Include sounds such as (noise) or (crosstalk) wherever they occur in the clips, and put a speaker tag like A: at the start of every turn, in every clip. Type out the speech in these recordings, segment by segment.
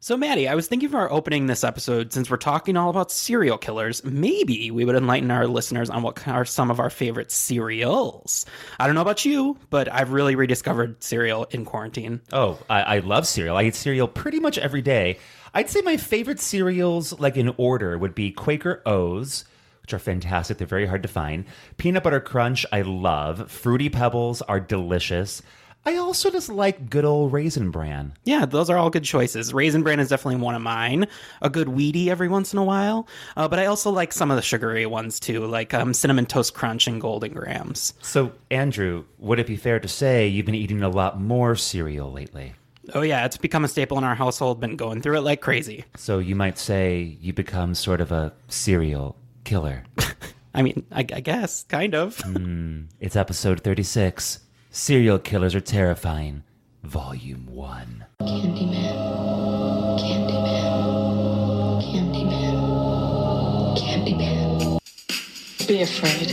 A: So, Maddie, I was thinking for our opening this episode, since we're talking all about serial killers, maybe we would enlighten our listeners on what are some of our favorite cereals. I don't know about you, but I've really rediscovered cereal in quarantine.
B: Oh, I, I love cereal. I eat cereal pretty much every day. I'd say my favorite cereals, like in order, would be Quaker O's, which are fantastic. They're very hard to find. Peanut Butter Crunch, I love. Fruity Pebbles are delicious. I also just like good old Raisin Bran.
A: Yeah, those are all good choices. Raisin Bran is definitely one of mine. A good Wheatie every once in a while. Uh, but I also like some of the sugary ones too, like um, Cinnamon Toast Crunch and Golden Grams.
B: So, Andrew, would it be fair to say you've been eating a lot more cereal lately?
A: Oh, yeah, it's become a staple in our household, been going through it like crazy.
B: So, you might say you become sort of a cereal killer.
A: I mean, I, I guess, kind of.
B: It's episode 36 Serial Killers Are Terrifying, Volume 1.
C: Candyman. Candyman. Candyman. Candyman. Be afraid.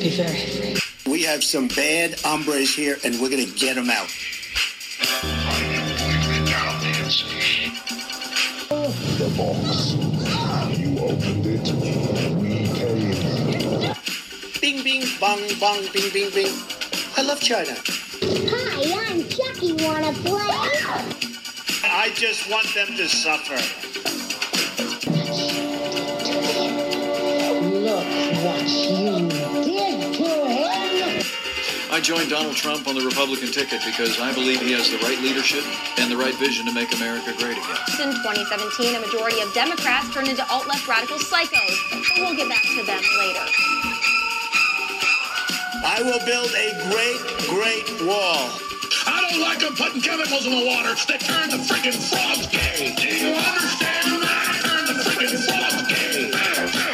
C: Be very afraid.
D: We have some bad hombres here, and we're gonna get them out.
E: the box. You opened it. We came.
D: Bing, bing, bong, bong, bing, bing, bing. I love China.
F: Hi, I'm Chucky. Wanna play?
D: I just want them to suffer.
F: Look what you did to him.
G: I joined Donald Trump on the Republican ticket because I believe he has the right leadership and the right vision to make America great again.
H: In 2017, a majority of Democrats turned into alt-left radical psychos. But we'll get back to them later.
D: I will build a great, great wall.
E: I don't like them putting chemicals in the water that turn the freaking frogs gay. Do you understand that? Turn the freaking frogs gay.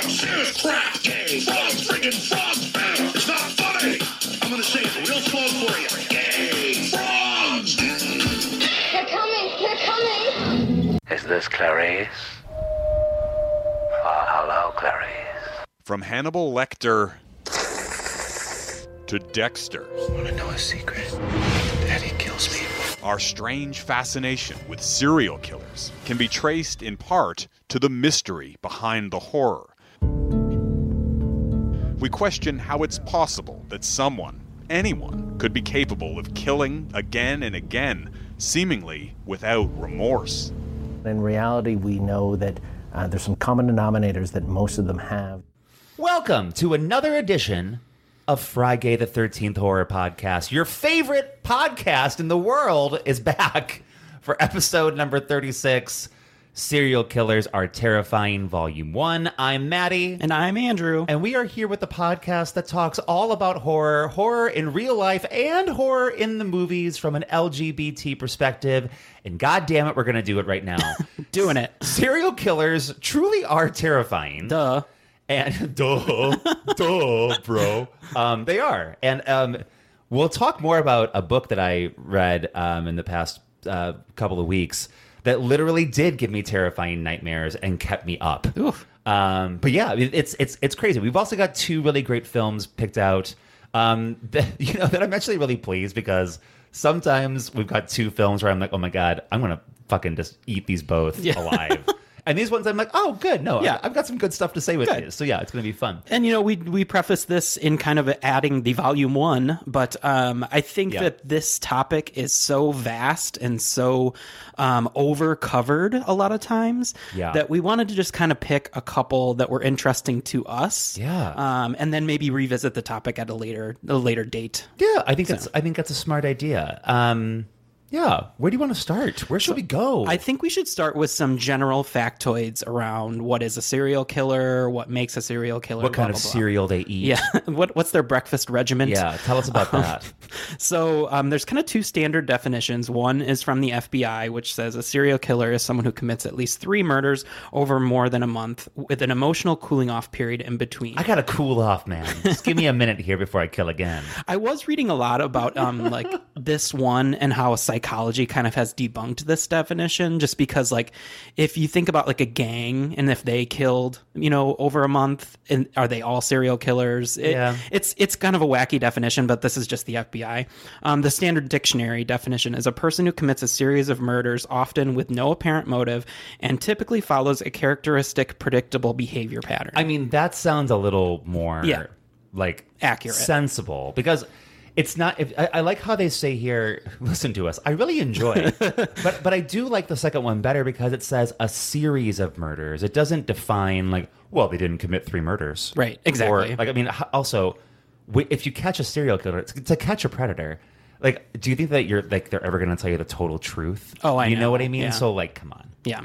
E: Serious crap gay. Frogs, freaking frogs. It's not funny. I'm gonna say it real slow for you. Gay frogs.
F: They're coming. They're coming.
I: Is this Clarice? Oh, hello, Clarice.
J: From Hannibal Lecter to Dexter,
I: Want to know a secret? Daddy kills me.
J: our strange fascination with serial killers can be traced in part to the mystery behind the horror. We question how it's possible that someone, anyone, could be capable of killing again and again, seemingly without remorse.
K: In reality, we know that uh, there's some common denominators that most of them have.
B: Welcome to another edition of Friday the 13th Horror Podcast. Your favorite podcast in the world is back (laughs) for episode number 36 Serial Killers Are Terrifying, Volume 1. I'm Maddie.
A: And I'm Andrew.
B: And we are here with a podcast that talks all about horror, horror in real life, and horror in the movies from an LGBT perspective. And god damn it, we're going to do it right now.
A: Doing it.
B: Serial killers truly are terrifying.
A: Duh.
B: And (laughs) duh, duh, bro. Um, they are. And um, we'll talk more about a book that I read um, in the past uh, couple of weeks that literally did give me terrifying nightmares and kept me up. Um, but yeah, I mean, it's it's it's crazy. We've also got two really great films picked out. Um, (laughs) that, you know that I'm actually really pleased because sometimes we've got two films where I'm like, oh my god, I'm gonna fucking just eat these both
A: (laughs)
B: alive. and these ones I'm like, oh good, no,
A: Yeah.
B: yeah, I've got some good stuff to say with
A: Good.
B: these. So yeah, it's gonna be fun.
A: And you know, we we preface this in kind of adding the volume one, but um, I think
B: Yeah.
A: that this topic is so vast and so um, over covered a lot of times
B: Yeah.
A: that we wanted to just kind of pick a couple that were interesting to us,
B: Yeah.
A: um, and then maybe revisit the topic at a later a later date.
B: Yeah, I think that's I think that's a smart idea. Um, yeah, where do you want to start? Where should we go?
A: I think we should start with some general factoids around what is a serial killer, what makes a serial killer,
B: what
A: blah,
B: kind of
A: blah, blah.
B: cereal they eat?
A: Yeah, (laughs) what what's their breakfast regiment?
B: yeah. Tell us
A: (laughs)
B: about that.
A: So um, there's kind of two standard definitions. One is from the FBI, which says a serial killer is someone who commits at least three murders over more than a month with an emotional cooling off period in between.
B: I
A: I,
B: gotta cool off, man. Just give me a minute here before I kill again.
A: was reading a lot about um, like this one and how a psych- psychology kind of has debunked this definition just because like if you think about like a gang and if they killed you know over a month and are they all serial killers It-
B: Yeah.
A: it's it's kind of a wacky definition but this is just the fbi um, the standard dictionary definition is a person who commits a series of murders often with no apparent motive and typically follows a characteristic predictable behavior pattern
B: I mean, that sounds a little more
A: Yeah.
B: like
A: Accurate.
B: sensible because it's not. If, I, I like how they say here, (laughs) listen to us. I really
A: (laughs)
B: enjoy, it. but but I do like the second one better because it says a series of murders. It doesn't define like, well, they didn't commit three murders,
A: Right, exactly.
B: Or, like I mean, h- also, wi- if you catch a serial killer, it's to catch a predator. Like, do you think that you're like they're ever going to tell you the total truth?
A: Oh, I
B: you
A: know,
B: what I mean.
A: yeah.
B: So like, come on.
A: Yeah.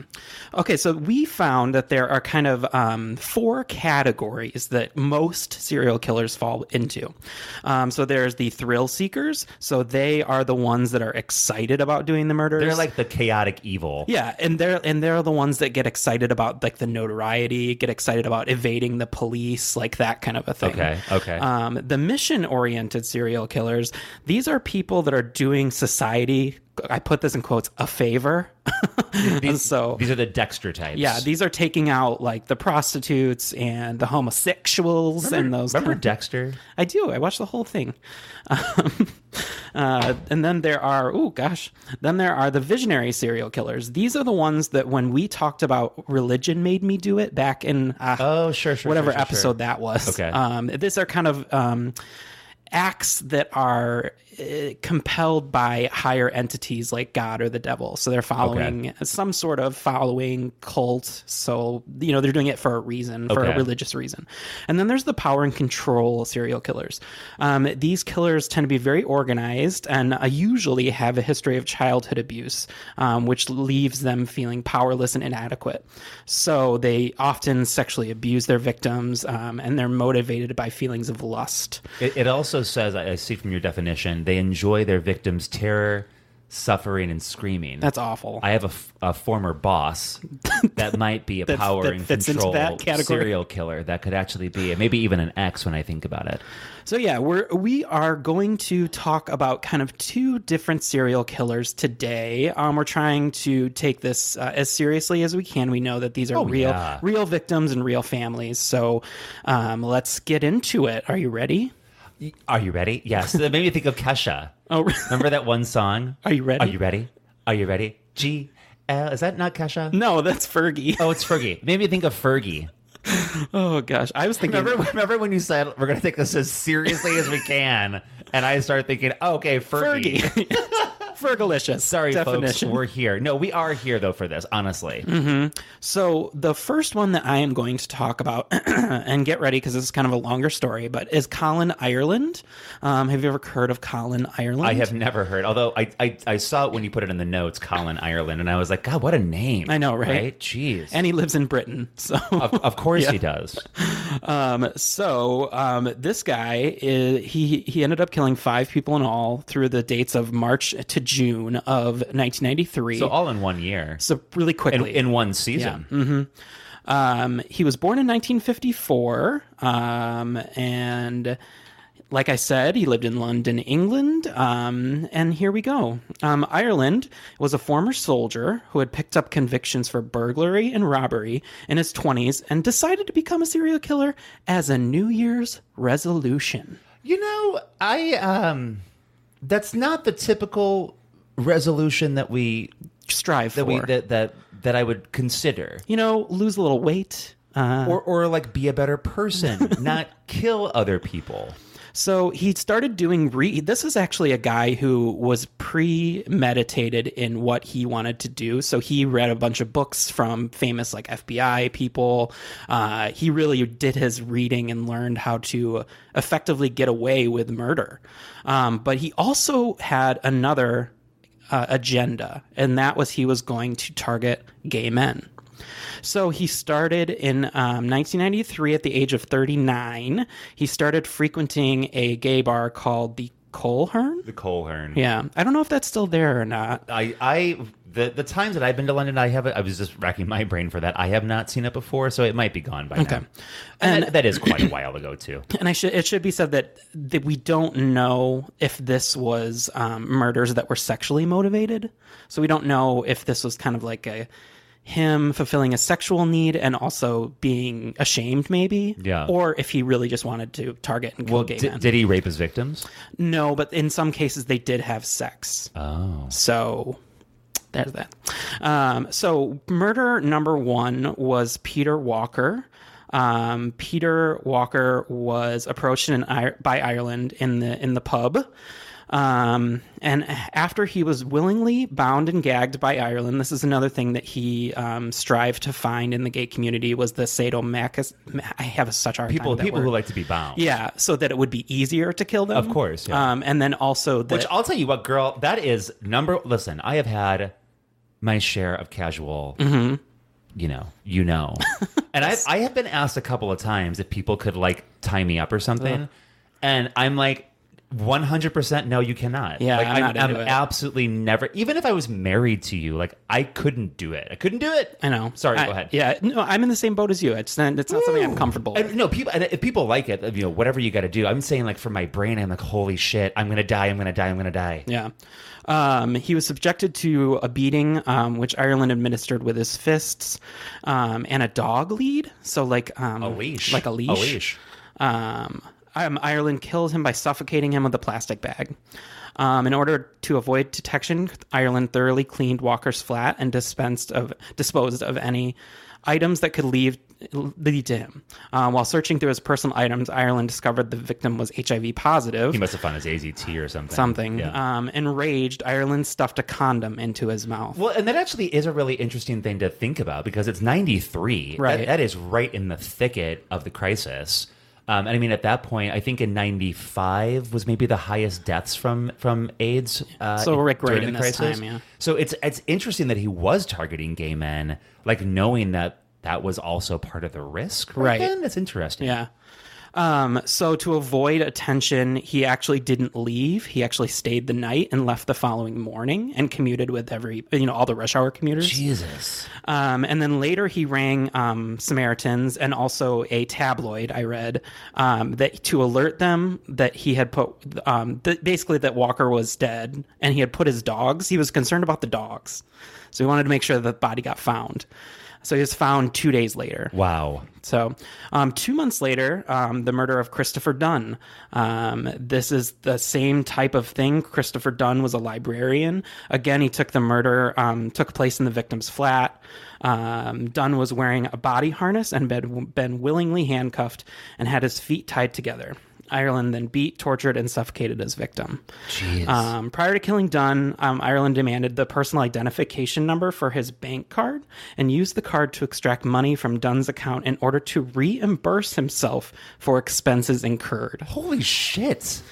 A: Okay, so we found that there are kind of um, four categories that most serial killers fall into. Um, so there's the thrill seekers. So they are the ones that are excited about doing the murders.
B: They're like the chaotic evil.
A: Yeah, and they're and they're the ones that get excited about like the notoriety, get excited about evading the police, like that kind of a thing.
B: Okay, okay.
A: Um, the mission-oriented serial killers. These are people that are doing society. I put this in quotes a favor. (laughs)
B: These,
A: so
B: these are the Dexter types.
A: Yeah, these are taking out like the prostitutes and the homosexuals and those.
B: remember
A: kind of-
B: Dexter?
A: I do. I watched the whole thing. Um, (laughs) uh, and then there are oh gosh, then there are the visionary serial killers. These are the ones that when we talked about religion made me do it back in uh,
B: oh sure sure
A: whatever
B: sure, sure,
A: episode
B: sure.
A: that was.
B: Okay.
A: um, these are kind of. Um, acts that are uh, compelled by higher entities like god or the devil so they're following some sort of following cult so you know they're doing it for a reason for a
B: Okay.
A: religious reason and then there's the power and control serial killers um, these killers tend to be very organized and uh, usually have a history of childhood abuse um, which leaves them feeling powerless and inadequate so they often sexually abuse their victims um, and they're motivated by feelings of lust
B: It, it also says, I I see from your definition, they enjoy their victims' terror, suffering, and screaming.
A: That's awful.
B: I have a, f- a former
A: (laughs)
B: boss that might be a
A: That-
B: power
A: that
B: and
A: fits into
B: control
A: that category.
B: serial killer that could actually be, and maybe even an ex when I think about it.
A: So yeah, we're we are going to talk about kind of two different serial killers today. Um, we're trying to take this uh, as seriously as we can. We know that these are
B: Oh,
A: real
B: yeah.
A: real victims and real families. So um, let's get into it. Are you ready?
B: Are you ready? Yes. That made me think of Kesha.
A: Oh, (laughs)
B: Remember that one song?
A: Are you ready?
B: Are you ready? Are you ready? G L. Is that not Kesha?
A: no, that's Fergie.
B: Oh, it's Fergie. It made me think of Fergie.
A: Oh gosh, I was thinking. (laughs)
B: Remember, remember when you said we're gonna take this as seriously as we can, and I started thinking, oh, okay, Fergie.
A: Fergie. (laughs) Fergalicious.
B: (laughs) Sorry, folks,
A: definition. Mm-hmm.
B: we're here. No, we are here though for this. Honestly,
A: So the first one that I am going to talk about, (clears throat) and get ready because this is kind of a longer story, but is Colin Ireland. Um, have you ever heard of Colin Ireland?
B: I have never heard. Although I, I, I saw it when you put it in the notes, Colin Ireland, and I was like, God, what a name!
A: I know, right?
B: Jeez.
A: and he lives in Britain. (laughs) So,
B: of, of course he does.
A: um, so um, this guy is, he he ended up killing five people in all through the dates of March to June of 1993.
B: So all in one year,
A: So really
B: in,
A: quickly.
B: in one season.
A: Mm. Um, he was born in 1954, um, and like I said, he lived in London, England. Um, and here we go. Um, Ireland was a former soldier who had picked up convictions for burglary and robbery in his 20s and decided to become a serial killer as a New Year's resolution.
B: You know, I um, that's not the typical resolution that we
A: Strive
B: that
A: for,
B: we that that that I would consider.
A: you know, lose a little weight. Uh,
B: or or like be a
A: (laughs)
B: better person, not kill other people.
A: So he started doing re. This is actually a guy who was premeditated in what he wanted to do. So he read a bunch of books from famous like FBI people. Uh, he really did his reading and learned how to effectively get away with murder. Um, but he also had another uh, agenda, and that was he was going to target gay men. So he started in um, 1993 at the age of 39. He started frequenting a gay bar called the Colehern?
B: The Colehern.
A: Yeah. I don't know if that's still there or not.
B: I, I the the times that I've been to London, I have I was just racking my brain for that. I have not seen it before, so it might be gone by
A: Okay.
B: now. And, that, that is quite a while
A: (coughs)
B: ago too.
A: And I should it should be said that that we don't know if this was um, murders that were sexually motivated. So we don't know if this was kind of like a him fulfilling a sexual need and also being ashamed, maybe.
B: Yeah.
A: Or if he really just wanted to target and kill
B: Well,
A: gay
B: di-
A: men.
B: did he rape his victims?
A: No, but in some cases they did have sex.
B: Oh.
A: So there's that. Um, so murder number one was Peter Walker. Um, Peter Walker was approached in, Ir- by Ireland in the in the pub. Um, and after he was willingly bound and gagged by Ireland, this is another thing that he um, strived to find in the gay community was the sadomasochist. I have such a hard time
B: People
A: with that
B: people
A: word.
B: who like to be bound.
A: Yeah, so that it would be easier to kill them.
B: Of course, yeah.
A: Um, and then also that
B: Which I'll tell you what, girl, that is number. Listen, I have had my share of casual,
A: Mm-hmm.
B: you know,
A: (laughs)
B: you know, and I I have been asked a couple of times if people could like tie me up or something,
A: Ugh.
B: and I'm like. 100% no you cannot
A: Yeah,
B: like,
A: I'm not into it.
B: absolutely never even if i was married to you like i couldn't do it i couldn't do it
A: I know.
B: sorry
A: I-
B: go ahead
A: Yeah, no, I'm in the same boat as you. It's not, it's not something I'm comfortable.
B: And, no, people. And if people like it, you know, whatever you got to do. I'm saying, like, for my brain, I'm like, holy shit, I'm gonna die, I'm gonna die, I'm gonna die.
A: Yeah. Um, he was subjected to a beating, um, which Ireland administered with his fists, um, and a dog lead. So, like um,
B: A leash.
A: Like a
B: A
A: leash.
B: leash.
A: Um, um, Ireland killed him by suffocating him with a plastic bag. Um, in order to avoid detection, Ireland thoroughly cleaned Walker's flat and dispensed of disposed of any items that could leave lead to him. Uh, while searching through his personal items, Ireland discovered the victim was HIV positive.
B: He must have found his AZT or something.
A: something.
B: Yeah.
A: Um, enraged, Ireland stuffed a condom into his mouth.
B: Well, and that actually is a really interesting thing to think about because it's 93. That-
A: Right.
B: that is right in the thicket of the crisis. Um, and I mean, at that point, I think in 95 was maybe the highest deaths from, from AIDS. Uh,
A: So we're right
B: during
A: in
B: the
A: this
B: crisis.
A: time, yeah.
B: So it's, it's interesting that he was targeting gay men, like knowing that that was also part of the risk.
A: Right.
B: then? That's interesting.
A: Yeah. Um, so to avoid attention, he actually didn't leave. He actually stayed the night and left the following morning and commuted with every, you know, all the rush hour commuters.
B: Jesus.
A: Um, and then later he rang um, Samaritans and also a tabloid I read um, that to alert them that he had put um, that basically that Walker was dead and he had put his dogs. He was concerned about the dogs, so he wanted to make sure that the body got found. So he was found two days later.
B: Wow.
A: So, um, two months later, um, the murder of Christopher Dunn. Um, this is the same type of thing. Christopher Dunn was a librarian. Again, he took the murder um, took place in the victim's flat. Um, Dunn was wearing a body harness and been, been willingly handcuffed and had his feet tied together. Ireland then beat, tortured, and suffocated his victim. Um, prior to killing Dunn, um, Ireland demanded the personal identification number for his bank card and used the card to extract money from Dunn's account in order to reimburse himself for expenses incurred.
B: Holy shit.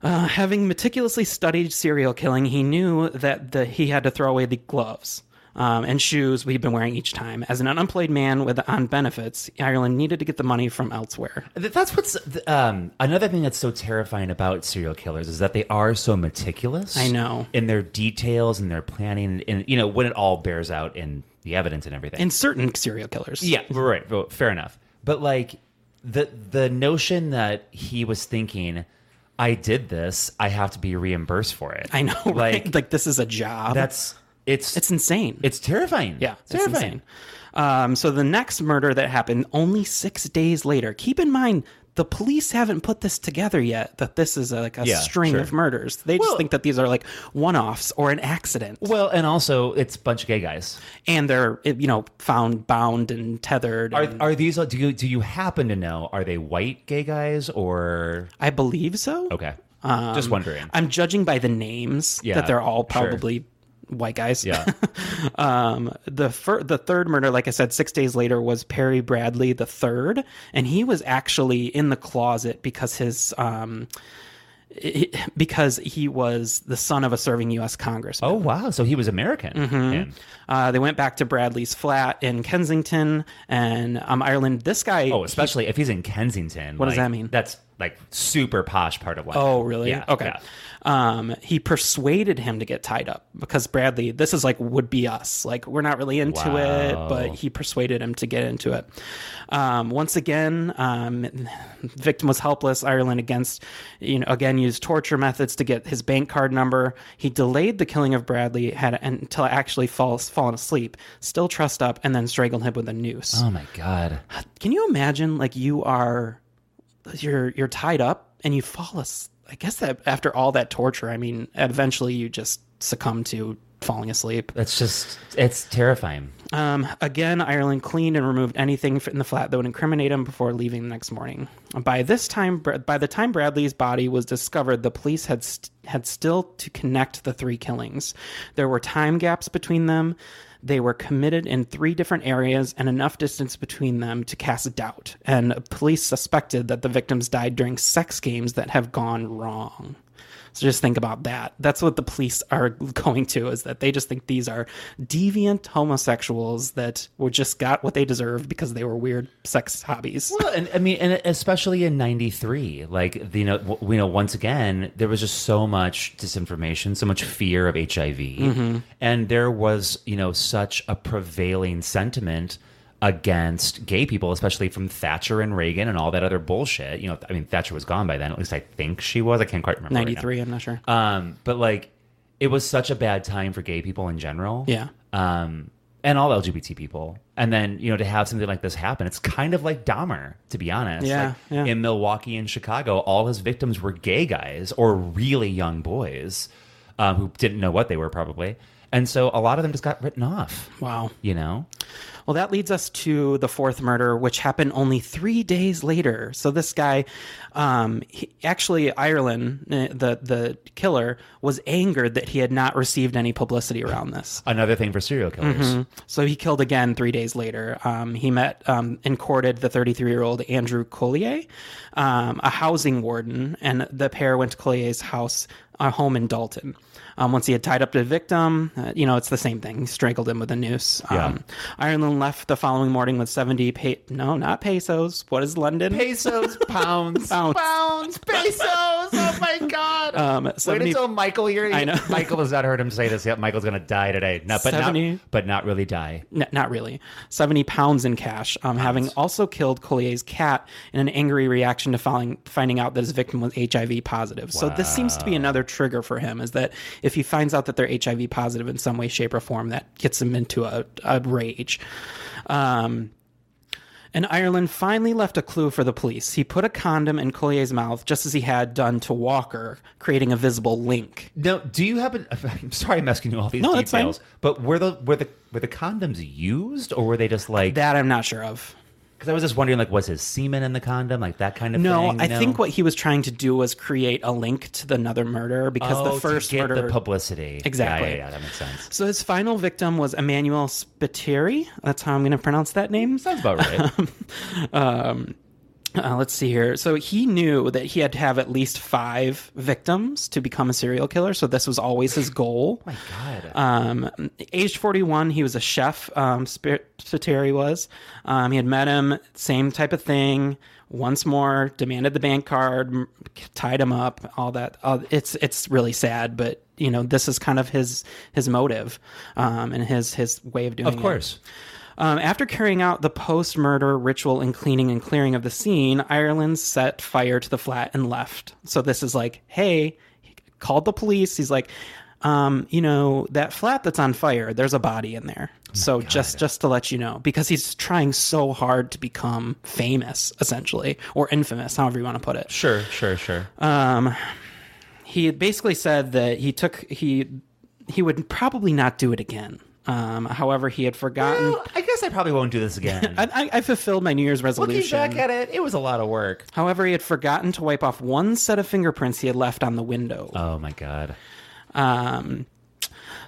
A: Uh, having meticulously studied serial killing, he knew that the, he had to throw away the gloves. Um, and shoes we've been wearing each time. As an unemployed man with on benefits, Ireland needed to get the money from elsewhere.
B: Th- That's what's th- um, another thing that's so terrifying about serial killers is that they are so meticulous.
A: I know.
B: in their details and their planning, and you know when it all bears out in the evidence and everything.
A: In certain serial killers,
B: yeah, right. well, Fair enough. But like the the notion that he was thinking, I did this, I have to be reimbursed for it.
A: I know. (laughs) Right? Like, this is a job.
B: that's it's
A: it's
B: it's
A: insane.
B: it's terrifying.
A: Yeah,
B: it's
A: it's
B: terrifying.
A: insane. Um, so the next murder that happened only six days later. Keep in mind, the police haven't put this together yet. That this is like a
B: Yeah,
A: string
B: sure.
A: of murders. They just
B: Well-
A: think that these are like one-offs or an accident,
B: Well, and also it's a bunch of gay guys.
A: and they're you know found bound and tethered.
B: Are
A: and-
B: are these? uh, Do you do you happen to know? Are they white gay guys or
A: I believe so.
B: okay?
A: Um,
B: Just wondering.
A: I'm judging by the names
B: Yeah,
A: that they're all
B: sure.
A: probably white guys.
B: Yeah.
A: (laughs) um, the fir- the third murder, like I said, six days later was Perry Bradley the third, and he was actually in the closet because his um, i- i- because he was the son of a serving U.S. congressman.
B: oh wow! So he was American.
A: Mm-hmm.
B: Him.
A: Uh, they went back to Bradley's flat in Kensington and um, Ireland. This guy,
B: Oh, especially if he's in Kensington.
A: What does
B: like,
A: that mean?
B: That's like super posh part of London.
A: Oh, really?
B: Yeah.
A: Okay.
B: yeah.
A: Um, he persuaded him to get tied up because Bradley, this is like would be us. Like we're not really into it, but
B: Wow.
A: he persuaded him to get into it. Um, once again, um, victim was helpless. Ireland against, you know, again used torture methods to get his bank card number. He delayed the killing of Bradley had until actually falls fallen asleep, still trussed up, and then strangled him with a noose.
B: Oh my god.
A: Can you imagine like you are you're you're tied up and you fall asleep. I guess that after all that torture, I mean, eventually you just succumb to falling asleep.
B: That's just it's terrifying.
A: Um, again, Ireland cleaned and removed anything in the flat that would incriminate him before leaving the next morning. By this time, Bra- by the time Bradley's body was discovered, the police had st- had still to connect the three killings. There were time gaps between them. They were committed in three different areas and enough distance between them to cast doubt. And police suspected that the victims died during sex games that have gone wrong. So just think about that. That's what the police are (laughs) going to is that they just think these are deviant homosexuals that were just got what they deserved because they were weird sex hobbies.
B: Well, and I mean, and especially in '93, like you know, w- you know, once again, there was just so much disinformation, so much fear of HIV,
A: Mhm.
B: and there was you know such a prevailing sentiment against gay people, especially from Thatcher and Reagan and all that other bullshit. You know, I mean, Thatcher was gone by then. At least I think she was. I can't quite remember. right now.
A: 93, I'm not sure.
B: Um, but like, it was such a bad time for gay people in general.
A: Yeah.
B: Um, and all LGBT people. And then you know to have something like this happen, it's kind of like Dahmer, to be honest.
A: Yeah,
B: Like,
A: yeah.
B: In Milwaukee and Chicago, all his victims were gay guys or really young boys um, who didn't know what they were probably, and so a lot of them just got written off.
A: Wow.
B: You know.
A: Well, that leads us to the fourth murder, which happened only three days later. So this guy, um, he, actually Ireland, eh, the the killer, was angered that he had not received any publicity around this.
B: Another thing for serial killers.
A: Mhm. So he killed again three days later. Um, he met um, and courted the 33 year old Andrew Collier, um, a housing warden, and the pair went to Collier's house, uh, home in Dalton. Um, once he had tied up the victim, uh, you know, it's the same thing. He strangled him with a noose. Um,
B: Yeah.
A: Ireland left the following morning with 70 pe- no, not pesos. What is London?
B: Pesos, pounds,
A: Pounds.
B: pounds, pesos. Oh my god!
A: Um,
B: Wait
A: 70
B: until Michael here.
A: I know. (laughs)
B: Michael has not heard him say this yet. Michael's gonna die today. No, but not,
A: 70.
B: but not really die.
A: N- not really. 70 pounds in cash, um, having also killed Collier's cat in an angry reaction to finding, finding out that his victim was HIV positive. So, this seems to be another trigger for him is that if he finds out that they're HIV positive in some way, shape, or form, that gets him into a, a rage. Um, and Ireland finally left a clue for the police. He put a condom in Collier's mouth just as he had done to Walker, creating a visible link.
B: No, do you happen? (laughs) I'm sorry, I'm asking you all these
A: No, that's fine.
B: details. But were the were the were the condoms used, or were they just like
A: That I'm not sure of.
B: Because I was just wondering, like, was his semen in the condom, like that kind of
A: no,
B: thing?
A: I think what he was trying to do was create a link to the another murder because
B: Oh,
A: the first
B: to get
A: murder.
B: the publicity.
A: Exactly.
B: Yeah, yeah, yeah, that makes sense.
A: so his final victim was Emmanuel Spiteri. That's how I'm going to pronounce that name.
B: Sounds
A: (laughs)
B: about right. Oh
A: um, uh, let's see here. So he knew that he had to have at least five victims to become a serial killer. So this was always his goal.
B: My God.
A: Um, aged 41, he was a chef. Um, Sp- Spiteri was. Um, he had met him, same type of thing. Once more, demanded the bank card, m- tied him up, all that. Uh, it's it's really sad, but you know this is kind of his his motive, um, and his his way of doing.
B: of
A: it.
B: course.
A: Um, after carrying out the post murder ritual and cleaning and clearing of the scene, Ireland set fire to the flat and left. So this is like, hey, he called the police. He's like, um, you know, that flat that's on fire, there's a body in there.
B: Oh
A: so just just to let you know, because he's trying so hard to become famous, essentially, or infamous, however you want to put it.
B: Sure, sure, sure.
A: Um, he had basically said that he took he he would probably not do it again. Um, however, he had forgotten.
B: I guess I probably won't do this again.
A: (laughs) I, I, I fulfilled my New Year's
B: Looking
A: resolution.
B: back at it, it was a lot of work.
A: However, he had forgotten to wipe off one set of fingerprints he had left on the window.
B: Oh my God.
A: Um,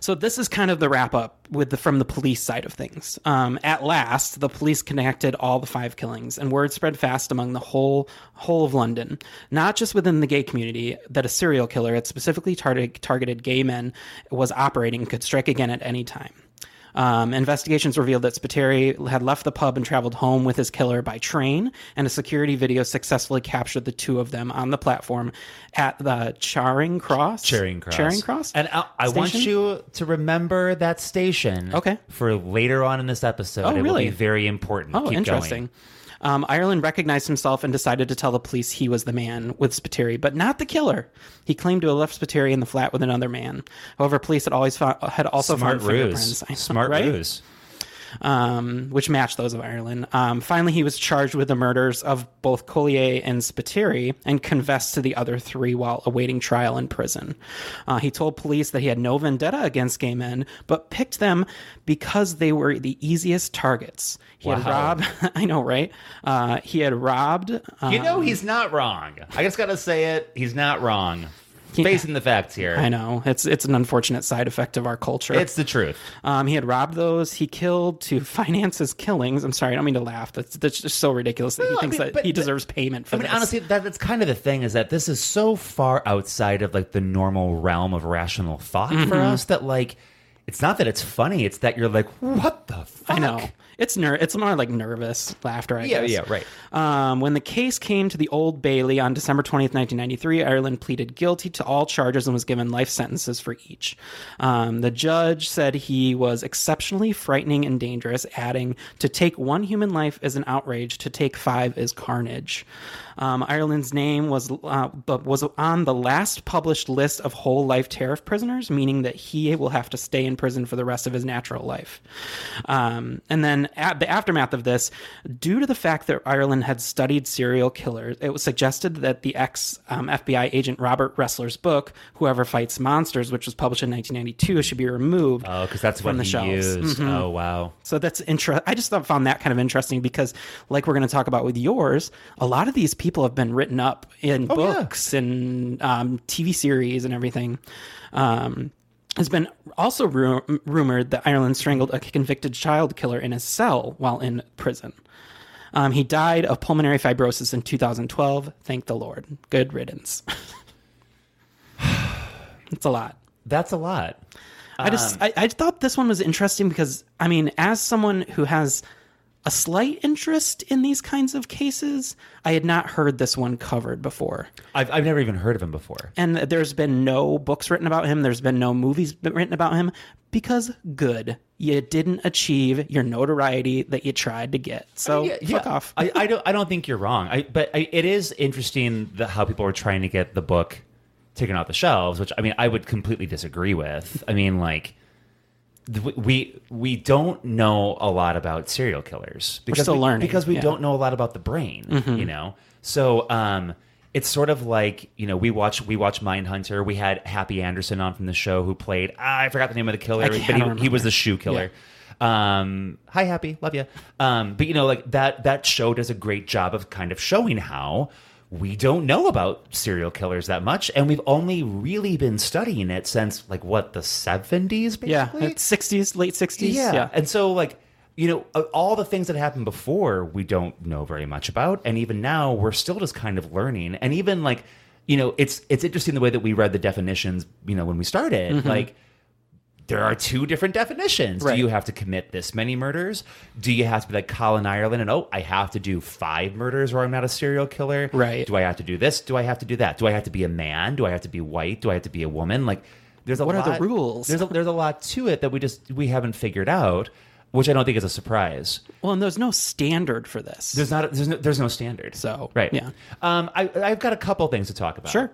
A: so this is kind of the wrap up with the from the police side of things. Um, at last, the police connected all the five killings, and word spread fast among the whole whole of London, not just within the gay community, that a serial killer had specifically targeted targeted gay men was operating and could strike again at any time. Um, investigations revealed that Spiteri had left the pub and traveled home with his killer by train, and a security video successfully captured the two of them on the platform at the Charing Cross.
B: Charing Cross.
A: Charing Cross.
B: And I, I want
A: Station?
B: you to remember that station. Okay. For later on in this episode,
A: Oh,
B: it will
A: really?
B: be very important.
A: Oh,
B: Keep
A: interesting.
B: Going.
A: Um, Ireland recognized himself and decided to tell the police he was the man with Spiteri, but not the killer. He claimed to have left Spiteri in the flat with another man. However, police had always found, had also
B: Smart
A: found
B: ruse.
A: fingerprints. I know,
B: Smart
A: right?
B: ruse.
A: um, which matched those of Ireland. Um, finally, he was charged with the murders of both Collier and Spiteri and confessed to the other three while awaiting trial in prison. Uh, he told police that he had no vendetta against gay men, but picked them because they were the easiest targets. He had
B: Wow.
A: robbed, (laughs) I know, right? Uh, he had robbed.
B: you know
A: um,
B: he's not wrong. I just gotta say it. He's not wrong. Facing the facts here.
A: I know it's it's an unfortunate side effect of our culture.
B: It's the truth.
A: Um, he had robbed those. He killed to (laughs) finance his killings. I'm sorry, I don't mean to laugh. That's that's just so ridiculous that he thinks
B: mean,
A: that
B: but
A: he
B: th-
A: deserves payment for
B: I mean,
A: this.
B: honestly, that, that's kind of the thing is that this is so far outside of like the normal realm of rational thought for
A: Mhm.
B: us that like it's not that it's funny, it's that you're like, what the fuck?
A: I know it's ner- It's more like nervous laughter. I
B: Yeah,
A: guess.
B: yeah, right.
A: Um, when the case came to the Old Bailey on December 20th, 1993, Ireland pleaded guilty to all charges and was given life sentences for each. Um, the judge said he was exceptionally frightening and dangerous, adding, To take one human life is an outrage, to take five is carnage. Um, Ireland's name was, uh, but was on the last published list of whole life tariff prisoners, meaning that he will have to stay in prison for the rest of his natural life. Um, and then at the aftermath of this, due to the fact that Ireland had studied serial killers, it was suggested that the ex um, FBI agent Robert Ressler's book, Whoever Fights Monsters, which was published in 1992, should be removed.
B: Oh, because that's what
A: From the
B: he
A: shelves.
B: used.
A: Mhm.
B: Oh wow.
A: So that's interesting. I just thought- found that kind of interesting because, like we're going to talk about with yours, a lot of these people have been written up in books and um, TV series and everything. Um, has been also ru- rumored that Ireland strangled a convicted child killer in his cell while in prison. Um, he died of pulmonary fibrosis in 2012. Thank the Lord. Good riddance. (sighs) it's a lot.
B: That's a lot.
A: I just I, I thought this one was interesting because I mean, as someone who has a slight interest in these kinds of cases, I had not heard this one covered before.
B: I've I've never even heard of him before.
A: And there's been no books written about him. There's been no movies b- written about him because good, you didn't achieve your notoriety that you tried to get. So fuck off.
B: I, I don't I don't think you're wrong. I but I, it is interesting that how people are trying to get the book taken off the shelves, which I mean I would completely disagree with. I mean like th- we we don't know a lot about serial killers
A: still
B: we,
A: learning,
B: because we
A: yeah.
B: don't know a lot about the brain,
A: Mhm.
B: you know. So um it's sort of like, you know, we watch we watch Mindhunter. We had Happy Anderson on from the show who played ah, I forgot the name of the killer,
A: I
B: but
A: can't
B: he, he was the shoe killer. Um hi happy, love you. Um but you know like that that show does a great job of kind of showing how we don't know about serial killers that much and we've only really been studying it since like what the 70s
A: Yeah, it's 60s, late 60s.
B: yeah.
A: yeah.
B: And so, like, you know, uh, all the things that happened before, we don't know very much about. And even now, we're still just kind of learning. And even like, you know, it's it's interesting the way that we read the definitions, you know, when we
A: Mhm.
B: started. Like, there are two different definitions. Do you have to commit this many murders? Do you have to be like Colin Ireland and oh, I have to do five murders or I'm not a serial killer? Right. Do I have to do this? Do I have to do that? Do I have to be a man? Do I have to be white? Do I have to be a woman? Like there's a
A: What are the
B: lot-
A: rules?
B: There's a, there's a lot to it that we just we haven't figured out, which I don't think is a surprise.
A: Well, and there's no standard for this.
B: There's not there's no, there's no standard. So right
A: yeah.
B: Um, I I've got a couple things to talk about. Sure.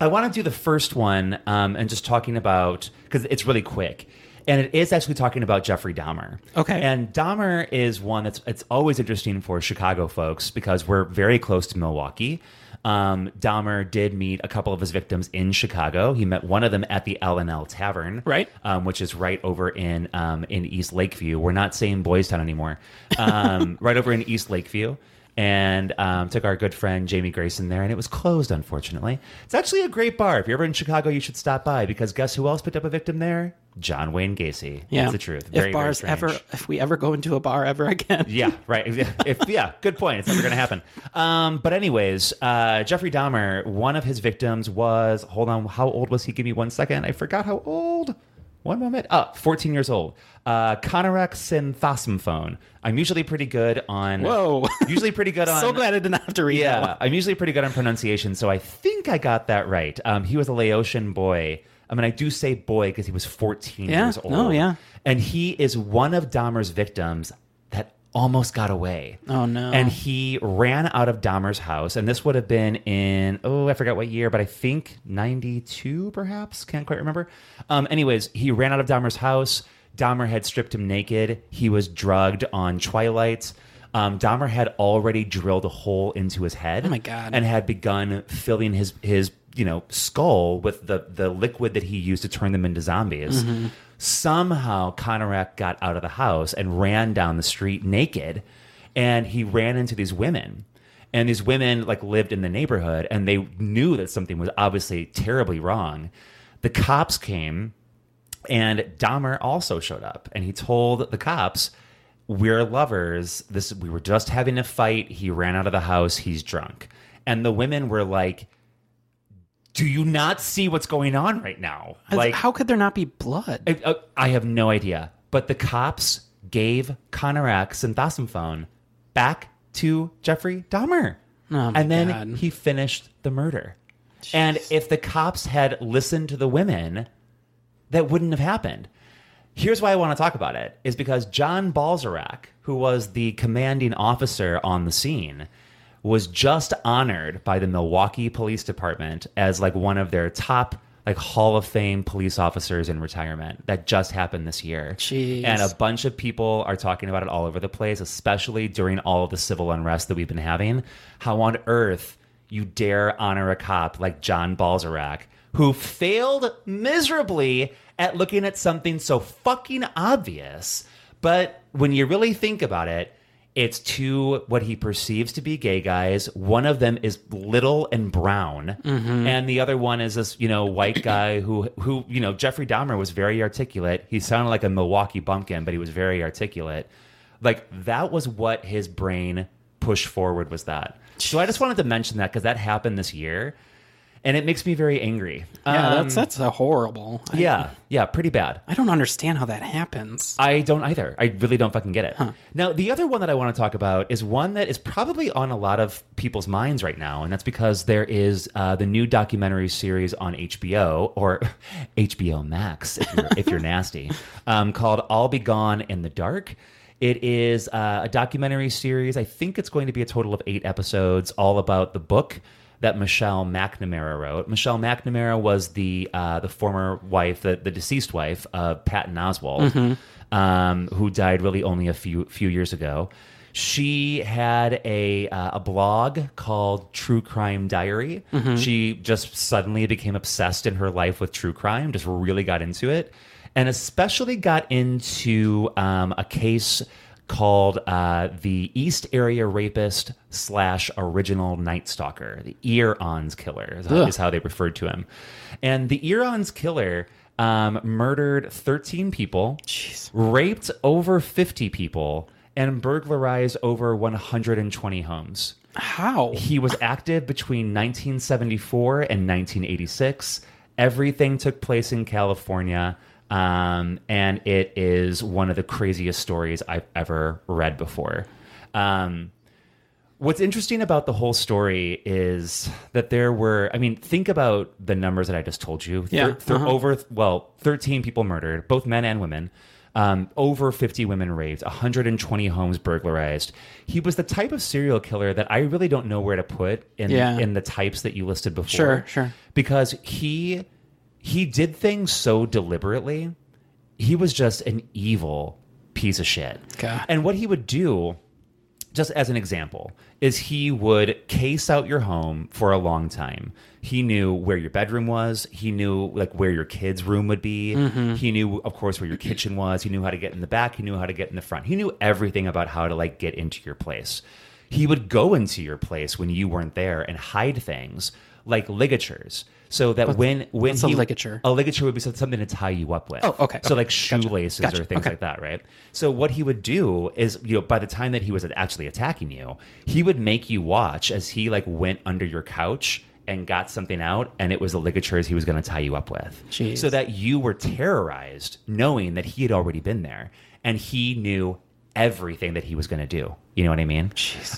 B: I want to do the first one um, and just talking about because it's really quick. And it is actually talking about Jeffrey Dahmer. Okay. And Dahmer is one that's it's always interesting for Chicago folks because we're very close to Milwaukee. Um, Dahmer did meet a couple of his victims in Chicago. He met one of them at the L and L Tavern, right? Um, which is right over in um, in East Lakeview. We're not saying Boys Town anymore. Um, (laughs) right over in East Lakeview and um, took our good friend Jamie Grayson there, and it was closed, unfortunately. It's actually a great bar. If you're ever in Chicago, you should stop by because guess who else picked up a victim there? John Wayne Gacy.
A: yeah.
B: That's the truth.
A: If bars ever, if we ever go into a bar ever again,
B: (laughs) yeah, right. If, yeah, good point. It's never going to happen. Um, but anyways, uh, Jeffrey Dahmer, one of his victims was. Hold on, how old was he? Give me one second. I forgot how old. One moment. Oh, 14 years old. Uh, Conorak Synthosmophone. I'm usually pretty good on.
A: Whoa.
B: Usually
A: (laughs)
B: pretty good
A: (laughs)
B: on.
A: So glad I didn't have to read that
B: Yeah,
A: one.
B: I'm usually pretty good on pronunciation, so I think I got that right. Um, he was a Laotian boy. I mean, I do say boy because he was 14
A: Yeah,
B: years old.
A: no, yeah.
B: And he is one of Dahmer's victims that almost got away.
A: Oh, no.
B: And he ran out of Dahmer's house, and this would have been in oh I forgot what year, but I think '92 perhaps. Can't quite remember. Um, anyways, he ran out of Dahmer's house. Dahmer had stripped him naked. He was drugged on Twilight. Um, Dahmer had already drilled a hole into his head.
A: Oh, my God.
B: And had begun filling his his you know skull with the the liquid that he used to turn them into zombies.
A: Mhm.
B: Somehow, Conorak got out of the house and ran down the street naked, and he ran into these women. And these women like lived in the neighborhood, and they knew that something was obviously terribly wrong. The cops came, and Dahmer also showed up, and he told the cops, "We're lovers. This we were just having a fight. He ran out of the house. He's drunk." And the women were like, "Do you not see what's going on right now? Like,
A: how could there not be blood?"
B: I, uh, I have no idea. But the cops gave Conorak synthosmophone back to Jeffrey Dahmer.
A: Oh, my
B: and then
A: God.
B: he finished the murder. And if the cops had listened to the women, that wouldn't have happened. Here's why I want to talk about it is because John Balzarak, who was the commanding officer on the scene, was just honored by the Milwaukee Police Department as like one of their top like Hall of Fame police officers in retirement. That just happened this year.
A: Jeez.
B: And a bunch of people are talking about it all over the place, especially during all of the civil unrest that we've been having. How on earth you dare honor a cop like John Balzarak, who failed miserably at looking at something so fucking obvious. But when you really think about it, it's two what he perceives to be gay guys. One of them is little and brown,
A: Mhm.
B: and the other one is this, you know, white guy who who, you know, Jeffrey Dahmer was very articulate. He sounded like a Milwaukee bumpkin, but he was very articulate. Like that was what his brain pushed forward was that. So I just wanted to mention that because that happened this year, and it makes me very angry.
A: Yeah,
B: Um,
A: that's that's a horrible. I-
B: yeah, Uh, yeah, pretty bad.
A: I don't understand how that happens.
B: I don't either. I really don't fucking get it. Now, the other one that I want to talk about is one that is probably on a lot of people's minds right now, and that's because there is uh, the new documentary series on HBO or (laughs) HBO Max, if you're, if you're nasty, um, called "I'll Be Gone in the Dark." It is uh, a documentary series. I think it's going to be a total of eight episodes, all about the book that Michelle McNamara wrote. Michelle McNamara was the uh, the former wife, the, the deceased wife of Patton Oswald,
A: Mhm.
B: um, who died really only a few few years ago. She had a uh, a blog called True Crime Diary.
A: Mhm.
B: She just suddenly became obsessed in her life with true crime. Just really got into it, and especially got into um, a case called uh, the East Area Rapist slash Original Night Stalker, the Earons Killer is how,
A: Ugh.
B: is how they referred to him. And the Earons Killer um, murdered 13 people, raped over 50 people, and burglarized over 120 homes.
A: How?
B: He was active between 1974 and 1986. Everything took place in California. Um, and it is one of the craziest stories I've ever read before. Um, What's interesting about the whole story is that there were, I mean, think about the numbers that I just told you.
A: Yeah,
B: Thir- thir-
A: uh-huh.
B: Over, well, 13 people murdered, both men and women. Um, over 50 women raped, 120 homes burglarized. He was the type of serial killer that I really don't know where to put in,
A: Yeah.
B: in the types that you listed before
A: Sure, sure.
B: because he he did things so deliberately. He was just an evil piece of shit.
A: God.
B: And what he would do, just as an example, is he would case out your home for a long time. He knew where your bedroom was. He knew like where your kid's room would be.
A: Mhm.
B: He knew, of course, where your kitchen was. He knew how to get in the back. He knew how to get in the front. He knew everything about how to like get into your place. He would go into your place when you weren't there and hide things like ligatures, so that
A: What's-
B: when when
A: what's a
B: he,
A: ligature?
B: a ligature would be something to tie you up with.
A: Oh, okay,
B: So
A: okay.
B: like shoelaces
A: Gotcha.
B: or things
A: Okay.
B: like that, right? So what he would do is, you know, by the time that he was actually attacking you, he would make you watch as he like went under your couch and got something out, and it was the ligatures he was going to tie you up with.
A: Jeez.
B: So that you were terrorized knowing that he had already been there and he knew everything that he was going to do. You know what I mean?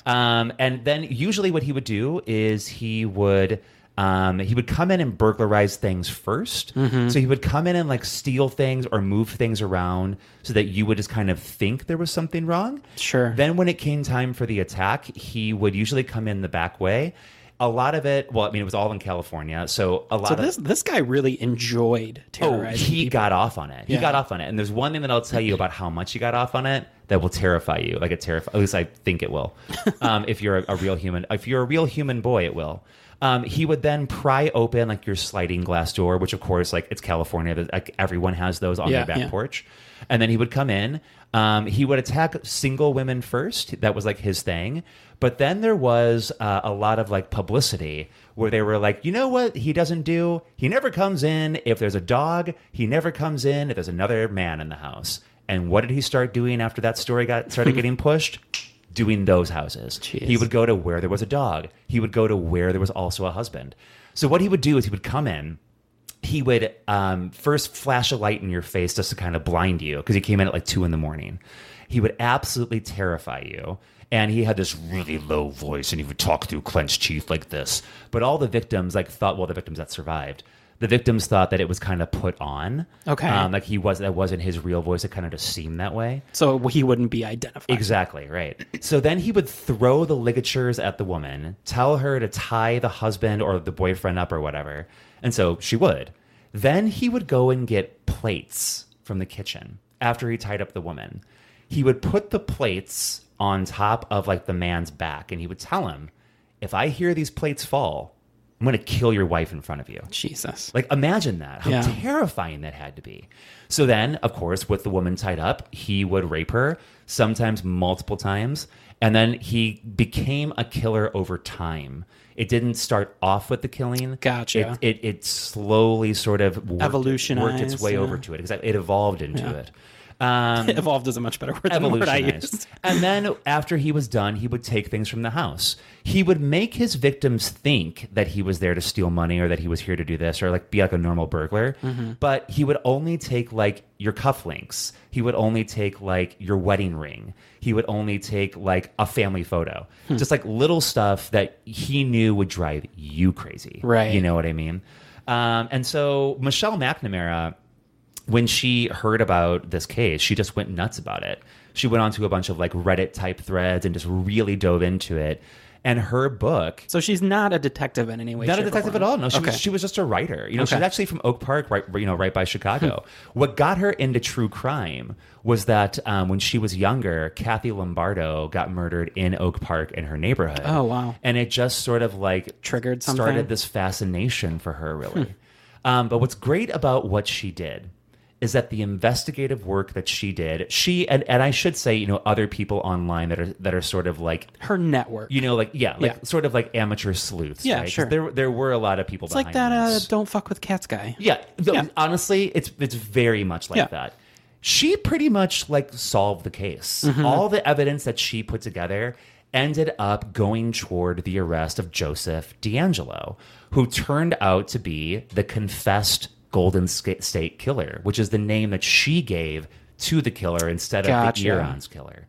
B: Um, and then usually what he would do is he would. Um, he would come in and burglarize things 1st
A: Mhm.
B: So he would come in and like steal things or move things around so that you would just kind of think there was something wrong.
A: Sure.
B: Then when it came time for the attack, he would usually come in the back way. A lot of it, well, I mean, it was all in California, so a lot
A: So
B: of
A: this this guy really enjoyed terrorizing.
B: Oh, he got off on it. He
A: Yeah.
B: got off on it. And there's one thing that I'll tell you about how much he got off on it that will terrify you. Like it terrify. At least I think it will. Um, if you're a, a real human, if you're a real human boy, it will. Um, he would then pry open like your sliding glass door, which of course, like it's California, but, like everyone has those on
A: Yeah,
B: their back
A: yeah.
B: porch. And then he would come in. Um, he would attack single women first. That was like his thing. But then there was uh, a lot of like publicity where they were like, you know what he doesn't do? He never comes in if there's a dog. He never comes in if there's another man in the house. And what did he start doing after that story
A: (laughs)
B: got started getting pushed? Doing those houses. He would go to where there was a dog. He would go to where there was also a husband. So what he would do is he would come in he would um, first flash a light in your face just to kind of blind you because he came in at like two in the morning. He would absolutely terrify you. And he had this really low voice and he would talk through clenched teeth like this. But all the victims like thought, well, the victims that survived, the victims thought that it was kind of put on.
A: Okay.
B: Um, like he was, that wasn't his real voice. It kind of just seemed that way.
A: so he wouldn't be identified.
B: Exactly, right. So then he would throw the ligatures at the woman, tell her to tie the husband or the boyfriend up or whatever. And so she would. Then he would go and get plates from the kitchen after he tied up the woman. He would put the plates on top of like the man's back and he would tell him, if I hear these plates fall, I'm going to kill your wife in front of you.
A: Jesus.
B: Like, imagine that. How
A: Yeah.
B: terrifying that had to be. So then, of course, with the woman tied up, he would rape her, sometimes multiple times. And then he became a killer over time. It didn't start off with the killing.
A: Gotcha.
B: It, it, it slowly sort of worked, worked its
A: Evolutionized,
B: way
A: yeah.
B: over to it. Exactly. It evolved into
A: Yeah.
B: it.
A: (laughs)
B: Um,
A: Evolved is a much better word than the word I
B: Evolutionized.
A: used.
B: and then after he was done, he would take things from the house. He would make his victims think that he was there to steal money or that he was here to do this or like be like a normal burglar.
A: Mhm.
B: But he would only take like your cufflinks. He would only take like your wedding ring. He would only take like a family photo.
A: Hmm.
B: Just like little stuff that he knew would drive you crazy.
A: Right.
B: You know what I mean? Um, and so Michelle McNamara, when she heard about this case, she just went nuts about it. She went onto a bunch of like Reddit type threads and just really dove into it. And her book.
A: So she's not a detective in any way.
B: Not a
A: shape, or
B: detective at
A: form.
B: all. No, she,
A: Okay.
B: was, she was just a writer. You know, she's
A: Okay. Hmm.
B: actually from Oak Park, right? You know, right by Chicago. what got her into true crime was that um, when she was younger, Kathy Lombardo got murdered in Oak Park in her neighborhood.
A: Oh, wow.
B: And it just sort of like triggered
A: something? Hmm.
B: started this fascination for her, really. Um, but what's great about what she did is that the investigative work that she did, she and, and I should say, you know, other people online that are that are sort of like
A: her network.
B: you know, like yeah, like
A: Yeah.
B: sort of like amateur sleuths.
A: Yeah,
B: right? 'Cause
A: sure.
B: There there were a lot of people.
A: It's like that.
B: behind
A: Uh,
B: this.
A: don't fuck with cats guy.
B: Yeah, th- honestly, it's it's very much like
A: Yeah.
B: that. She pretty much like solved the case.
A: Mhm.
B: All the evidence that she put together ended up going toward the arrest of Joseph D'Angelo, who turned out to be the confessed Golden Ska- State Killer, which is the name that she gave to the killer instead
A: Gotcha.
B: of the Eron's killer.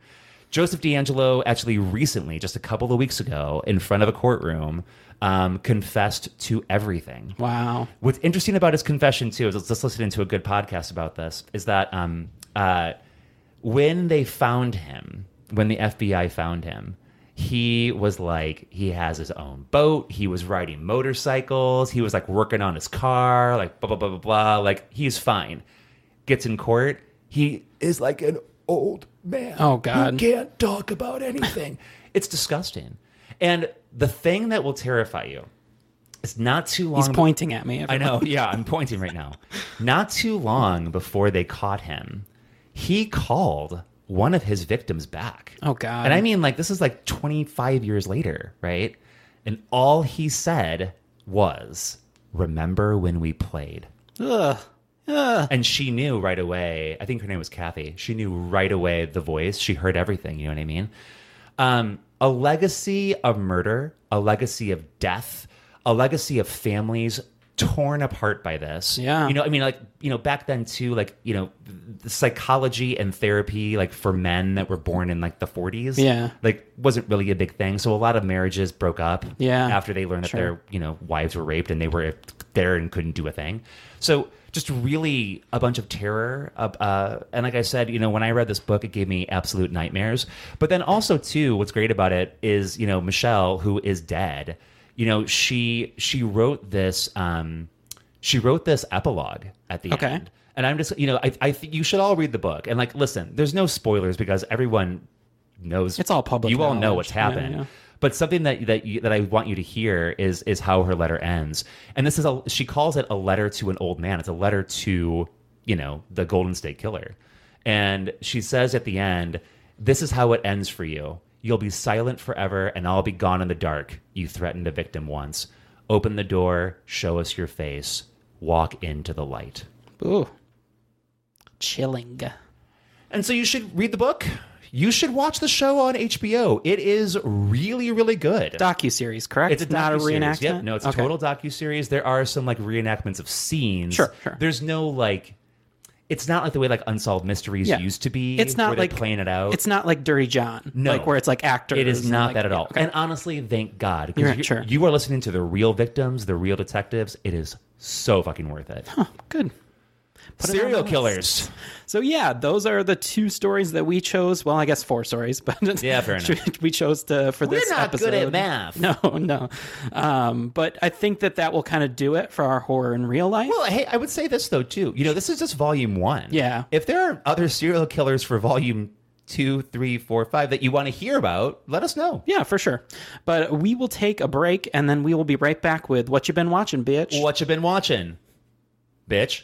B: Joseph D'Angelo actually recently, just a couple of weeks ago, in front of a courtroom, um, confessed to everything.
A: Wow.
B: What's interesting about his confession too is I was just listening to a good podcast about this. Is that um, uh, when they found him, when the FBI found him, he was like he has his own boat. He was riding motorcycles. He was like working on his car. Like blah blah blah blah blah. Like he's fine. Gets in court. He is like an old man.
A: Oh,
B: who
A: God.
B: can't talk about anything. (laughs) it's disgusting. And the thing that will terrify you it's not too long.
A: He's pointing at me,
B: I know.
A: everyone.
B: Yeah, I'm pointing right now. Not too long before they caught him, he called one of his victims back.
A: Oh God.
B: And I mean, like, this is like 25 years later, right? And all he said was, Remember when we played?
A: Ugh. Ugh.
B: And she knew right away. I think her name was Kathy. She knew right away the voice. She heard everything. You know what I mean? Um, a legacy of murder, a legacy of death, a legacy of families torn apart by this.
A: Yeah.
B: You know, I mean, like, you know, back then too, like, you know, the psychology and therapy, like for men that were born in like the 40s,
A: Yeah.
B: like wasn't really a big thing. So a lot of marriages broke up
A: Yeah.
B: after they learned
A: Sure.
B: that their, you know, wives were raped and they were there and couldn't do a thing. So just really a bunch of terror. Uh, uh, and like I said, you know, when I read this book, it gave me absolute nightmares. But then also too, what's great about it is, you know, Michelle, who is dead, you know, she she wrote this um she wrote this epilogue at the
A: Okay.
B: end. And I'm just, you know, I, I think you should all read the book. And like, listen, there's no spoilers because everyone knows
A: It's all public
B: You all know
A: knowledge.
B: what's
A: Yeah,
B: happened.
A: yeah.
B: But something that that you, that I want you to hear is is how her letter ends. And this is a she calls it a letter to an old man. It's a letter to you know the Golden State Killer, and she says at the end, "This is how it ends for you. You'll be silent forever, and I'll be gone in the dark. You threatened a victim once. Open the door. Show us your face. Walk into the light."
A: Ooh. Chilling.
B: And so you should read the book. You should watch the show on HBO. It is really, really good.
A: Docu series, correct?
B: It's a
A: not a
B: docuseries.
A: reenactment.
B: Yep. No, it's a
A: Okay.
B: total docu series. There are some like reenactments of scenes.
A: Sure, sure.
B: There's no like. It's not like the way like unsolved mysteries
A: Yeah.
B: used to be.
A: It's not
B: where they're
A: like-
B: playing it out.
A: It's not like Dirty John,
B: No.
A: like where it's like actors.
B: It is
A: and,
B: not
A: like-
B: that at all.
A: Okay.
B: And honestly, thank God. 'cause
A: You're right,
B: you-
A: sure.
B: you are listening to the real victims, the real detectives. It is so fucking worth it.
A: (laughs) Good. Put it on
B: Serial
A: the list.
B: killers.
A: So yeah, those are the two stories that we chose. Well, I guess four stories, (laughs) but
B: Yeah, fair enough.
A: We chose to for
B: We're
A: this
B: not
A: episode.
B: good at math.
A: (laughs) No, no. Um, but I think that that will kind of do it for our horror in real life.
B: Well, hey, I would say this though too. You know, this is just volume one.
A: Yeah.
B: If there are other serial killers for volume two, three, four, five that you want to hear about, let us know.
A: yeah, for sure. But we will take a break and then we will be right back with what you've been watching, bitch.
B: What you been watching, bitch?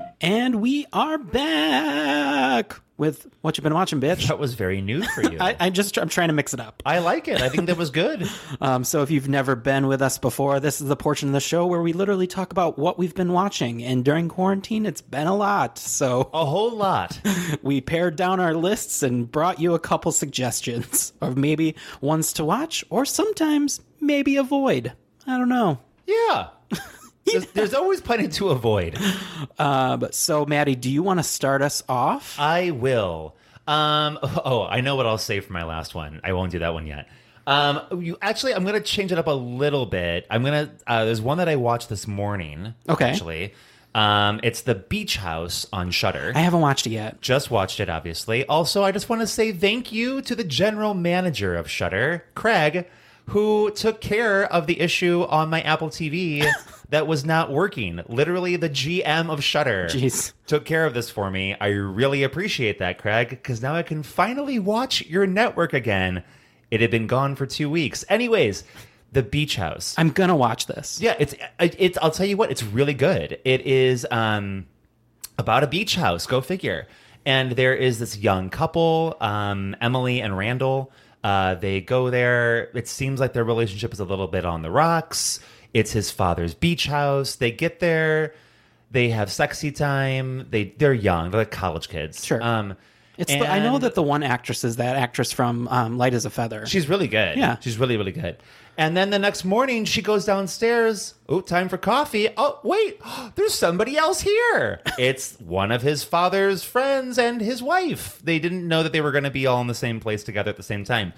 A: And we are back with what you've been watching, bitch.
B: (laughs) That was very new for you.
A: (laughs) I, I just I'm trying to mix it up.
B: I like it. I think that was good.
A: Um, so if you've never been with us before, this is the portion of the show where we literally talk about what we've been watching. And during quarantine, it's been a lot. So (laughs)
B: A whole lot.
A: we pared down our lists and brought you a couple suggestions (laughs) of maybe ones to watch or sometimes maybe avoid. I don't know. (laughs)
B: Yeah. There's, there's always plenty to avoid.
A: Uh, but so Maddie, do you want to start us off?
B: I will. Um, (laughs) oh, I know what I'll say for my last one. I won't do that one yet. Um, you actually, I'm gonna change it up a little bit. I'm gonna. Uh, there's one that I watched this morning.
A: Okay.
B: Actually, um, it's the Beach House on Shutter.
A: I haven't watched it yet.
B: just watched it, obviously. Also, I just want to say thank you to the general manager of Shutter, Craig, who took care of the issue on my Apple TV that was not working. Literally, the GM of Shutter
A: Jeez.
B: took care of this for me. I really appreciate that, Craig, because now I can finally watch your network again. It had been gone for two weeks. Anyways, The Beach House.
A: I'm gonna watch this.
B: Yeah, it's uh, it's. I'll tell you what, it's really good. It is um, about a beach house. Go figure. And there is this young couple, um, Emily and Randall. Uh, they go there. It seems like their relationship is a little bit on the rocks. It's his father's beach house. They get there. They have sexy time. They they're young. They're like college kids.
A: Sure.
B: Um,
A: It's the, I know
B: and-
A: that the one actress is that actress from um, Light as a Feather.
B: She's really good.
A: Yeah.
B: She's really, really good. And then the next morning, she goes downstairs. Oh, time for coffee. Oh, wait, (gasps) there's somebody
A: (laughs)
B: else here. It's one of his father's friends and his wife. They didn't know that they were going to be all in the same place together at the same time.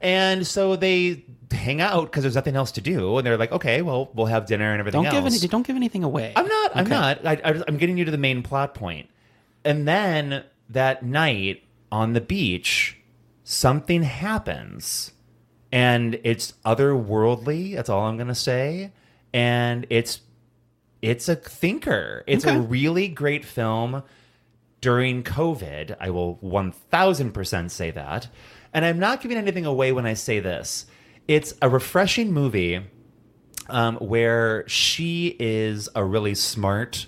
B: And so they hang out because there's nothing else to do. And they're like, okay, well, we'll have dinner and everything
A: don't give
B: else.
A: any, don't give anything away.
B: I'm not. I'm not. I, I, I'm getting you to the main plot point. And then that night on the beach, something happens, and it's otherworldly. That's all I'm gonna say. And it's it's a thinker. It's
A: Okay.
B: a really great film during COVID. I will 1000% say that. And I'm not giving anything away when I say this. It's a refreshing movie um, where she is a really smart,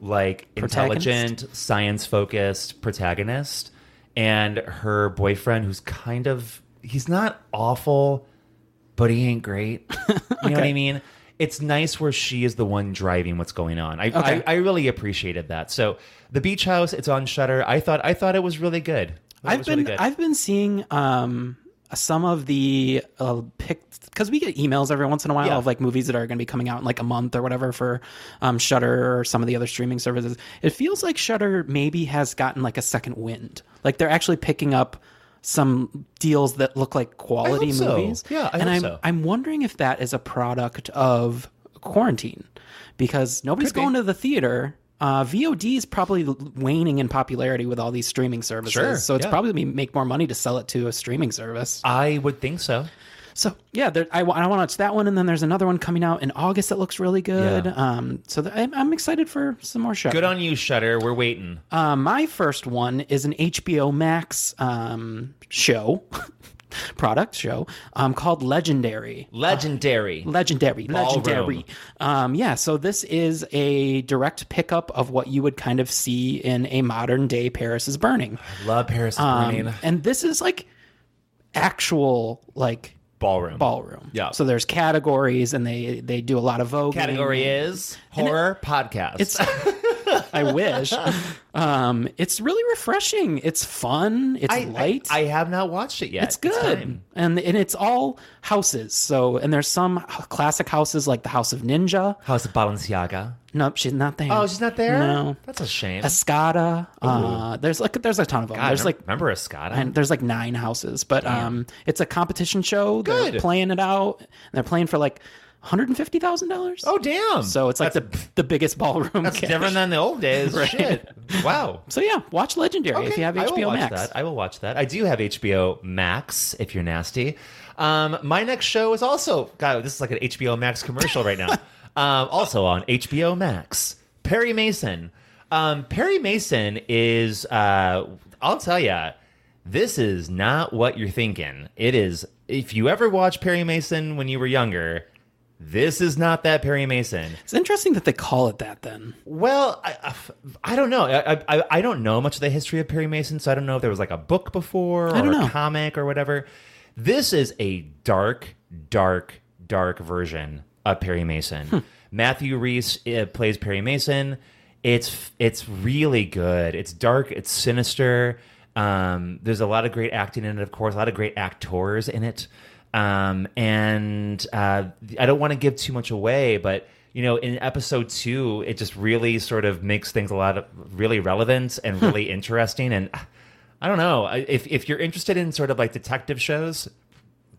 B: like
A: Protagonist?
B: intelligent, science focused protagonist. And her boyfriend,
A: (laughs)
B: who's kind of, he's not awful, but he ain't great. You know what I mean? it's nice where she is the one driving what's going on. I,
A: Okay.
B: I I really appreciated that. So the beach house, it's on Shutter. I thought I thought it was really good. I thought it
A: I've
B: was
A: been
B: really good.
A: I've been seeing um some of the uh, pick because we get emails every once in a while
B: Yeah.
A: of like movies that are going to be coming out in like a month or whatever for um Shutter or some of the other streaming services. It feels like Shutter maybe has gotten like a second wind. Like they're actually picking up some deals that look like quality
B: hope so.
A: movies.
B: Yeah, I
A: and
B: hope
A: I'm
B: so.
A: I'm wondering if that is a product of quarantine because nobody's going to the theater. Uh, VOD is probably waning in popularity with all these streaming services,
B: Sure,
A: so it's
B: yeah.
A: probably me- make more money to sell it to a streaming service.
B: I would think so.
A: So yeah, there, I, wa- I want to watch that one, and then there's another one coming out in August that looks really good.
B: Yeah.
A: Um, so th- I'm, I'm excited for some more shows.
B: Good on you, Shutter. We're waiting.
A: Uh, my first one is an HBO Max um, show, (laughs) product show um, called Legendary.
B: Legendary.
A: legendary.
B: Ballroom.
A: Legendary. Um, yeah, so this is a direct pickup of what you would kind of see in a modern day Paris is Burning.
B: Love Paris is
A: Um,
B: Burning.
A: and this is like actual like
B: Ballroom.
A: ballroom.
B: Yeah.
A: So there's categories, and they they do a lot of vogue.
B: Category is horror podcast. (laughs)
A: It's. (laughs) I wish. Um, it's really refreshing. It's fun. It's
B: I- I-
A: light.
B: I, have not watched it yet.
A: it's good,
B: time.
A: and and it's all houses. So and there's some h- classic houses like the House of Ninja.
B: House of Balenciaga.
A: Nope, she's not there.
B: Oh, she's not there.
A: No.
B: that's a shame.
A: Escada. Uh, there's like there's a ton of them.
B: God,
A: there's
B: I
A: like
B: remember Escada.
A: and there's like nine houses, but um, it's a competition show. They're
B: Good.
A: playing it out, and they're playing for like one hundred and fifty thousand dollars.
B: oh damn!
A: So it's like the the biggest ballroom.
B: that's
A: cash.
B: different than the old (laughs) days.
A: Right.
B: Shit. Wow.
A: So yeah, watch Legendary if
B: Okay,
A: you have
B: I will
A: HBO
B: watch
A: Max.
B: That. I will watch that. I do have HBO Max if you're nasty. Um, my next show is also, God, this is like an HBO Max commercial right (laughs) now. um, also on HBO Max, Perry Mason. Um, Perry Mason is, uh, I'll tell you, this is not what you're thinking. It is, if you ever watched Perry Mason when you were younger, this is not that Perry Mason.
A: It's interesting that they call it that. Then
B: Well, I, I, I don't know. I, I I don't know much of the history of Perry Mason, so I don't know if there was like a book before
A: I
B: or
A: don't know.
B: a comic or whatever. This is a dark, dark, dark version of Perry Mason. Matthew Reese uh, plays Perry Mason. It's it's really good. It's dark. It's sinister. Um, there's a lot of great acting in it, of course. A lot of great actors in it. Um, and uh, I don't want to give too much away, but you know, in episode two, it just really sort of makes things a lot of really relevant and really interesting. And ah, I don't know I- if if you're interested in sort of like detective shows,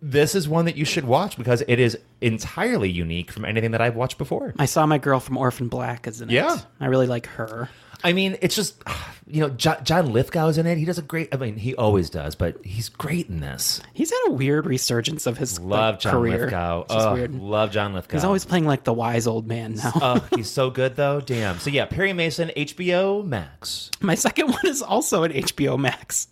B: this is one that you should watch because it is entirely unique from anything that I've watched before.
A: I saw my girl from Orphan Black is in
B: Yeah.
A: it. I really like her.
B: I mean, it's just ah, you know, jo- John Lithgow's in it. He does a great. I mean, he always does, but he's great in this.
A: He's had a weird resurgence of his like,
B: Love John
A: career.
B: Lithgow.
A: which is
B: Oh,
A: weird.
B: love John Lithgow.
A: He's
B: (laughs)
A: always playing like the wise old man now.
B: oh, he's so good though. Damn. So yeah, Perry Mason, HBO Max.
A: My second (laughs) one is also an HBO Max,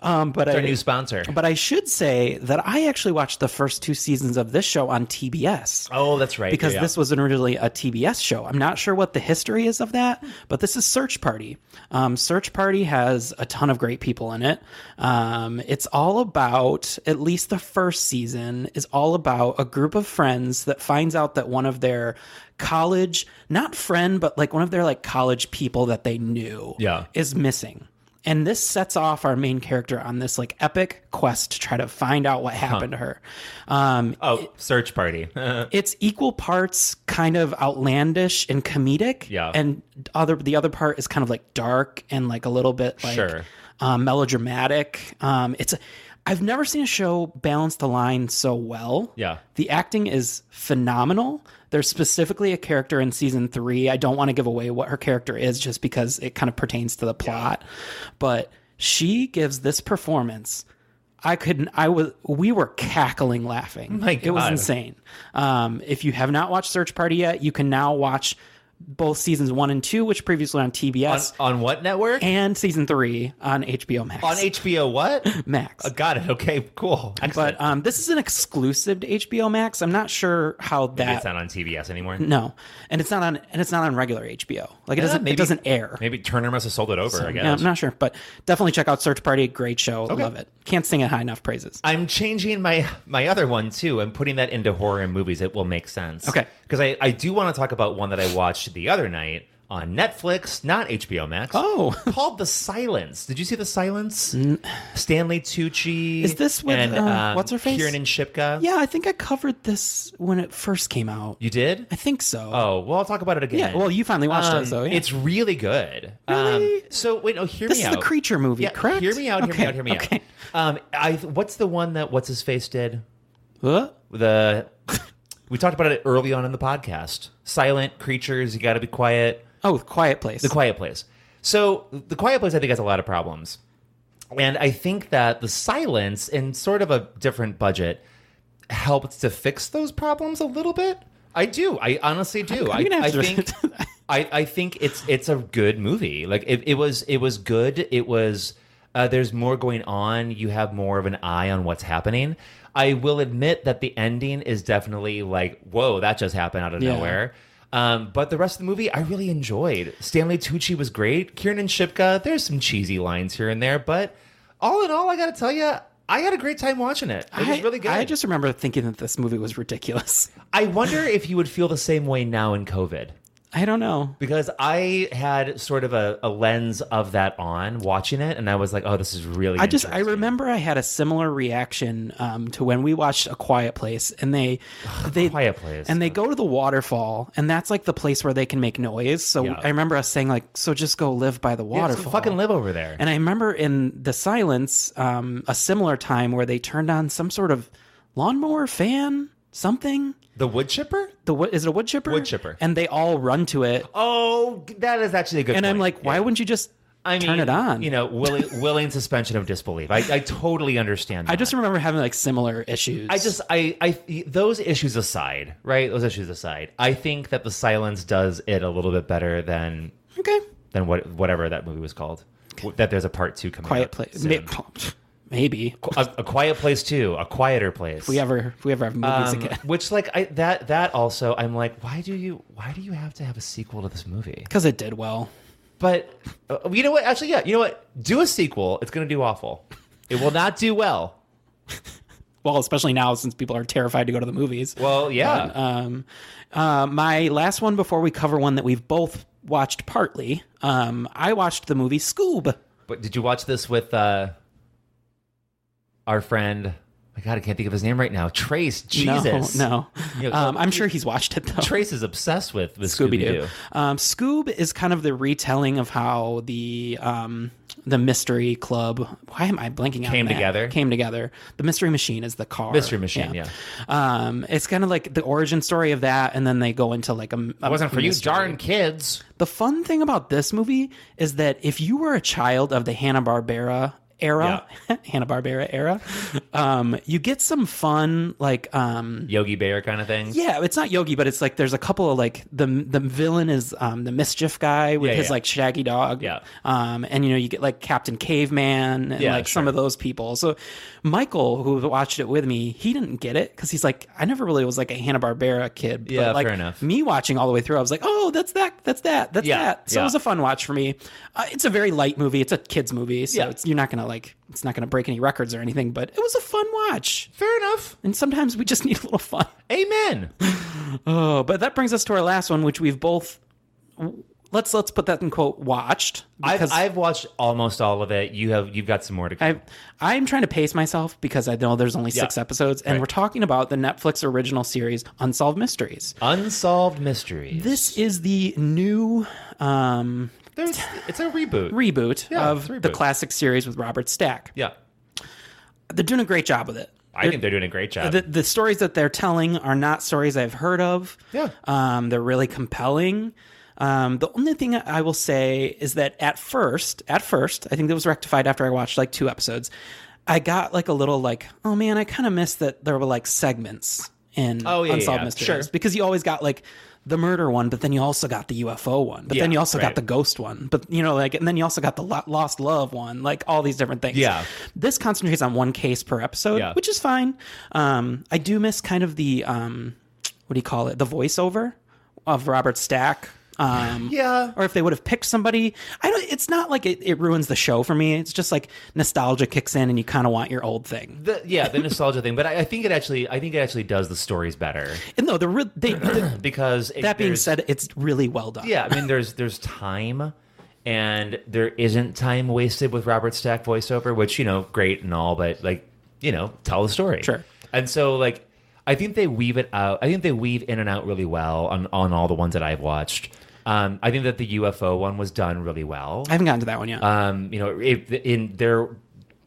A: um, but
B: Their
A: I
B: new sponsor.
A: but I should say that I actually watched the first two seasons of this show on TBS.
B: Oh, that's right.
A: because
B: Yeah, yeah.
A: this was originally a TBS show. I'm not sure what the history is of that, but this is Search Party. Um, Search Party has a ton of great people in it. Um, it's all about, at least the first season, is all about a group of friends that finds out that one of their college, not friend, but like one of their like college people that they knew
B: Yeah.
A: is missing. And this sets off our main character on this like epic quest to try to find out what happened to her. Um,
B: Oh, search party.
A: it's equal parts kind of outlandish and comedic
B: Yeah.
A: and other the other part is kind of like dark and like a little bit like
B: Sure.
A: um, melodramatic um it's a, i've never seen a show balance the line so well
B: Yeah.
A: the acting is phenomenal there's specifically a character in season three i don't want to give away what her character is just because it kind of pertains to the plot but she gives this performance I couldn't. I was. We were cackling, laughing.
B: My
A: It was
B: God.
A: insane. Um, if you have not watched Search Party yet, you can now watch both seasons one and two, which previously on TBS.
B: On, on what network?
A: And season three on HBO Max.
B: On HBO what?
A: Max.
B: Oh, got it. Okay, cool.
A: But um, this is an exclusive to HBO Max. I'm not sure how
B: Maybe
A: that.
B: it's not on TBS anymore.
A: No, and it's not on and it's not on regular HBO. Like it
B: Yeah,
A: doesn't
B: maybe-
A: it doesn't air.
B: Maybe Turner must have sold it over.
A: So,
B: I guess.
A: yeah, I'm not sure, but definitely check out Search Party. Great show,
B: Okay.
A: love it. Can't sing it high enough praises.
B: I'm changing my my other one too. I'm putting that into horror and movies. It will make sense.
A: Okay.
B: Because I, I do want to talk about one that I watched the other night on Netflix, not HBO Max.
A: Oh.
B: (laughs) called The Silence. Did you see The Silence? Stanley Tucci.
A: Is this with,
B: and,
A: uh,
B: um,
A: what's her face?
B: Kiernan Shipka.
A: Yeah, I think I covered this when it first came out.
B: You did?
A: I think so.
B: Oh, well, I'll talk about it again.
A: Yeah, well, you finally watched it,
B: Um,
A: so, yeah.
B: It's really good. Really? Um, so, wait, no, hear
A: this
B: me
A: is
B: out.
A: the creature movie,
B: yeah,
A: correct?
B: Hear me out, hear
A: Okay,
B: me out, hear me
A: okay.
B: out. Um, I, what's the one that What's His Face did?
A: Huh?
B: The
A: (laughs)
B: We talked about it early on in the podcast. Silent creatures, you got to be quiet.
A: Oh, Quiet Place.
B: The Quiet Place. So, The Quiet Place, I think, has a lot of problems. And I think that the silence in sort of a different budget helped to fix those problems a little bit. I do. I honestly do.
A: I'm
B: I,
A: gonna have
B: I
A: to-
B: think
A: (laughs)
B: (laughs) I, I think it's it's a good movie. Like it, it was it was good. It was uh, there's more going on. You have more of an eye on what's happening. I will admit that the ending is definitely like whoa that just happened out of
A: Yeah.
B: nowhere. Um, but the rest of the movie I really enjoyed. Stanley Tucci was great. Kieran Shipka. There's some cheesy lines here and there, but all in all, I gotta tell you, I had a great time watching it. It was
A: I-
B: really good.
A: I just remember thinking that this movie was ridiculous. (laughs)
B: I wonder if you would feel the same way now in COVID.
A: I don't know.
B: Because I had sort of a, a lens of that on watching it, and I was like, oh, this is really
A: I just I remember I had a similar reaction um, to when we watched A Quiet Place, and they
B: Oh,
A: they
B: Quiet Place.
A: and they go to the waterfall, and that's like the place where they can make noise. So
B: Yeah.
A: I remember us saying like, so just go live by the
B: Yeah, so
A: waterfall.
B: fucking live over there.
A: And I remember in the silence, um, a similar time where they turned on some sort of lawnmower fan, something.
B: the wood chipper?
A: The wo- is it a wood chipper?
B: Wood chipper.
A: And they all run to it,
B: Oh, that is actually a good
A: and I'm
B: point.
A: like, why wouldn't you just
B: I mean,
A: turn it on?
B: You know, willing,
A: (laughs)
B: willing suspension of disbelief. I, I totally understand that.
A: I just remember having like similar issues.
B: I just I I those issues aside, right? Those issues aside, I think that the silence does it a little bit better than
A: okay.
B: than what whatever that movie was called. That there's a part two coming.
A: Quiet
B: out
A: place,
B: soon.
A: May- (laughs) maybe.
B: a, a quiet place too, a quieter place.
A: If we ever, if we ever have movies
B: Um,
A: again,
B: (laughs) which like I that that also I'm like, why do you why do you have to have a sequel to this movie?
A: because it did well.
B: But uh, you know what? Actually, yeah, you know what? Do a sequel. It's gonna do awful. It will not do well.
A: Well, especially now since people are terrified to go to the movies.
B: Well, yeah.
A: Um, uh, my last one before we cover one that we've both watched partly. Um, I watched the movie Scoob.
B: But did you watch this with uh, our friend? My God, I can't think of his name right now. Trace. Jesus.
A: No,
B: You
A: no.
B: know,
A: Um, I'm sure he's watched it though.
B: Trace is obsessed with, with
A: Scooby Doo.
B: Scooby-Doo.
A: Um, Scoob is kind of the retelling of how the um, the Mystery Club. Why am I blanking? out
B: Came
A: on that?
B: together.
A: Came together. The Mystery Machine is the car.
B: Mystery Machine,
A: Um, it's kind of like the origin story of that, and then they go into like a.
B: It wasn't for you darn kids.
A: The fun thing about this movie is that if you were a child of the Hanna Barbera era, (laughs) Hanna Barbera era, um, you get some fun like. Um,
B: Yogi Bear kind of thing.
A: yeah, it's not Yogi, but it's like there's a couple of like the the villain is um, the mischief guy with
B: Yeah,
A: his
B: yeah.
A: like shaggy dog.
B: Yeah.
A: Um, and you know you get like Captain Caveman and
B: Yeah,
A: like some
B: sure.
A: of those people. So Michael, who watched it with me, he didn't get it because he's like, I never really was like a Hanna Barbera kid. But,
B: Yeah,
A: like,
B: fair enough.
A: Me watching all the way through, I was like, oh, that's that, that's that, that's
B: Yeah,
A: that. So
B: yeah.
A: it was a fun watch for me. Uh, it's a very light movie. It's a kids movie, so
B: Yeah.
A: it's, you're not gonna like it's not gonna break any records or anything. But it was a fun watch.
B: Fair enough.
A: And sometimes we just (laughs) need a little fun.
B: Amen.
A: Oh, but that brings us to our last one, which we've both let's let's put that in quote watched
B: I've, I've watched almost all of it. You have you've got some more to go.
A: I've, I'm trying to pace myself because I know there's only six
B: Yeah.
A: episodes, and
B: Right.
A: we're talking about the Netflix original series Unsolved Mysteries.
B: Unsolved mysteries.
A: This is the new um,
B: There's, it's a reboot.
A: reboot
B: Yeah,
A: of
B: it's a
A: the
B: reboot.
A: classic series with Robert Stack.
B: yeah,
A: They're doing a great job with it.
B: I think they're doing a great job.
A: the, the stories that they're telling are not stories I've heard of.
B: Yeah.
A: Um, they're really compelling. Um, the only thing I will say is that at first, at first, I think that was rectified after I watched like two episodes. I got like a little like, oh man, I kind of missed that there were like segments in
B: Oh, yeah, yeah,
A: Unsolved
B: yeah.
A: Mysteries
B: Sure.
A: because you always got like the murder one, but then you also got the UFO one, but then
B: Yeah,
A: you also got
B: right.
A: the ghost one, but you know, like, and then you also got the lo- lost love one, like all these different things.
B: Yeah.
A: This concentrates on one case per episode,
B: Yeah.
A: which is fine. Um, I do miss kind of the, um, what do you call it? The voiceover of Robert Stack. Um,
B: yeah.
A: Or if they would have picked somebody, I don't, it's not like it, it ruins the show for me. It's just like nostalgia kicks in and you kind of want your old thing.
B: The, yeah, the nostalgia thing, but I, I think it actually, I think it actually does the
A: (clears throat)
B: stories better
A: And no, the re- they,
B: because it-
A: that being
B: there's-
A: said, it's really well done.
B: yeah, I mean, there's there's time, and there isn't time wasted with Robert Stack voiceover, which you know, great and all, but like, you know, tell the story. Sure. And so, like, I think they weave it out. I think they weave in and out really well on on all the ones that I've watched. Um, I think that the UFO one was done really well.
A: I haven't gotten to that one yet.
B: Um, you know, if in their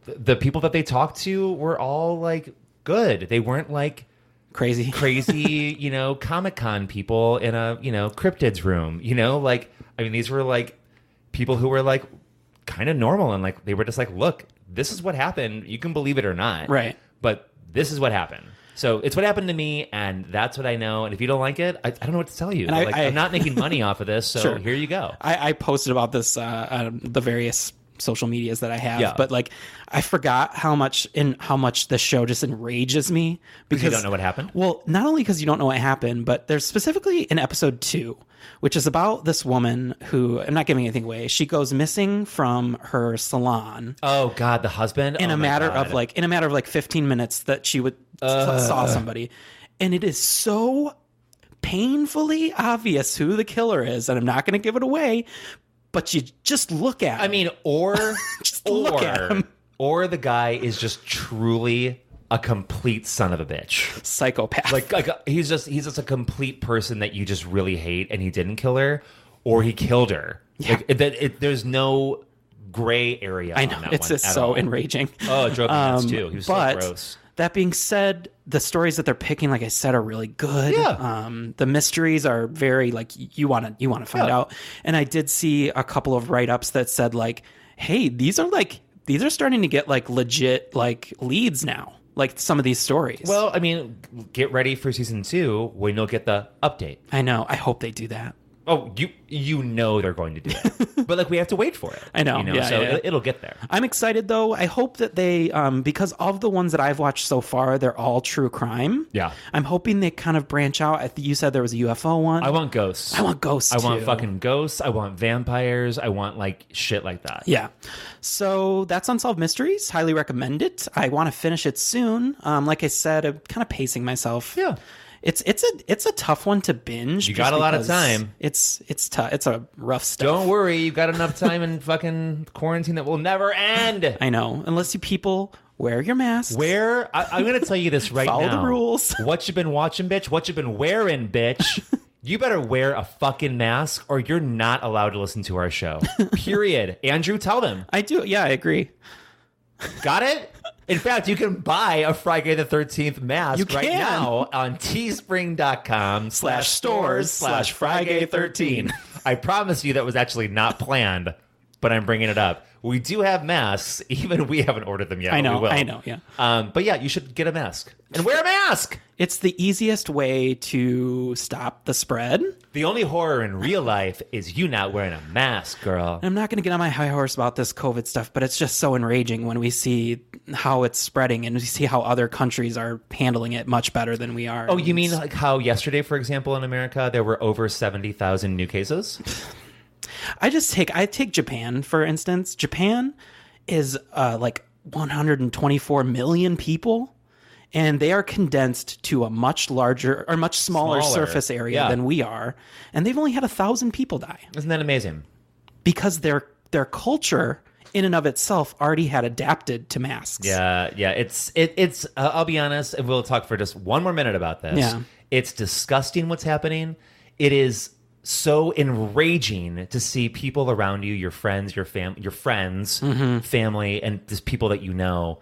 B: the people that they talked to were all like good. They weren't like
A: crazy,
B: crazy, you know, Comic Con people in a you know cryptids room. You know, like I mean, these were like people who were like kind of normal and like they were just like, look, this is what happened. You can believe it or not,
A: Right.
B: But this is what happened. So it's what happened to me, and that's what I know. And if you don't like it, I, I don't know what to tell you.
A: And I-
B: like,
A: I-
B: am not making money off of this,
A: (laughs)
B: so
A: Sure. Uh,
B: here you go.
A: I, I posted about this uh, on the various social medias that I have,
B: Yeah.
A: but like I forgot how much in how much the show just enrages me
B: Because you don't know what happened?
A: Well, not only because you don't know what happened, but there's specifically in episode two, which is about this woman who I'm not giving anything away. She goes missing from her salon.
B: Oh God, the husband
A: in
B: Oh,
A: a
B: my
A: matter
B: God. Uh.
A: of like in a matter of like 15 minutes that she would
B: Ugh.
A: saw somebody and it is so painfully obvious who the killer is and i'm not going to give it away but you just look at i
B: mean or
A: (laughs) just
B: or
A: look at him
B: or the guy is just truly a complete son of a bitch
A: psychopath
B: like, like uh, he's just he's just a complete person that you just really hate and he didn't kill her or he killed her like it, that it, there's no gray area
A: (laughs) i know
B: on that
A: it's
B: one
A: just
B: at
A: so
B: all.
A: enraging
B: oh it drove me nuts
A: Um,
B: too he was
A: but
B: so gross
A: that being said the stories that they're picking like i said are really good
B: Yeah.
A: um the mysteries are very like y- you want to you want to find
B: Yeah.
A: out and i did see a couple of write-ups that said like hey these are like these are starting to get like legit like leads now like some of these stories
B: well i mean get ready for season two when you'll get the update
A: i know i hope they do that
B: oh you you know they're going to do
A: (laughs)
B: it but like we have to wait for it
A: I know.
B: you know
A: Yeah,
B: so
A: yeah, yeah.
B: It, it'll get there
A: I'm excited though. I hope that they, um, because of the ones that I've watched so far, they're all true crime.
B: yeah
A: I'm hoping they kind of branch out. I th- you said there was a UFO one.
B: I want ghosts.
A: I want ghosts,
B: I want
A: too.
B: fucking ghosts. I want vampires. I want like shit like that.
A: Yeah. So that's Unsolved Mysteries. Highly recommend it. I want to finish it soon. Um, like I said, I'm kind of pacing myself. Yeah. It's it's a it's a tough one to binge.
B: You got
A: just
B: a lot of
A: because
B: time.
A: It's it's tough. It's a rough stuff.
B: Don't worry, you got enough time in fucking quarantine that will never end.
A: I know. Unless you people wear your masks.
B: Where I, I'm gonna tell you this right
A: Follow the (laughs)
B: now. rules. What you've been watching, bitch. What you've been wearing, bitch. You better wear a fucking mask, or you're not allowed to listen to
A: (laughs)
B: our show. Period. Andrew, tell them.
A: I do. Yeah, I agree.
B: Got it. In fact, you can buy a Friday the Thirteenth mask
A: You
B: right
A: can.
B: now on Teespring.com slash stores slash Friday Thirteen. I promise you that was actually not planned, but I'm bringing it up. We do have masks, (laughs) even we haven't ordered them yet.
A: I
B: but
A: know,
B: We will.
A: I know, yeah.
B: Um, but yeah, you should get a mask and wear a mask.
A: It's the easiest way to stop the spread.
B: The only horror in real life is you not wearing a mask, girl.
A: And I'm not going to get on my high horse about this COVID stuff, but it's just so enraging when we see how it's spreading and we see how other countries are handling it much better than we are.
B: Oh, you mean like how yesterday, for example, in America, there were over 70,000 new cases?
A: I just take I take Japan for instance. Japan is uh, like 124 million people, and they are condensed to a much larger or much smaller,
B: Smaller,
A: surface area
B: yeah.
A: than we are, and they've only had a thousand people die
B: Isn't that amazing?
A: because their their culture in and of itself already had adapted to masks.
B: Yeah, Uh, yeah. It's it, it's. Uh, I'll be honest, and we'll talk for just one more minute about this.
A: Yeah.
B: it's disgusting what's happening. It is so enraging to see people around you, your friends, your fam, your friends,
A: Mhm.
B: family, and just people that you know,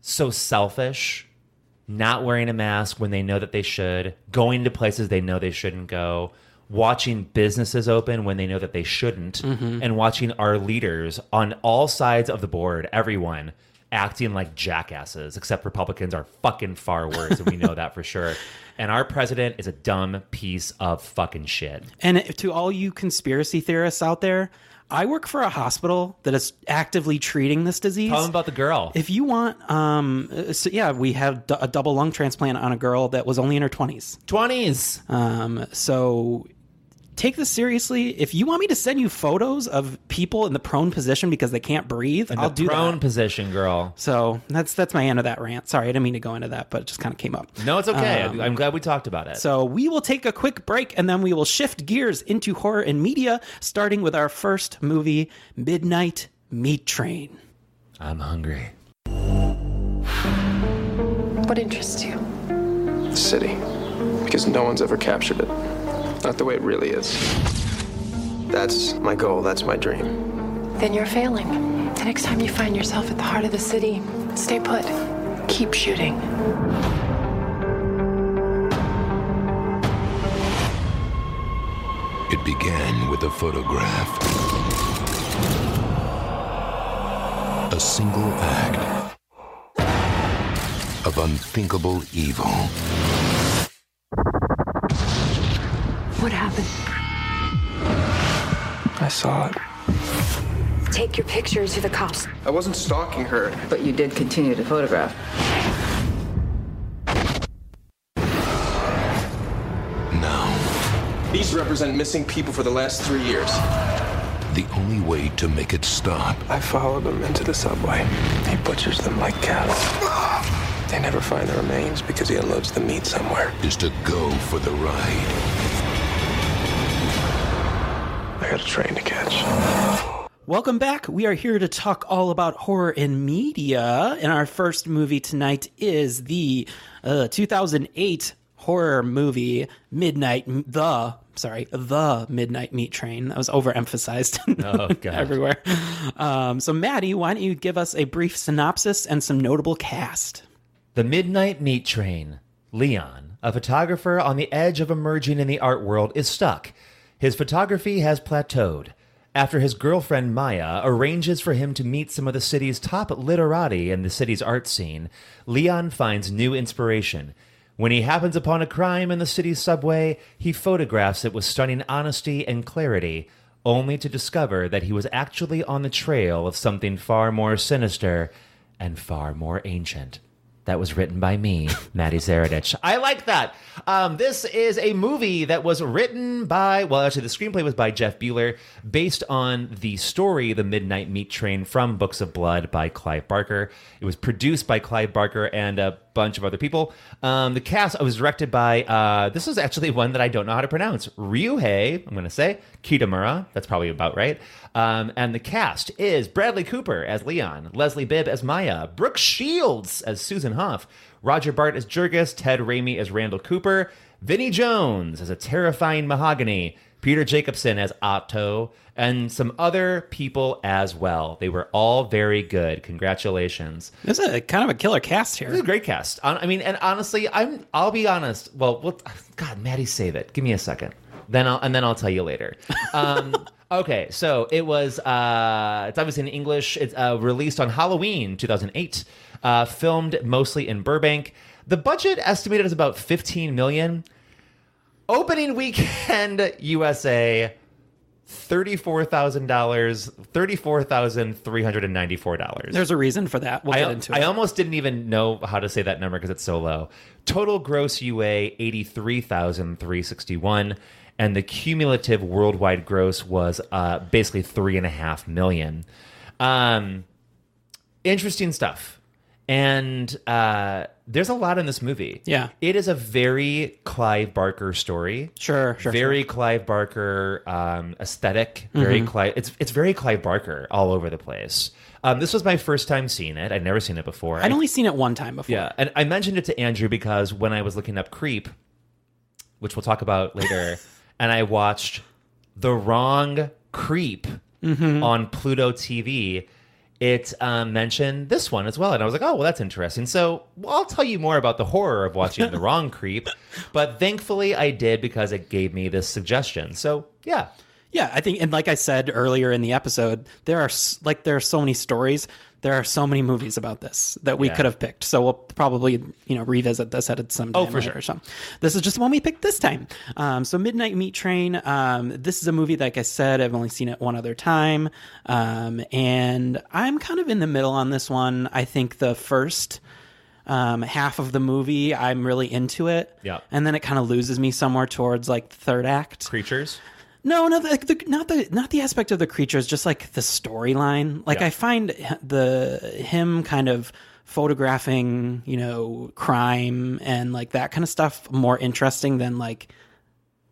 B: so selfish, not wearing a mask when they know that they should, going to places they know they shouldn't go. Watching businesses open when they know that they shouldn't,
A: Mhm.
B: and watching our leaders on all sides of the board, everyone acting like jackasses, except Republicans are fucking far worse, and we know that
A: (laughs)
B: for sure. And our president is a dumb piece of fucking shit.
A: And to all you conspiracy theorists out there, I work for a hospital that is actively treating this disease.
B: Tell them about the girl.
A: If you want, um, uh, so yeah, we had d- a double lung transplant on a girl that was only in her 20s.
B: 20s.
A: Um, so take this seriously. If you want me to send you photos of people in the prone position because they can't breathe,
B: In
A: I'll
B: the
A: do
B: prone
A: that.
B: position, girl.
A: So that's that's my end of that rant. Sorry, I didn't mean to go into that, but it just kind of came up.
B: No, it's okay.
A: Um,
B: I'm glad we talked about it.
A: So we will take a quick break and then we will shift gears into horror and media, starting with our first movie, Midnight Meat Train.
B: I'm hungry.
L: What interests you? The city. Because no one's ever captured it. Not the way it really is. That's my goal. That's my dream.
M: Then you're failing. The next time you find yourself at the heart of the city, stay put. Keep shooting.
N: It began with a photograph. A single act of unthinkable evil.
M: What happened?
L: I saw it.
M: Take your picture to the cops.
L: I wasn't stalking her.
O: But you did continue to photograph.
L: These represent missing people for the last three years.
N: The only way to make it stop
L: I followed them into the subway. He butchers them like cattle. They never find the remains because he unloads the meat somewhere.
N: is to go for the ride.
L: I got a train to catch.
A: Welcome back. We are here to talk all about horror and media. And our first movie tonight is the uh, 2008 horror movie Midnight the sorry the Midnight Meat Train. That was overemphasized (laughs)
B: Oh, God.
A: everywhere. Um, so Maddie, why don't you give us a brief synopsis and some notable cast?
B: The Midnight Meat Train. Leon, a photographer on the edge of emerging in the art world, is stuck. His photography has plateaued. After his girlfriend Maya arranges for him to meet some of the city's top literati in the city's art scene, Leon finds new inspiration. When he happens upon a crime in the city's subway, he photographs it with stunning honesty and clarity, only to discover that he was actually on the trail of something far more sinister and far more ancient. That was written by me, Maddie Zaradich. I like that. Um, this is a movie that was written by, well, actually, the screenplay was by Jeff Bueller, based on the story The Midnight Meat Train from Books of Blood by Clive Barker. It was produced by Clive Barker and a bunch of other people. Um, the cast was directed by, uh, this is actually one that I don't know how to pronounce Ryuhei, I'm going to say, Kitamura. That's probably about right. Um, and the cast is Bradley Cooper as Leon, Leslie Bibb as Maya, Brooke Shields as Susan Hoff, Roger Bart as Jurgis, Ted Raimi as Randall Cooper, Vinnie Jones as a terrifying mahogany, Peter Jacobson as Otto, and some other people as well. They were all very good. Congratulations.
A: This is a, kind of a killer cast here.
B: This is a great cast. Hon- I mean, and honestly, I'm. I'll be honest. Well, well God, Maddie, save it. Give me a second. Then I'll and then I'll tell you later. Um, (laughs) okay, so it was. Uh, it's obviously in English. It's uh, released on Halloween 2008. Uh, filmed mostly in Burbank. The budget estimated is about 15 million. Opening weekend (laughs) USA. Thirty-four thousand dollars, thirty-four thousand three hundred and ninety-four dollars.
A: There's a reason for that. We'll
B: I,
A: get into
B: I
A: it.
B: almost didn't even know how to say that number because it's so low. Total gross UA eighty three thousand three sixty one, and the cumulative worldwide gross was uh, basically three and a half million. Um, interesting stuff, and uh, there's a lot in this movie.
A: Yeah.
B: it is a very Clive Barker story.
A: Sure, sure,
B: Very Clive Barker um, aesthetic. Very
A: Mhm.
B: Clive. It's it's very Clive Barker all over the place. Um, this was my first time seeing it. I'd never seen it before.
A: I'd only seen it one time before.
B: Yeah, and I mentioned it to Andrew because when I was looking up Creep, which we'll talk about later, and I watched the wrong Creep
A: Mhm.
B: on Pluto TV. It um, mentioned this one as well, and I was like, "Oh, well, that's interesting." So well, I'll tell you more about the horror of watching the wrong Creep, but thankfully I did because it gave me this suggestion. So yeah,
A: Yeah, I think, and like I said earlier in the episode, there are s- like there are so many stories. There are so many movies about this that we
B: Yeah.
A: could have picked. So we'll probably, you know, revisit this at some
B: Oh,
A: time
B: for
A: later
B: sure.
A: or something. This is just the one we picked this time. Um, so Midnight Meat Train. Um, this is a movie, like I said, I've only seen it one other time, um, and I'm kind of in the middle on this one. I think the first um, half of the movie, I'm really into it.
B: Yeah.
A: and then it kind of loses me somewhere towards like the third act.
B: Creatures.
A: No, no, like the, not the not the aspect of the creatures, just like the storyline. Like
B: Yeah.
A: I find h- the him kind of photographing, you know, crime and like that kind of stuff more interesting than like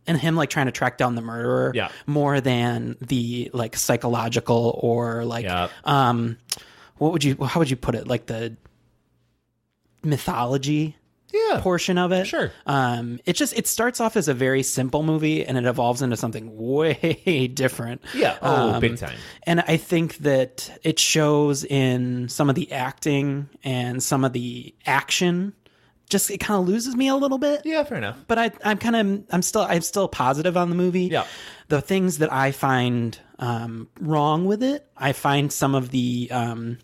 A: and him like trying to track down the murderer
B: Yeah.
A: more than the like psychological or like um what would you how would you put it like the mythology
B: yeah.
A: portion of it. Sure. Um, it just it starts off as a very simple movie and it evolves into something (laughs) way different. Um,
B: Yeah. Oh, big time.
A: And I think that it shows in some of the acting and some of the action. Just it kind of loses me a little bit.
B: Yeah, fair enough.
A: But I, I'm kind of I'm still I'm still positive on the movie. Yeah. The things that I find um, wrong with it, I find some of the um,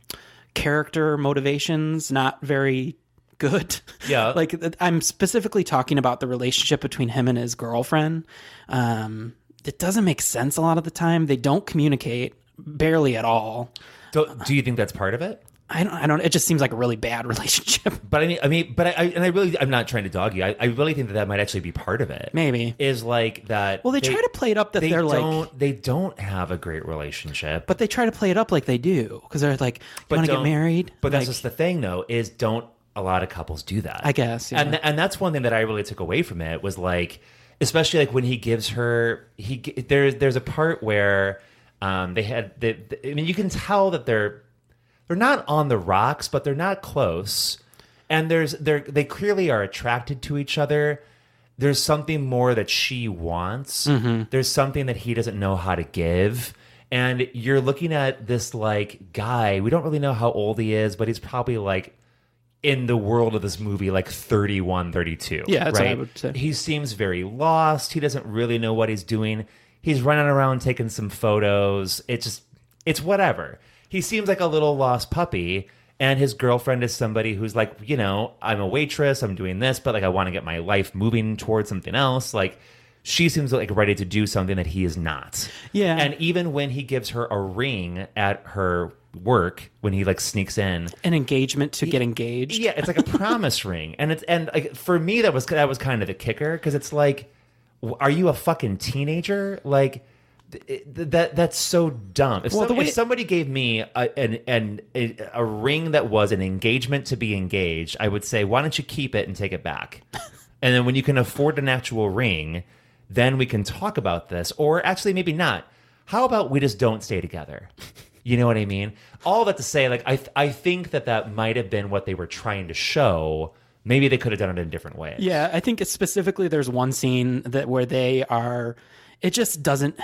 A: character motivations not very good.
B: Yeah.
A: (laughs) like th- I'm specifically talking about the relationship between him and his girlfriend. Um, it doesn't make sense a lot of the time. They don't communicate barely at all.
B: Do, do you think that's part of it?
A: I don't. I don't. It just seems like a really bad (laughs) relationship.
B: But I mean, I mean, but I, I and I really, I'm not trying to dog you. I, I really think that that might actually be part of it.
A: Maybe
B: is like that.
A: Well, they, try to play it up that
B: they
A: they are
B: don't,
A: like,
B: they don't have a great relationship.
A: but they try to play it up like they do because they're like, you want to get
B: don't-
A: married?
B: But
A: Like-
B: that's just the thing, though, is don't a lot of couples do that?
A: I guess, yeah.
B: And th- and that's one thing that I really took away from it was like, especially like when he gives her he g- there's there's a part where um they had the, the- I mean you can tell that they're they're not on the rocks, but they're not close, and there's they're they clearly are attracted to each other. There's something more that she wants.
A: Mhm.
B: There's something that he doesn't know how to give. And you're looking at this like guy, we don't really know how old he is, but he's probably like in the world of this movie like 31, 32.
A: Yeah, that's what I
B: right?
A: would say.
B: He seems very lost. He doesn't really know what he's doing. He's running around taking some photos. It's just it's whatever. He seems like a little lost puppy and his girlfriend is somebody who's like, you know, I'm a waitress, I'm doing this, but like I want to get my life moving towards something else. Like she seems like ready to do something that he is not.
A: Yeah.
B: And even when he gives her a ring at her work, when he like sneaks in,
A: an engagement to get engaged.
B: yeah, it's like a promise (laughs) ring, and it's and like for me that was that was kind of the kicker because it's like, w- are you a fucking teenager? Like th- th- that that's so dumb. If,
A: Well,
B: some-
A: the way-
B: if somebody gave me a, an an a, a ring that was an engagement to be engaged, I would say, why don't you keep it and take it (laughs) back? and then when you can afford an actual ring, then we can talk about this. Or actually, maybe not. How about we just don't stay together? You know what I mean? All that to say, like I, th- I think that that might have been what they were trying to show. Maybe they could have done it in a different way.
A: Yeah, I think it's specifically there's one scene that where they are it just doesn't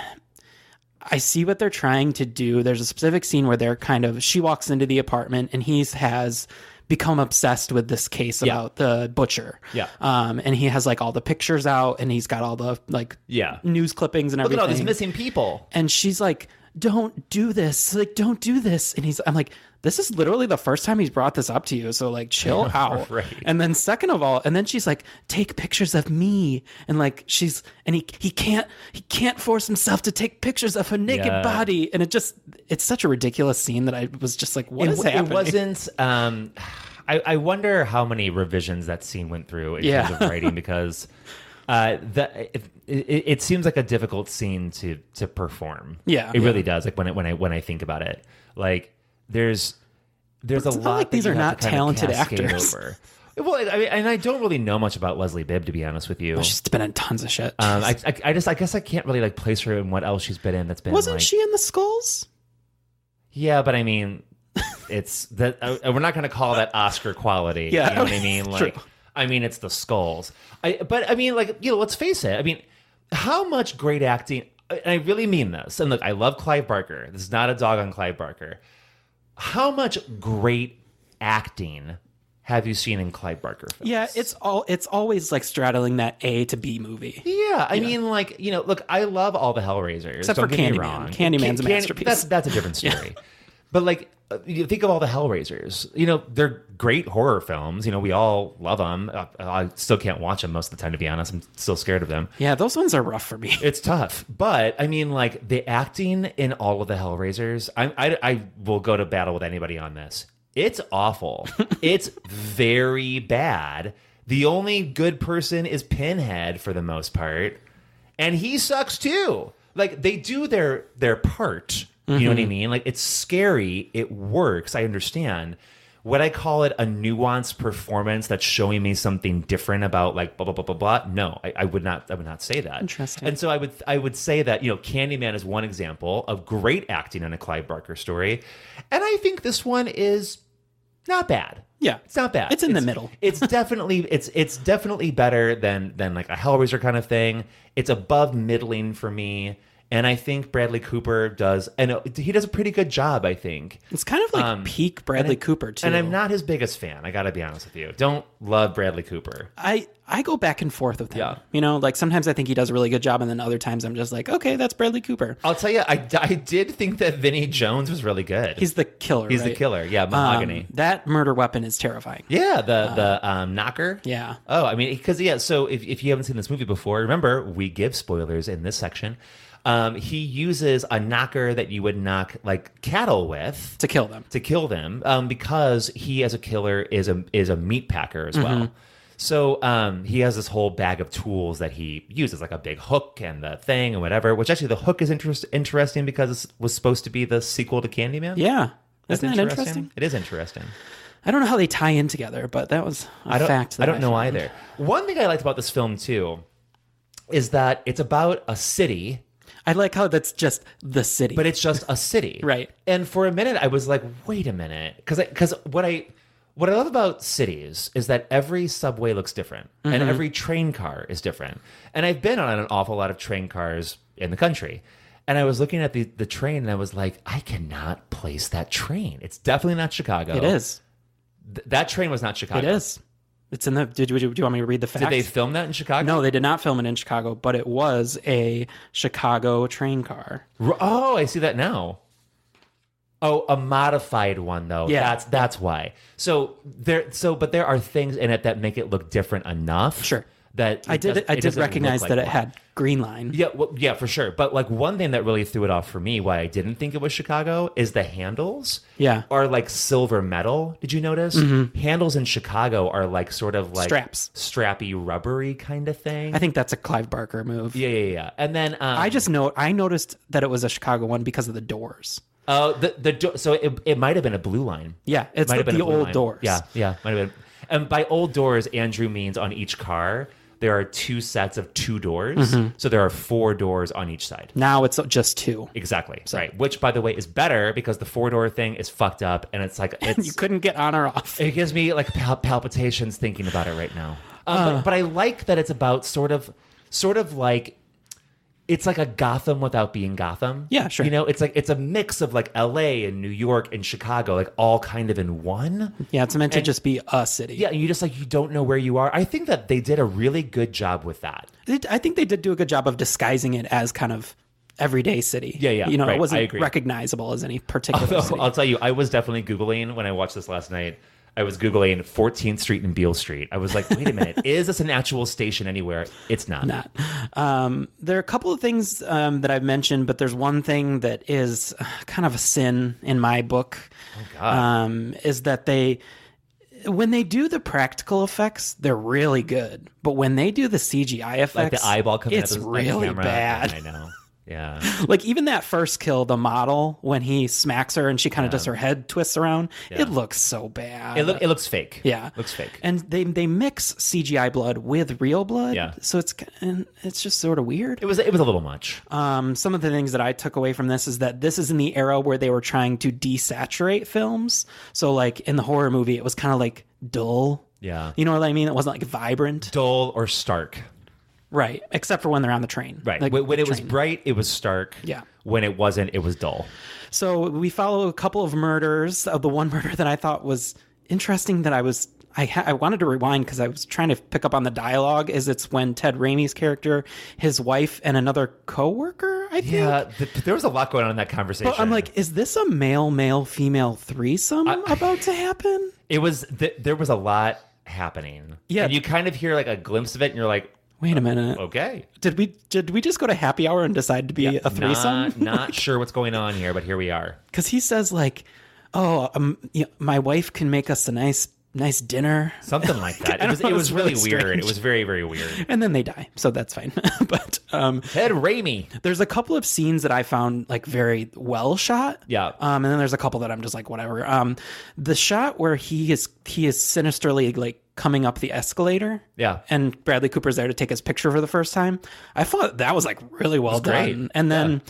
A: I see what they're trying to do. There's a specific scene where they're kind of she walks into the apartment and he's has become obsessed with this case
B: Yeah.
A: about the butcher.
B: Yeah.
A: Um and he has like all the pictures out and he's got all the like
B: Yeah.
A: news clippings and
B: Look at
A: everything.
B: all these missing people.
A: And she's like, "Don't do this! Like, don't do this!" And he's, I'm like, "This is literally the first time he's brought this up to you, so like, chill out."
B: (laughs) Right.
A: And then second of all, and then she's like, "Take pictures of me," and like she's, and he he can't he can't force himself to take pictures of her naked
B: Yeah.
A: body, and it just it's such a ridiculous scene that I was just like, "What
B: it,
A: is
B: w-
A: happening?"
B: It wasn't. Um, I, I wonder how many revisions that scene went through in
A: Yeah. (laughs)
B: terms of writing because uh, that it, it, it seems like a difficult scene to to perform.
A: Yeah.
B: it really does. Like when it, when I when I think about it, like there's there's
A: But
B: a
A: it's
B: lot.
A: not like
B: that
A: these
B: you
A: are
B: have
A: not
B: to kinda
A: talented
B: cascade
A: actors.
B: Over. (laughs) Well, I mean, and I don't really know much about Leslie Bibb to be honest with you.
A: She's been in tons of shit.
B: Um, I, I, I just I guess I can't really like place her in what else she's been in. That's been
A: Wasn't
B: like,
A: she in the skulls?
B: yeah, but I mean, it's that uh, we're not going to call that Oscar quality.
A: Yeah.
B: you
A: (laughs)
B: know what I mean.
A: True.
B: Like, I mean, it's the skulls. I, but I mean, like, you know, let's face it. I mean, how much great acting? And I really mean this. And look, I love Clive Barker. This is not a dog on Clive Barker. How much great acting have you seen in Clive Barker? films?
A: Yeah, it's all it's always like straddling that A to B movie.
B: Yeah, I mean, like you know, look, I love all the Hellraisers,
A: Except
B: don't
A: for
B: get me
A: Candyman.
B: wrong.
A: Candyman's a
B: Candy-
A: masterpiece. (laughs)
B: That's that's a different story. But like, uh, you think of all the Hellraisers. You know, they're great horror films. You know, we all love them. Uh, I still can't watch them most of the time, to be honest. I'm still scared of them.
A: Yeah, those ones are rough for me. (laughs)
B: (laughs) It's tough, but I mean, like the acting in all of the Hellraisers, I I, I will go to battle with anybody on this. It's awful. it's very bad. The only good person is Pinhead for the most part, and he sucks too. Like they do their their part. You know what I
A: Mhm.
B: mean? Like it's scary. It works. I understand. Would I call it a nuanced performance that's showing me something different about like blah blah blah blah blah? No, I, I would not. I would not say that.
A: Interesting.
B: And so I would I would say that you know Candyman is one example of great acting in a Clive Barker story, and I think this one is not bad.
A: Yeah,
B: it's not bad.
A: It's in the middle. (laughs)
B: it's definitely it's it's definitely better than than like a Hellraiser kind of thing. It's above middling for me, and I think Bradley Cooper does and it- he does a pretty good job. I think
A: it's kind of like peak Bradley Cooper too.
B: Um, and I'm not his biggest fan. I got to be honest with you. Don't love Bradley Cooper.
A: I I go back and forth with him. You know, like sometimes I think he does a really good job, and then other times I'm just like, okay, that's Bradley Cooper.
B: I'll tell you, I, I did think that Vinny Jones was really good.
A: He's the killer.
B: He's the
A: right?
B: killer. Yeah,
A: Um,
B: mahogany.
A: that murder weapon is terrifying.
B: Yeah, the the um, knocker.
A: Yeah.
B: Oh, I mean, because yeah. So if if you haven't seen this movie before, remember we give spoilers in this section. Um, he uses a knocker that you would knock like cattle with
A: to kill them.
B: To kill them, um, because he as a killer is a is a meat packer as well.
A: Mhm.
B: So um, he has this whole bag of tools that he uses, like a big hook and the thing and whatever. Which actually, the hook is interest- interesting because it was supposed to be the sequel to Candyman.
A: Yeah.
B: That's
A: Isn't that interesting?
B: It is interesting.
A: I don't know how they tie in together, but that was a
B: I don't,
A: fact.
B: I
A: that
B: don't know
A: found.
B: either. One thing I liked about this film too is that it's about a city.
A: I like how that's just the city,
B: but it's just
A: (laughs)
B: a city, right? And for a minute, I was like, "Wait a minute," because because what I what I love about cities is that every subway looks different and
A: Mhm.
B: every train car is different. And I've been on an awful lot of train cars in the country. And I was looking at the, the train and I was like, I cannot place that train. It's definitely not Chicago.
A: It is.
B: Th- that train was not Chicago.
A: It is. It's in the. Did, you- do you want me to read the facts?
B: Did they film that in Chicago?
A: No, they did not film it in Chicago, but it was a Chicago train car.
B: R- Oh, I see that now. Oh, a modified one though.
A: Yeah.
B: that's that's why. So there, so but there are things in it that make it look different enough. Sure. That
A: I
B: it
A: did.
B: does-
A: I
B: it
A: did
B: doesn't look
A: recognize
B: like
A: that it
B: one.
A: had green line.
B: Yeah, well, yeah, for sure. But like one thing that really threw it off for me, why I didn't think it was Chicago, is the handles.
A: Yeah.
B: are like silver metal. Did you notice
A: Mhm.
B: handles in Chicago are like sort of like
A: Straps.
B: strappy, rubbery kind of thing?
A: I think that's a Clive Barker move.
B: Yeah, yeah, yeah. And then um,
A: I just know I noticed that it was a Chicago one because of the doors.
B: Oh, the the do- so it, it might have been a blue line.
A: Yeah, it's
B: Might have
A: the-
B: been
A: the
B: a blue
A: old
B: line.
A: doors.
B: Yeah, yeah, might have been. And by old doors, Andrew means on each car there are two sets of two doors,
A: Mhm.
B: so there are four doors on each side.
A: Now it's just two.
B: Exactly. Right. Which, by the way, is better because the four door thing is fucked up, and it's
A: (laughs)
B: like it's, you
A: couldn't get on or off.
B: It gives me like pal- palpitations thinking about it right now. Um, but-
A: Uh.
B: but I like that it's about sort of, sort of like it's like a Gotham without being Gotham.
A: Yeah, sure.
B: You know, it's like it's a mix of like L.A. and New York and Chicago, like all kind of in one.
A: Yeah, it's meant to
B: And-
A: just be a city.
B: Yeah, and you just like you don't know where you are. I think that they did a really good job with that.
A: It- I think they did do a good job of disguising it as kind of everyday city.
B: Yeah, yeah,
A: You know,
B: right, I
A: it wasn't
B: agree.
A: recognizable as any particular
B: Although, uh,
A: city.
B: (laughs) I'll tell you, I was definitely Googling when I watched this last night. I was Googling 14th Street and Beale Street. I was like, wait a (laughs) minute, is this an actual station anywhere? It's not.
A: Not. Um, there are a couple of things um, that I've mentioned, but there's one thing that is uh, kind of a sin in my book.
B: God.
A: Um, is that they, when they do the practical effects, they're really good, but when they do the CGI effects,
B: Like the eyeball coming
A: it's
B: out of the, out of the
A: really
B: camera.
A: bad.
B: I know. Yeah.
A: (laughs) Like even that first kill, the model when he smacks her and she kind of does her head twists around,
B: Yeah.
A: it looks so bad.
B: It, look, it looks (laughs) fake.
A: Yeah.
B: Looks fake.
A: and they they mix CGI blood with real blood.
B: Yeah.
A: So it's and it's just sort of weird.
B: It was it was a little much.
A: Um, some of the things that I took away from this is that this is in the era where they were trying to desaturate films. So like in the horror movie, it was kind of like dull.
B: Yeah.
A: You know what I mean? It wasn't like vibrant,
B: dull or stark.
A: Right. Except for when they're on the train.
B: Right.
A: Like
B: when when
A: the
B: it was
A: train.
B: bright, it was stark.
A: Yeah.
B: When it wasn't, it was dull.
A: So we follow a couple of murders. Of the one (laughs) murder that I thought was interesting, that I was I ha- I wanted to rewind because I was trying to pick up on the dialogue. Is it's when Ted Raimi's character, his wife, and another coworker, I think.
B: Yeah, th- there was a lot going on in that conversation.
A: But I'm like, is this a male, male, female threesome about to happen?
B: it was th- there was a lot happening.
A: Yeah.
B: and you kind of hear like a glimpse of it, and you're like,
A: Wait a minute.
B: okay,
A: Did we did we just go to happy hour and decide to be a threesome? (laughs)
B: Not, not sure what's going on here, but here we are.
A: Because he says like, "Oh, um, you know, my wife can make us a nice nice dinner."
B: Something like
A: (laughs)
B: that.
A: I
B: It was
A: don't
B: it
A: know,
B: was
A: it's
B: really, weird.
A: strange.
B: It was very very weird.
A: and then they die, so that's fine. (laughs) but um,
B: Ted Raimi.
A: There's a couple of scenes that I found like very well shot.
B: Yeah.
A: Um, and then there's a couple that I'm just like whatever. Um, the shot where he is he is sinisterly like coming up the escalator.
B: Yeah.
A: And Bradley Cooper's there to take his picture for the first time. I thought that was like really well
B: It's great.
A: done. And then,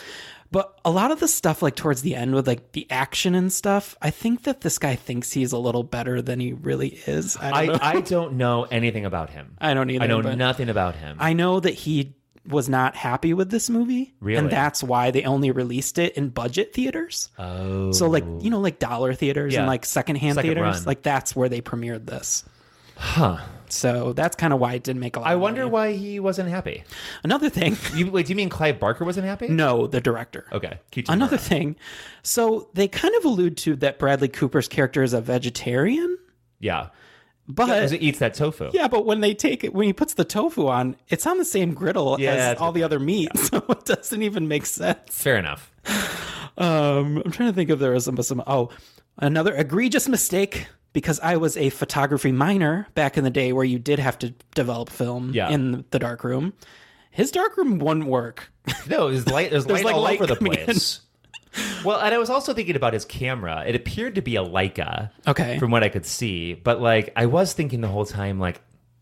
A: but a lot of the stuff like towards the end with like the action and stuff, I think that this guy thinks he's a little better than he really is. I
B: I
A: don't know.
B: I don't know anything about him.
A: I don't either,
B: I know
A: but-
B: nothing about him.
A: I know that he was not happy with this movie.
B: Really?
A: And that's why they only released it in budget theaters.
B: Oh.
A: So like you know like dollar theaters
B: Yeah.
A: and like secondhand
B: Second
A: theaters,
B: run.
A: like that's where they premiered this.
B: Huh.
A: So that's kind of why it didn't make a lot.
B: I
A: of
B: wonder
A: money.
B: why he wasn't happy.
A: Another thing.
B: You, wait, do you mean Clive Barker wasn't happy?
A: No, the director.
B: Okay. keep going.
A: Another thing. So they kind of allude to that Bradley Cooper's character is a vegetarian,
B: Yeah.
A: but
B: Because it eats that tofu.
A: Uh, Yeah, but when they take it, when he puts the tofu on, it's on the same griddle
B: Yeah,
A: as
B: that's
A: all the other meat, (laughs) so it doesn't even make sense.
B: Fair enough.
A: Um, I'm trying to think if there was some, some. Oh, another egregious mistake because I was a photography minor back in the day where you did have to develop film
B: Yeah.
A: in the dark room. His dark room wouldn't work.
B: No, there's light.
A: (laughs)
B: There's,
A: There's,
B: light
A: like,
B: all
A: light
B: over the
A: coming in.
B: place. well, and I was also thinking about his camera. It appeared to be a Leica.
A: Okay.
B: From what I could see, but like I was thinking the whole time, like,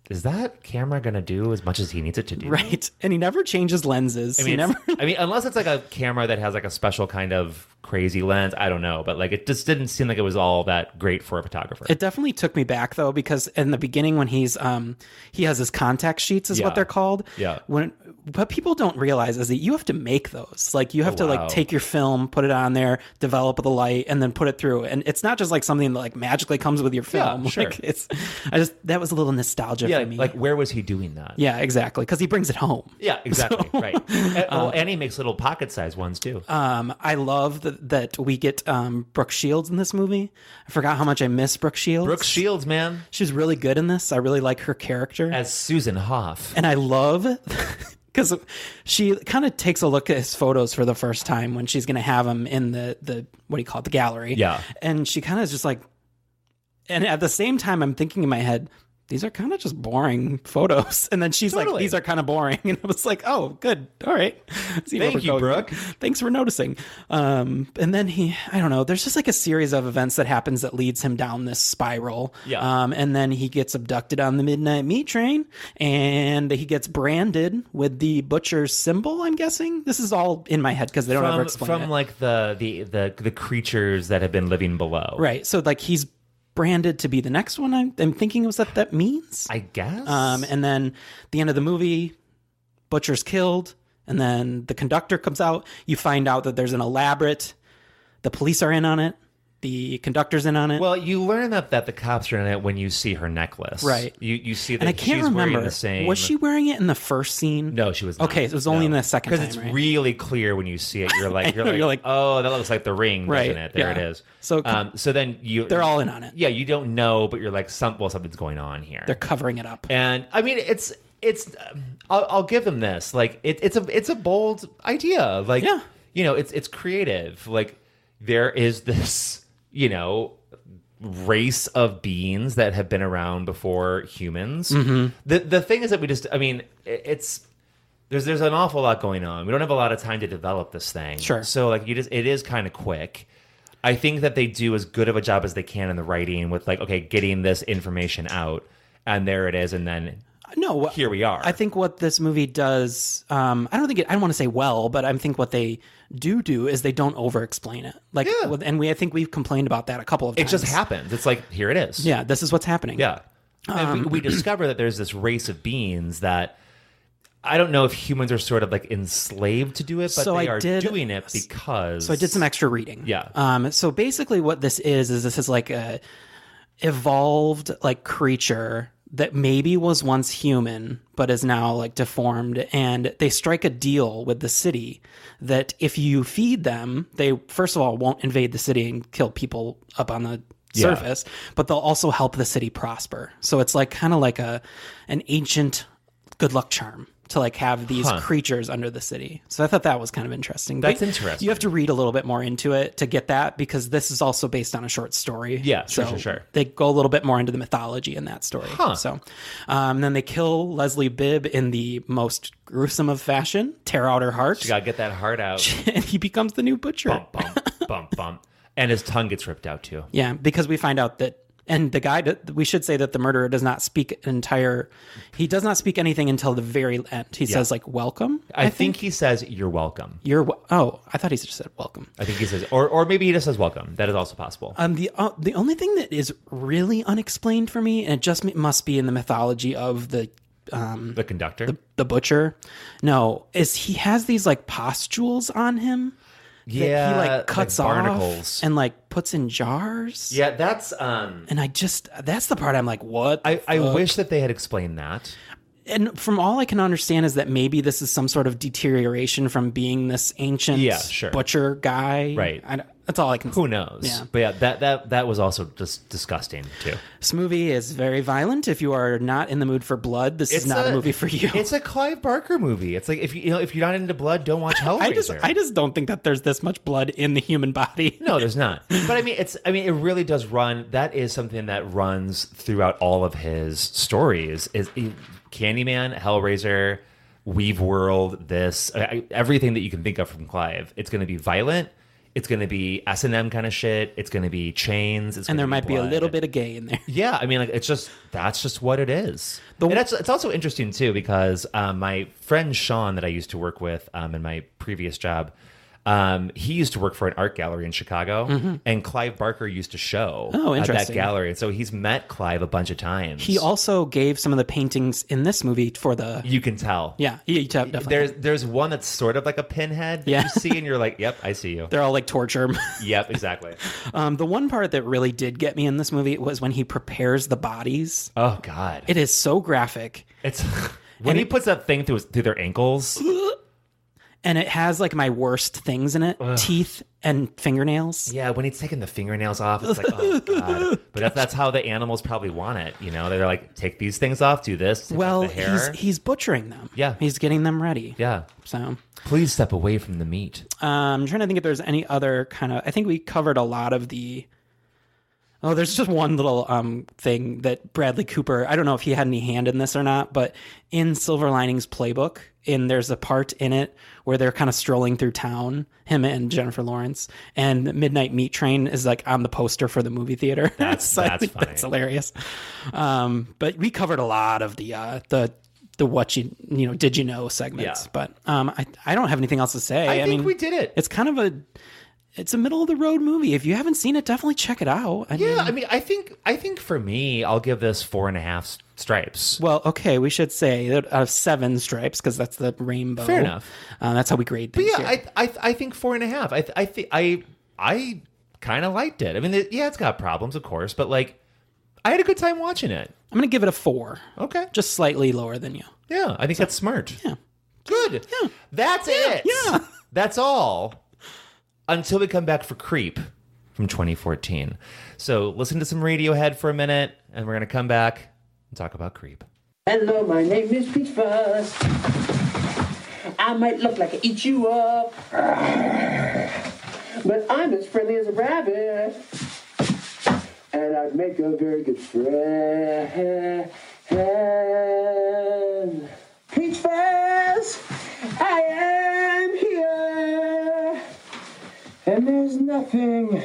B: is that camera gonna do as much as he needs it to
A: (laughs)
B: do?
A: Right. And he never changes lenses.
B: I
A: he
B: mean,
A: never.
B: it's- I mean, unless it's like a camera that has like a special kind of crazy lens, I don't know. But like, it just didn't seem like it was all that great for a photographer.
A: It definitely took me back though, because in the beginning when he's um he has his contact sheets is
B: Yeah.
A: what they're called.
B: Yeah.
A: When what people don't realize is that you have to make those. Like you have to
B: wow.
A: like take your film, put it on there, develop the light, and then put it through. And it's not just like something that like magically comes with your
B: Yeah,
A: film. (laughs)
B: sure.
A: Like it's I just that was a little nostalgia
B: yeah,
A: for me.
B: like where was he doing that?
A: yeah, exactly. Because he brings it home.
B: Yeah,
A: (laughs)
B: exactly. right. And, well, and he makes little pocket-sized ones too.
A: uh, Um, I love that, that we get um, Brooke Shields in this movie. I forgot how much I miss Brooke Shields.
B: Brooke Shields, man,
A: She's really good in this. I really like her character.
B: as Susan Hoff.
A: and I love (laughs) because she kind of takes a look at his photos for the first time when she's going to have him in the the what do you call it the gallery?
B: Yeah.
A: and she kind of is just like, and at the same time, I'm thinking in my head. These are kind of just boring photos, (laughs) and then she's like,
B: Totally.
A: "These are kind of boring," (laughs) and I was like, "Oh, good, all right." See where
B: Thank
A: we're
B: you, Brooke.
A: (laughs) Thanks for noticing. Um, and then he, I don't know. There's just like a series of events that happens that leads him down this spiral.
B: Yeah.
A: Um, and then he gets abducted on the midnight meat train, and he gets branded with the butcher's symbol. I'm guessing this is all in my head because they don't ever
B: from,
A: explain
B: from
A: it.
B: like the, the the the creatures that have been living below.
A: right. So like he's branded to be the next one. I'm, I'm thinking was that that means.
B: I guess.
A: Um, and then the end of the movie, Butcher's killed, and then the conductor comes out. You find out that there's an elaborate. The police are in on it. The conductor's in on it.
B: well, you learn that that the cops are in it when you see her necklace.
A: Right.
B: You you see that
A: and I can't
B: she's
A: remember.
B: wearing the same.
A: Was she wearing it in the first scene?
B: No, she was. Not.
A: Okay, so it was only in the second
B: Because
A: time,
B: it's
A: right?
B: really clear when you see it.
A: (laughs)
B: You're like you're,
A: know,
B: like,
A: you're like-
B: oh, that looks like the ring,
A: Right,
B: doesn't it? There
A: yeah.
B: it is.
A: So-
B: um, so then you
A: They're all in on it.
B: Yeah, you don't know, but you're like some well something's going on here.
A: They're covering it up.
B: And I mean, it's it's. I'll, I'll give them this. Like it, it's a it's a bold idea. Like
A: Yeah.
B: you know, it's it's creative. Like there is this you know race of beings that have been around before humans. The the thing is that we just. I mean, it, it's. There's, there's an awful lot going on. We don't have a lot of time to develop this thing.
A: Sure.
B: So like you just it is kind of quick. I think that they do as good of a job as they can in the writing with like okay, getting this information out and there it is and then
A: No, what,
B: here we are.
A: I think what this movie does, um, I don't think it, I don't want to say well, but I think what they do do is they don't over explain it. Like,
B: Yeah.
A: with- and we, I think we've complained about that a couple of
B: it
A: times.
B: just happens. It's like here it is.
A: Yeah, Um, this is what's happening.
B: Yeah. and
A: (clears throat)
B: we, we discover that there's this race of beings that I don't know if humans are sort of like enslaved to do it, but
A: So
B: they
A: I
B: are
A: did-
B: doing it because
A: So I did some extra reading.
B: Yeah.
A: Um, so basically, what this is is this is like a evolved like creature that maybe was once human but is now like deformed and they strike a deal with the city that if you feed them they first of all won't invade the city and kill people up on the
B: Yeah.
A: surface but they'll also help the city prosper so it's like kind of like a an ancient good luck charm to like have these
B: Huh.
A: creatures under the city so i thought that was kind of interesting
B: That's
A: But
B: interesting.
A: you have to read a little bit more into it to get that because this is also based on a short story
B: Yeah, sure,
A: so
B: sure, sure.
A: They go a little bit more into the mythology in that story.
B: Huh.
A: So, um, then they kill Leslie Bibb in the most gruesome of fashion, tear out her heart,
B: She got to get that heart out.
A: (laughs) and he becomes the new butcher.
B: bump, bump, bump, bump. And his tongue gets ripped out too.
A: Yeah, because we find out that, and the guy, d- we should say that the murderer does not speak an entire, he does not speak anything until the very end. He
B: Yeah.
A: says like "welcome."
B: I, think, he says, "You're welcome."
A: you're. wel- Oh, I thought he just said "welcome."
B: I think he says, or or maybe he just says, "Welcome." That is also possible.
A: Um, the uh, the only thing that is really unexplained for me, and it just m- must be in the mythology of the um
B: the conductor,
A: the, the butcher. No, is he has these like pustules on him? that
B: Yeah,
A: he
B: like
A: like cuts
B: barnacles.
A: off and like puts in jars.
B: Yeah, that's um.
A: And I just that's the part I'm like, what?
B: I I wish that they had explained that.
A: And from all I can understand is that maybe this is some sort of deterioration from being this ancient
B: Yeah, sure.
A: butcher guy.
B: Right.
A: I, that's all I can.
B: Who knows?
A: Yeah.
B: But yeah, that that that was also just disgusting too.
A: This movie is very violent. If you are not in the mood for blood, this
B: It's
A: is not a,
B: a-
A: movie for you.
B: It's a Clive Barker movie. It's like if you, you know if you're not into blood, don't watch Hellraiser.
A: (laughs) I just I just don't think that there's this much blood in the human (laughs) body.
B: No, there's not. But I mean, it's I mean, it really does run. That is something that runs throughout all of his stories. Is he- Candyman, Hellraiser, Weave World, this I- I- everything that you can think of from Clive. It's going to be violent. It's going to be S and M kind of shit. It's going to be chains. It's
A: and
B: gonna
A: there might be a
B: blood.
A: little bit of gay in there.
B: Yeah, I mean, like it's just that's just what it is. and that's it's also interesting too because um, my friend Sean that I used to work with um, in my previous job, um, he used to work for an art gallery in Chicago,
A: Mhm.
B: and Clive Barker used to show
A: Oh,
B: at that
A: interesting.
B: gallery, and so he's met Clive a bunch of times.
A: (laughs) He also gave some of the paintings in this movie for the.
B: you can tell.
A: Yeah, you- you tell- definitely.
B: There's there's one that's sort of like a pinhead that
A: Yeah.
B: you see, and you're like, "Yep, I see you."
A: They're all like torture. (laughs)
B: yep, exactly.
A: um, the one part that really did get me in this movie was when he prepares the bodies.
B: Oh God,
A: it is so graphic. (laughs)
B: It's when
A: And
B: he
A: it-
B: puts that thing through his, through their ankles.
A: and it has like my worst things in it: teeth and fingernails.
B: Yeah, when he's taking the fingernails off, it's like, (laughs) oh god. But that, that's how the animals probably want it. You know, they're like, take these things off, do this. take off
A: Well,
B: the
A: he's
B: hair.
A: he's butchering them.
B: Yeah.
A: he's getting them ready.
B: yeah.
A: So
B: Please step away from the meat.
A: Um, I'm trying to think if there's any other kind of. I think we covered a lot of the. Oh, there's just one little um thing that Bradley Cooper. I don't know if he had any hand in this or not, but in Silver Linings Playbook, in there's a part in it where they're kind of strolling through town, him and Jennifer Lawrence, and Midnight Meat Train is like on the poster for the movie theater. (laughs) That's
B: that's
A: that's hilarious. Um, but we covered a lot of the uh the the what you you know did you know segments,
B: Yeah.
A: but um I I don't have anything else to say.
B: I think
A: mean,
B: we did it.
A: It's kind of a it's a middle of the road movie. If you haven't seen it, definitely check it out. I
B: Yeah, I mean, I think I think for me, I'll give this four and a half s- stripes.
A: Well, okay, we should say that out of seven stripes because that's the rainbow.
B: Fair enough.
A: Uh, that's how we grade
B: But
A: things.
B: yeah,
A: here.
B: I, I I think four and a half. I th- I think I I kind of liked it. I mean, it, yeah, it's got problems, of course, but like, I had a good time watching it.
A: I'm gonna give it a four.
B: Okay,
A: just slightly lower than you.
B: Yeah, I think that's smart. Yeah. Good. Yeah. That's it. Yeah. (laughs) That's all. Until we come back for Creep from 2014. So listen to some Radiohead for a minute, and we're going to come back and talk about Creep.
P: Hello, my name is Pete Fuzz. I might look like I eat you up, but I'm as friendly as a rabbit, and I'd make a very good friend. Pete Fuzz, I am here, and there's nothing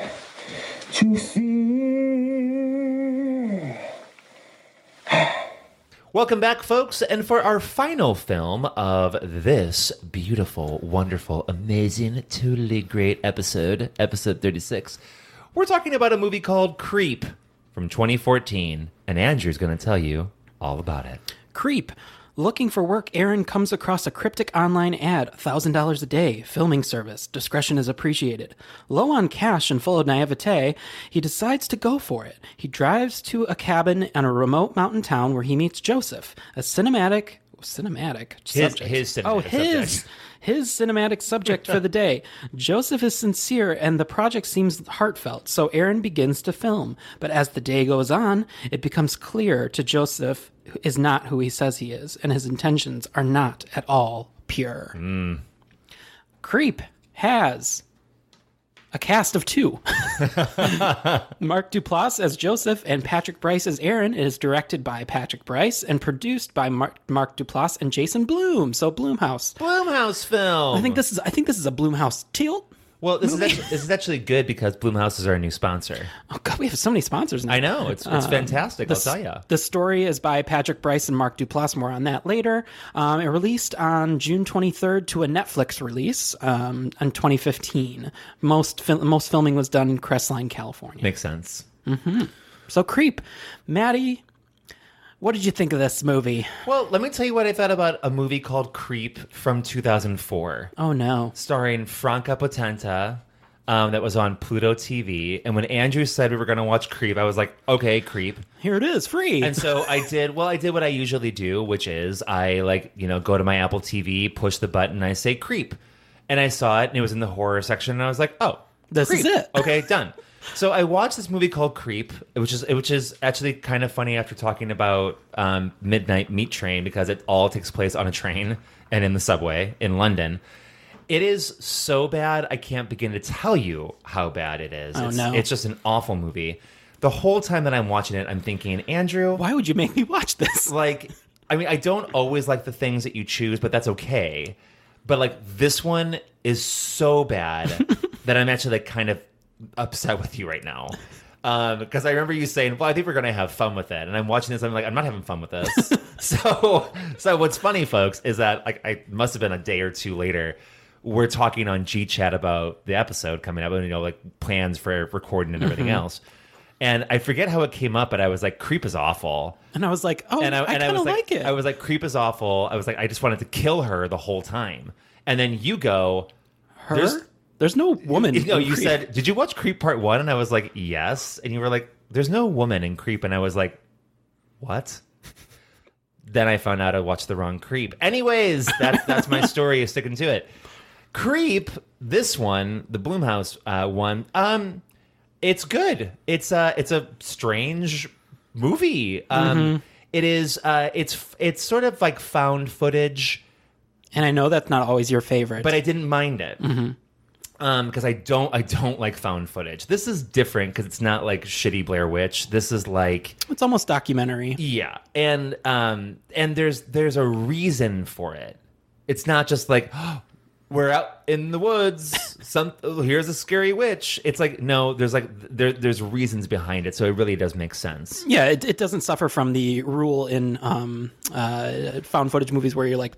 P: to fear.
B: Welcome back, folks. And for our final film of this beautiful, wonderful, amazing, totally great episode, episode 36, we're talking about a movie called Creep from 2014. And Andrew's going to tell you all about it.
A: Creep. Looking for work, Aaron comes across a cryptic online ad $1,000 a day, filming service, discretion is appreciated. Low on cash and full of naivete, he decides to go for it. He drives to a cabin in a remote mountain town where he meets Joseph, a cinematic. Cinematic.
B: His-
A: subject.
B: his cinematic
A: Oh, his
B: subject.
A: his cinematic subject for the day. Joseph is sincere and the project seems heartfelt, so Aaron begins to film. But as the day goes on, it becomes clear to Joseph who is not who he says he is, and his intentions are not at all pure. Creep has a cast of two. Mark Duplass as Joseph and Patrick Bryce as Aaron. It is directed by Patrick Bryce and produced by Mark, Mark Duplass and Jason Bloom. So Bloomhouse.
B: Bloomhouse film.
A: I think this is I think this is a Bloomhouse tilt.
B: Well, this is, actually, this is actually good because Bloomhouse is our new sponsor. Uh,
A: Oh god, we have so many sponsors now.
B: I know, it's- it's fantastic, I'll
A: the,
B: tell ya.
A: The story is by Patrick Bryce and Mark Duplass. More on that later. Um, it released on June 23rd to a Netflix release um, in 2015. Most fil- most filming was done in Crestline, California.
B: Makes sense.
A: hmm So creep, Maddie. What did you think of this movie?
B: Well, let me tell you what I thought about a movie called Creep from 2004.
A: Oh no.
B: Starring Franca Potenta. Um, that was on Pluto TV. And when Andrew said we were going to watch Creep, I was like, okay, Creep.
A: Here it is, free.
B: And so I did, well, I did what I usually do, which is I like, you know, go to my Apple TV, push the button, I say Creep. And I saw it and it was in the horror section. And I was like, oh,
A: This is
B: Creep.
A: it.
B: Okay, done. So I watched this movie called Creep, which is which is actually kind of funny after talking about um, Midnight Meat Train because it all takes place on a train and in the subway in London. It is so bad I can't begin to tell you how bad it is.
A: Oh,
B: it's,
A: no.
B: it's just an awful movie. The whole time that I'm watching it, I'm thinking, Andrew,
A: why would you make me watch this? (laughs)
B: Like, I mean, I don't always like the things that you choose, but that's okay. But like this one is so bad that I'm actually like kind of upset with you right now. Um, because I remember you saying, "Well, I think we're gonna have fun with it," and I'm watching this. I'm like, "I'm not having fun with this." so, so what's funny, folks, is that like I must have been a day or two later. We're talking on G Chat about the episode coming up, and you know, like plans for recording and everything
A: Mhm.
B: else. And I forget how it came up, but I was like, "Creep is awful."
A: And I was like, oh,
B: and I,
A: I
B: and I
A: kind
B: was
A: of
B: like,
A: like it.
B: I was like, creep is awful. I was like, I just wanted to kill her the whole time. And then you go,
A: Her? There's no woman.
B: You, no,
A: in
B: you
A: Creep.
B: said, did you watch Creep Part One? And I was like, yes. And you were like, there's no woman in Creep. And I was like, what? (laughs) then I found out I watched the wrong Creep. Anyways, that's that's my story. Sticking to it. Creep. This one, the Bloomhouse uh, one. Um, it's good. It's uh, it's a strange movie. Um,
A: Mhm.
B: it is. Uh, it's it's sort of like found footage,
A: and I know that's not always your favorite,
B: but I didn't mind it.
A: Mhm.
B: Um, because I don't, I don't like found footage. This is different because it's not like shitty Blair Witch. This is like
A: it's almost documentary.
B: yeah, and um, and there's there's a reason for it. It's not just like (gasps) "Oh, we're out in the woods. Some oh, here's a scary witch. It's like no, there's like there there's reasons behind it, so it really does make sense.
A: Yeah, it, it doesn't suffer from the rule in um, uh, found footage movies where you're like,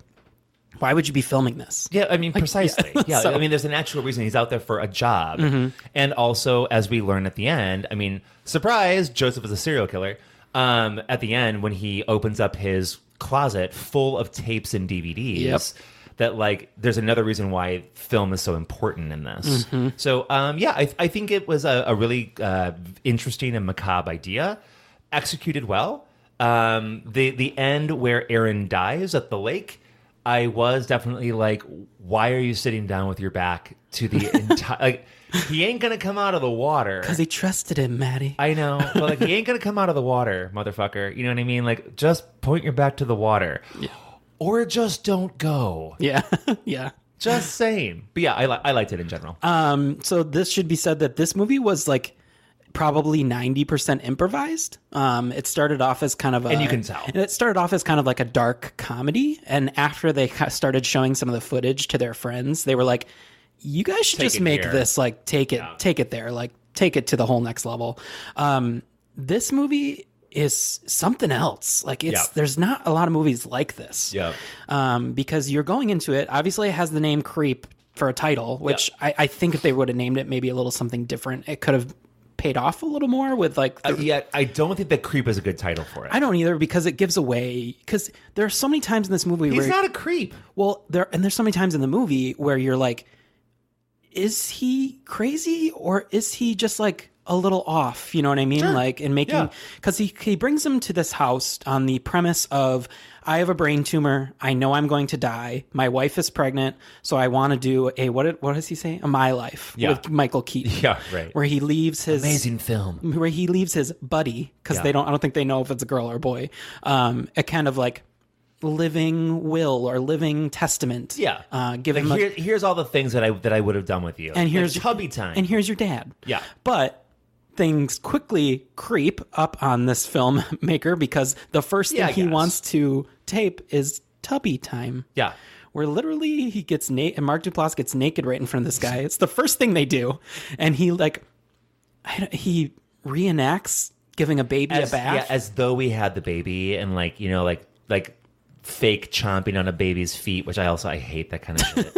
A: why would you be filming this?
B: Yeah, I mean
A: (laughs)
B: precisely. Yeah,
A: So-
B: I mean there's an actual reason he's out there for a job,
A: Mhm.
B: and also as we learn at the end, I mean surprise, Joseph is a serial killer. Um, at the end when he opens up his closet full of tapes and DVDs.
A: Yep.
B: That like, there's another reason why film is so important in this.
A: Mhm.
B: So um, yeah, I, I think it was a, a really uh, interesting and macabre idea, executed well. Um, the the end where Aaron dies at the lake, I was definitely like, why are you sitting down with your back to the entire? like, he ain't gonna come out of the water.
A: Because he trusted him, Maddie.
B: I know. Well, like he ain't gonna come out of the water, motherfucker. You know what I mean? Like just point your back to the water, or just don't go.
A: Yeah, (laughs) yeah.
B: Just saying. Uh, But yeah, I li- I liked it in general.
A: Um, so this should be said that this movie was like probably 90% improvised. Um, it started off as kind of a
B: And you can tell.
A: and it started off as kind of like a dark comedy and after they ca- started showing some of the footage to their friends, they were like you guys should
B: Take
A: just
B: it
A: make
B: here."
A: this like take it take it there, like take it to the whole next level. Um, this movie is something else. Like it's
B: Yeah.
A: there's not a lot of movies like this
B: Yeah.
A: um, because you're going into it. Obviously, it has the name Creep for a title, which I, I think if they would have named it maybe a little something different, it could have paid off a little more with like.
B: Uh, yeah, I don't think that creep is a good title for it.
A: I don't either because it gives away because there are so many times in this movie
B: He's
A: where
B: not a creep.
A: Well, there and there's so many times in the movie where you're like, is he crazy or is he just like a little off? You know what I mean?
B: Sure.
A: Like and making
B: Yeah.
A: because he he brings him to this house on the premise of I have a brain tumor. I know I'm going to die. My wife is pregnant, so I want to do a what? did- What does he say? A my life
B: Yeah.
A: with Michael Keaton.
B: Yeah, right.
A: Where he leaves his
B: Amazing film.
A: Where he leaves his buddy because
B: Yeah.
A: they don't. I don't think they know if it's a girl or a boy. Um, a kind of like living will or living testament.
B: Yeah.
A: Uh, give
B: Like,
A: him a,
B: here- here's all the things that I that I would have done with you.
A: and
B: Like,
A: here's
B: tubby time.
A: and here's your dad
B: yeah.
A: but things quickly creep up on this (laughs) filmmaker because the first thing
B: Yeah, I
A: he
B: guess.
A: wants to tape is tubby time
B: yeah
A: where literally he gets na- and mark duplass gets naked right in front of this guy it's the first thing they do and he like I don't- he reenacts giving a baby
B: as,
A: a bath
B: Yeah, as though we had the baby and like you know like like fake chomping on a baby's feet, which I also I hate that kind of
A: (laughs)
B: shit.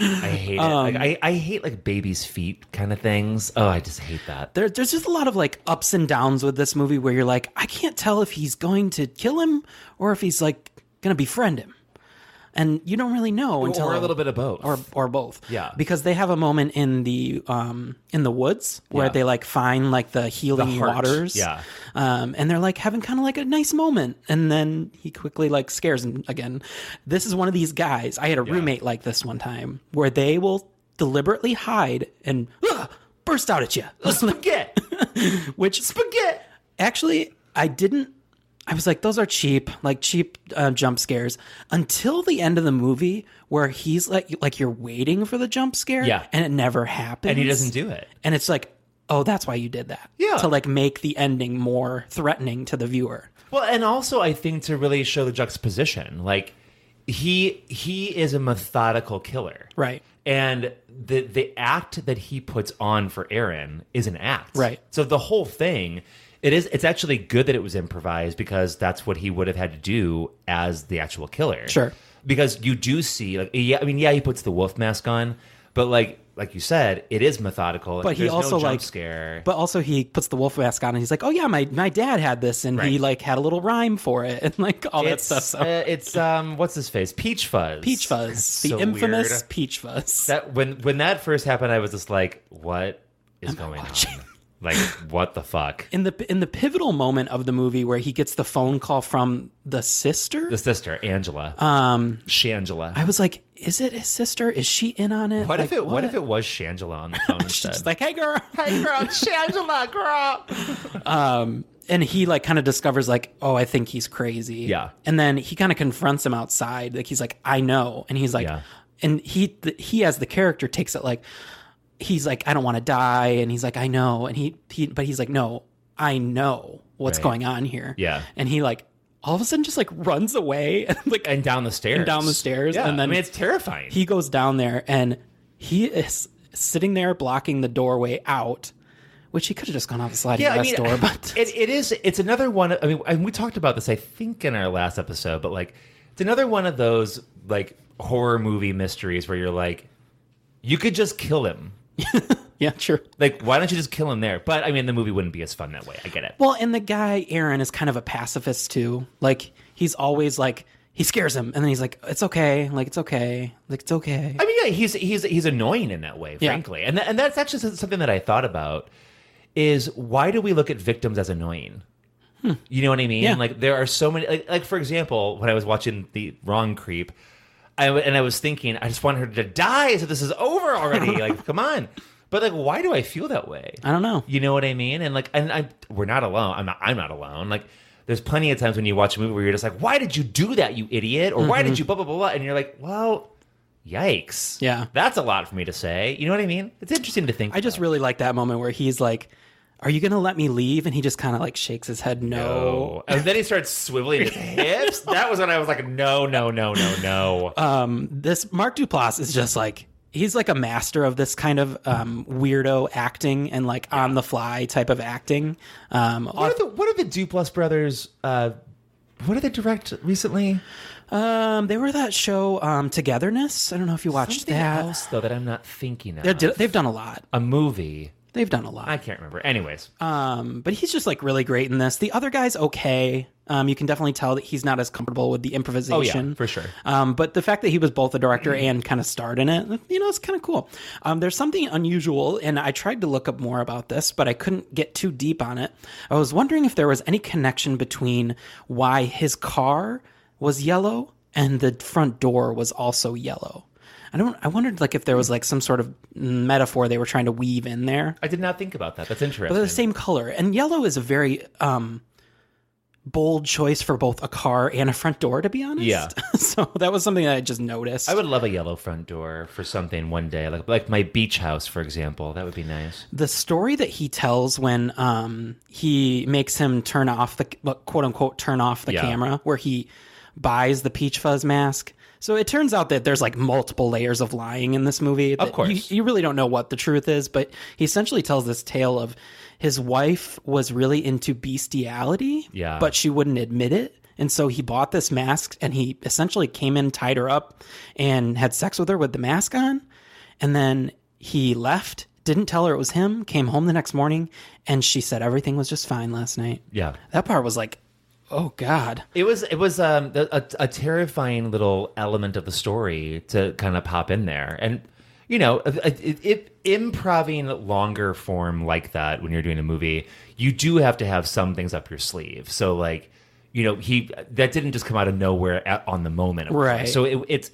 B: I hate
A: Um,
B: it. Like I, I hate like baby's feet kind of things. Oh, I just hate that.
A: there, there's just a lot of like ups and downs with this movie where you're like, I can't tell if he's going to kill him or if he's like going to befriend him. And you don't really know
B: Or-
A: until
B: or a little bit of both.
A: or or both.
B: Yeah.
A: because they have a moment in the um in the woods where
B: Yeah.
A: they like find like the healing
B: heart.
A: waters.
B: Yeah.
A: um, and they're like having kind of like a nice moment, and then he quickly like scares him again. This is one of these guys. I had a roommate like this one time where they will deliberately hide and "Ugh," burst out at you.
B: Spaghetti.
A: (laughs) which
B: spaghetti.
A: Actually, I didn't. I was like, those are cheap, like cheap uh, jump scares. Until the end of the movie, where he's like, like you're waiting for the jump scare,
B: Yeah.
A: and it never happens,
B: And he doesn't do it.
A: and it's like, oh, that's why you did that,
B: Yeah.
A: to like make the ending more threatening to the viewer.
B: Well, and also I think to really show the juxtaposition, like he he is a methodical killer,
A: Right.
B: And the the act that he puts on for Aaron is an act,
A: Right.
B: So the whole thing, it is it's actually good that it was improvised because that's what he would have had to do as the actual killer,
A: Sure.
B: Because you do see, like, yeah, I mean, yeah, he puts the wolf mask on, but like like you said, it is methodical.
A: But he
B: There's no
A: also,
B: jump
A: like-
B: scare.
A: But also, he puts the wolf mask on, and he's like, oh yeah, my my dad had this, and he like had a little rhyme for it, and like all
B: it's,
A: that stuff. So.
B: uh, it's um, what's his face? Peach Fuzz.
A: Peach Fuzz, the
B: So
A: infamous
B: weird.
A: Peach Fuzz.
B: That when when that first happened, I was just like, "What is going on? Like, what the fuck?"
A: in the in the pivotal moment of the movie where he gets the phone call from the sister
B: The sister Angela,
A: um
B: Shangela.
A: i was like is it his sister is she in on it
B: what if
A: Like,
B: it? What? if it was Shangela
A: (laughs)
B: on the phone instead?
A: like hey girl
B: (laughs) hey girl, Shangela, girl.
A: um and he like kind of discovers like oh i think he's crazy
B: Yeah.
A: and then he kind of confronts him outside like he's like i know and he's like
B: Yeah.
A: and he th- he as the character takes it like he's like i don't want to die and he's like i know and he he but he's like no i know what's
B: Right.
A: going on here
B: Yeah.
A: and he like all of a sudden just like runs away (laughs) and like
B: and down the stairs,
A: and down the stairs
B: Yeah,
A: and then
B: I mean, it's terrifying.
A: he goes down there and he is sitting there blocking the doorway out which he could have just gone out the sliding glass (laughs) door but
B: (laughs) it, it is. It's another one. I mean, and we talked about this, I think, in our last episode, but like, it's another one of those like horror movie mysteries where you're like, you could just kill him.
A: yeah sure
B: Like, why don't you just kill him there? But I mean, the movie wouldn't be as fun that way. I get it.
A: well and the guy aaron is kind of a pacifist too like he's always like he scares him and then he's like it's okay like it's okay like it's okay
B: I mean, yeah, he's he's he's annoying in that way,
A: Yeah.
B: frankly, and th- and that's actually something that I thought about is why do we look at victims as annoying? You know what I mean?
A: Hmm. Yeah.
B: Like there are so many. Like, like for example, when I was watching the Wrong Creep, I w- and I was thinking, I just want her to die so this is over
A: (laughs)
B: already. like, come on. But like, why do I feel that way?
A: i don't know
B: You know what I mean? And like, and I we're not alone. I'm not. I'm not alone. Like, there's plenty of times when you watch a movie where you're just like, why did you do that, you idiot? Or why
A: Mm-hmm.
B: did you blah blah blah blah? And you're like, well, yikes.
A: Yeah.
B: that's a lot for me to say. You know what I mean? It's interesting to think.
A: i just really like that moment where he's like are you gonna let me leave and he just kind of like shakes his head no.
B: Oh. And then he starts
A: (laughs)
B: swiveling his hips. That was when I was like, no, no, no, no, no.
A: um this mark duplass is just like he's like a master of this kind of um weirdo acting and like on the fly type of acting um
B: What are the What are the Duplass brothers? Uh, what did they direct recently?
A: um they were that show um togetherness i don't know if you watched
B: Something
A: that
B: else though that I'm not thinking of.
A: They're- they've done a lot
B: a movie.
A: They've done a lot.
B: I can't remember. Anyways, Oh,
A: Um, but he's just like really great in this. The other guy's okay. Um, you can definitely tell that he's not as comfortable with the improvisation.
B: Oh, for sure.
A: Um, but the fact that he was both a director and kind of starred in it, you know, it's kind of cool. Um, there's something unusual, and I tried to look up more about this, but I couldn't get too deep on it. I was wondering if there was any connection between why his car was yellow and the front door was also yellow. I don't. I wondered like if there was like some sort of metaphor they were trying to weave in there.
B: I did not think about that. That's
A: But they're the
B: interesting.
A: same color, and yellow is a very um, bold choice for both a car and a front door. To be honest,
B: Yeah.
A: (laughs) so that was something that I just noticed.
B: I would love a yellow front door for something one day, like like my beach house, for example. That would be nice.
A: the story that he tells when um, he makes him turn off the well, quote unquote turn off the
B: Yeah.
A: camera where he buys the peach fuzz mask so it turns out that there's like multiple layers of lying in this movie of
B: course.
A: you, really don't know what the truth is but he essentially tells this tale of his wife was really into bestiality
B: Yeah.
A: but she wouldn't admit it and so he bought this mask and he essentially came in tied her up and had sex with her with the mask on and then he left, didn't tell her it was him, came home the next morning, and she said everything was just fine last night.
B: Yeah.
A: That part was like, oh God.
B: It was it was um, a, a- a terrifying little element of the story to kind of pop in there, and you know, it, it, it, improving longer form like that when you're doing a movie, you do have to have some things up your sleeve. So like, you know, he that didn't just come out of nowhere at, on the moment, of course.
A: Right.
B: So it, it's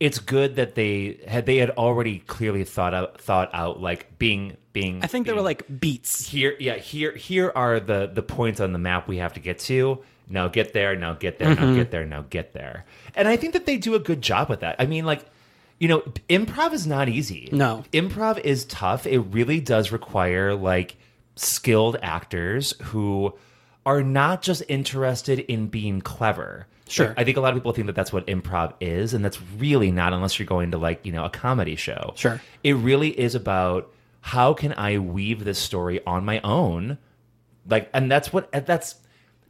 B: it's good that they had they had already clearly thought out thought out like being being
A: I think they were like beats.
B: here yeah here here are the the points on the map we have to get to now get there now get there now
A: Mhm.
B: get there now get there and i think that they do a good job with that i mean like you know improv is not easy no improv is tough it really does require like skilled actors who are not just interested in being clever
A: Sure.
B: I think a lot of people think that that's what improv is, and that's really not unless you're going to like, you know, a comedy show. Sure. It really is about how can I weave this story on my own? Like, and that's what, and that's,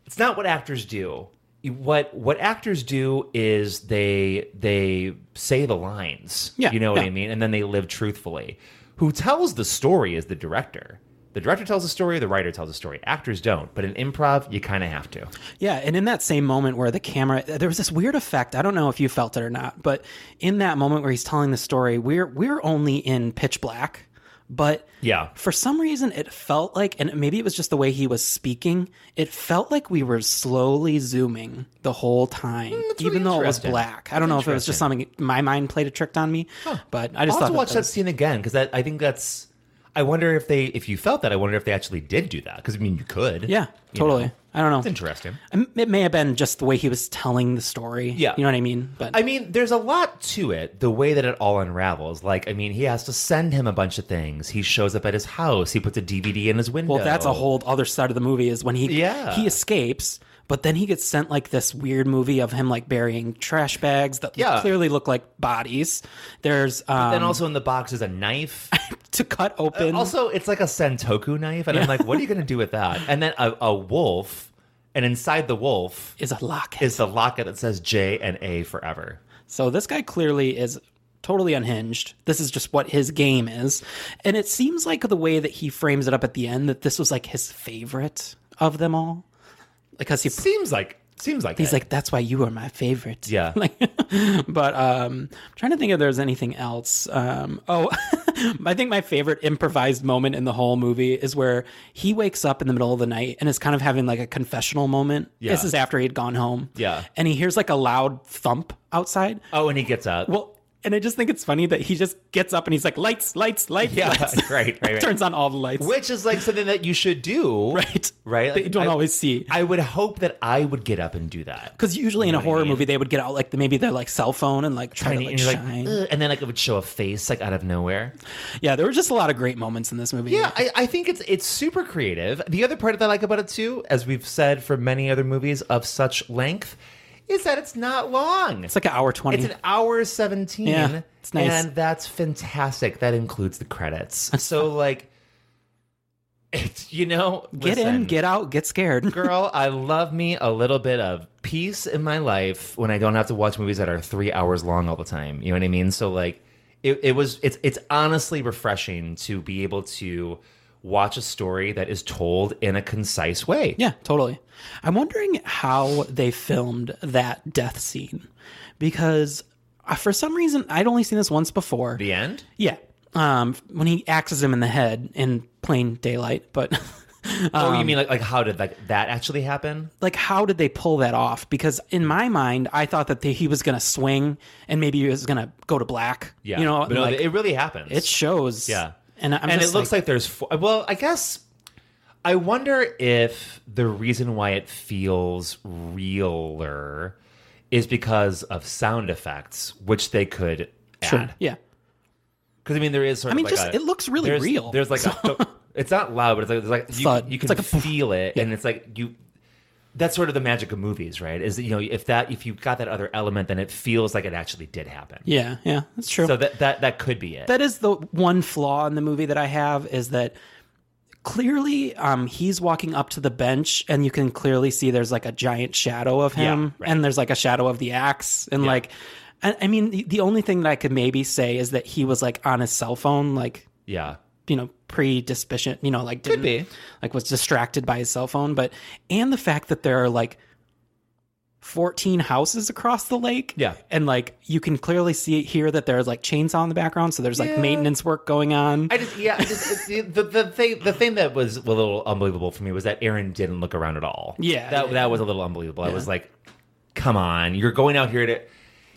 B: it's not what actors do. What, what actors do is they, they say the lines.
A: Yeah,
B: You know what
A: yeah.
B: I mean? And then they live truthfully. Who tells the story is the director. The director tells the story, the writer tells the story. Actors don't. But in improv, you kind of have to.
A: Yeah, and in that same moment where the camera, there was this weird effect. I don't know if you felt it or not, but in that moment where he's telling the story, we're we're only in pitch black, but
B: Yeah.
A: for some reason it felt like, and maybe it was just the way he was speaking, it felt like we were slowly zooming the whole time, even though it was
B: Mm, interesting.
A: black. I don't know
B: That's
A: if it was just
B: interesting.
A: something my mind played a trick on me, but I just thought
B: I'll have
A: that
B: to watch
A: that
B: that,
A: was-
B: scene again because that I think that's. I wonder if they, if you felt that, I wonder if they actually did do that because I mean you could.
A: Yeah,
B: you
A: totally.
B: know.
A: I don't know.
B: It's interesting.
A: Um, It may have been just the way he was telling the story.
B: Yeah.
A: you know what I mean. But
B: I mean, there's a lot to it. The way that it all unravels, like I mean, he has to send him a bunch of things. He shows up at his house. He puts a DVD in his window.
A: Well, that's a whole other side of the movie is when he
B: Yeah.
A: he escapes, but then he gets sent like this weird movie of him like burying trash bags that
B: Yeah.
A: clearly look like bodies. There's um,
B: But then also in the box is
A: (laughs)
B: a knife
A: to cut open.
B: also, it's like a sentoku knife, and I'm like, what are you
A: (laughs)
B: going to do with that? And then a, a wolf, and inside the wolf
A: is a locket.
B: Is the locket that says J and A forever.
A: So this guy clearly is totally unhinged. This is just what his game is. And it seems like the way that he frames it up at the end that this was like his favorite of them all. Because he
B: seems like seems like
A: he's
B: it.
A: like that's why you are my favorite.
B: Yeah.
A: (laughs) Like but um I'm trying to think if there's anything else. Um oh (laughs) I think my favorite improvised moment in the whole movie is where he wakes up in the middle of the night and is kind of having like a confessional moment.
B: Yeah.
A: This is after he'd gone home.
B: Yeah.
A: And he hears like a loud thump outside.
B: Oh, and he gets up. (laughs)
A: Well, and I just think it's funny that he just gets up and he's like, lights, lights, lights,
B: Yeah,
A: lights.
B: right, (laughs) right,
A: (laughs)
B: right.
A: Turns on all the lights.
B: Which is like something that you should do,
A: right?
B: Right?
A: That you don't always see.
B: I would hope that I would get up and do that.
A: Because usually in a horror movie, they would get out like maybe their like cell phone and like try
B: Tiny,
A: to like
B: and you're like,
A: shine.
B: "Ugh," and then like it would show a face like out of nowhere.
A: yeah, there were just a lot of great moments in this movie.
B: Yeah, I, I think it's it's super creative. The other part that I like about it too, as we've said for many other movies of such length, is that it's not long. It's
A: like an hour twenty.
B: It's an hour seventeen.
A: Yeah, it's nice.
B: and that's fantastic. That includes the credits. So like, (laughs) it's you know,
A: Get in, get out, get scared,
B: girl. I love me a little bit of peace in my life when I don't have to watch movies that are three hours long all the time. You know what I mean? So like, it, it was it's it's honestly refreshing to be able to watch a story that is told in a concise way.
A: Yeah, totally. I'm wondering how they filmed that death scene because uh, for some reason I'd only seen this once before.
B: The end?
A: Yeah. Um, when he axes him in the head in plain daylight, but (laughs)
B: oh,
A: Um,
B: you mean like like how did like that actually happen?
A: like how did they pull that off? Because in my mind, I thought that they, he was gonna swing and maybe he was gonna go to black.
B: Yeah.
A: you know,
B: But no,
A: like,
B: it really happens.
A: It shows.
B: Yeah.
A: and I'm
B: and
A: just
B: it looks like, there's four, well, I guess I wonder if the reason why it feels realer is because of sound effects, which they could
A: Sure.
B: add.
A: Yeah,
B: Because I mean, there is sort
A: I mean,
B: of like
A: just-
B: a-
A: it looks really
B: there's-
A: real. (laughs)
B: There's like a, it's not loud, but it's like, there's like you,
A: Thud.
B: you
A: It's
B: can
A: like a
B: feel it, and it's like you. That's sort of the magic of movies, right? Is that, you know if that if you got that other element, then it feels like it actually did happen.
A: yeah, yeah, that's true.
B: So that that that could be it.
A: that is the one flaw in the movie that I have is that clearly um, he's walking up to the bench and you can clearly see there's like a giant shadow of
B: Yeah,
A: him and there's like a shadow of the axe and like I, I mean the- the only thing that I could maybe say is that he was like on his cell phone like
B: yeah.
A: you know pre-dispatient you know like didn't,
B: be.
A: like was distracted by his cell phone but and the fact that there are like 14 houses across the lake
B: Yeah.
A: and like you can clearly see here that there's like chainsaw in the background so there's like
B: Yeah.
A: maintenance work going on
B: I just yeah, I just, it- the the thing the thing that was a little unbelievable for me was that Aaron didn't look around at all.
A: Yeah.
B: that that was a little unbelievable. I
A: Yeah.
B: was like, come on, you're going out here to.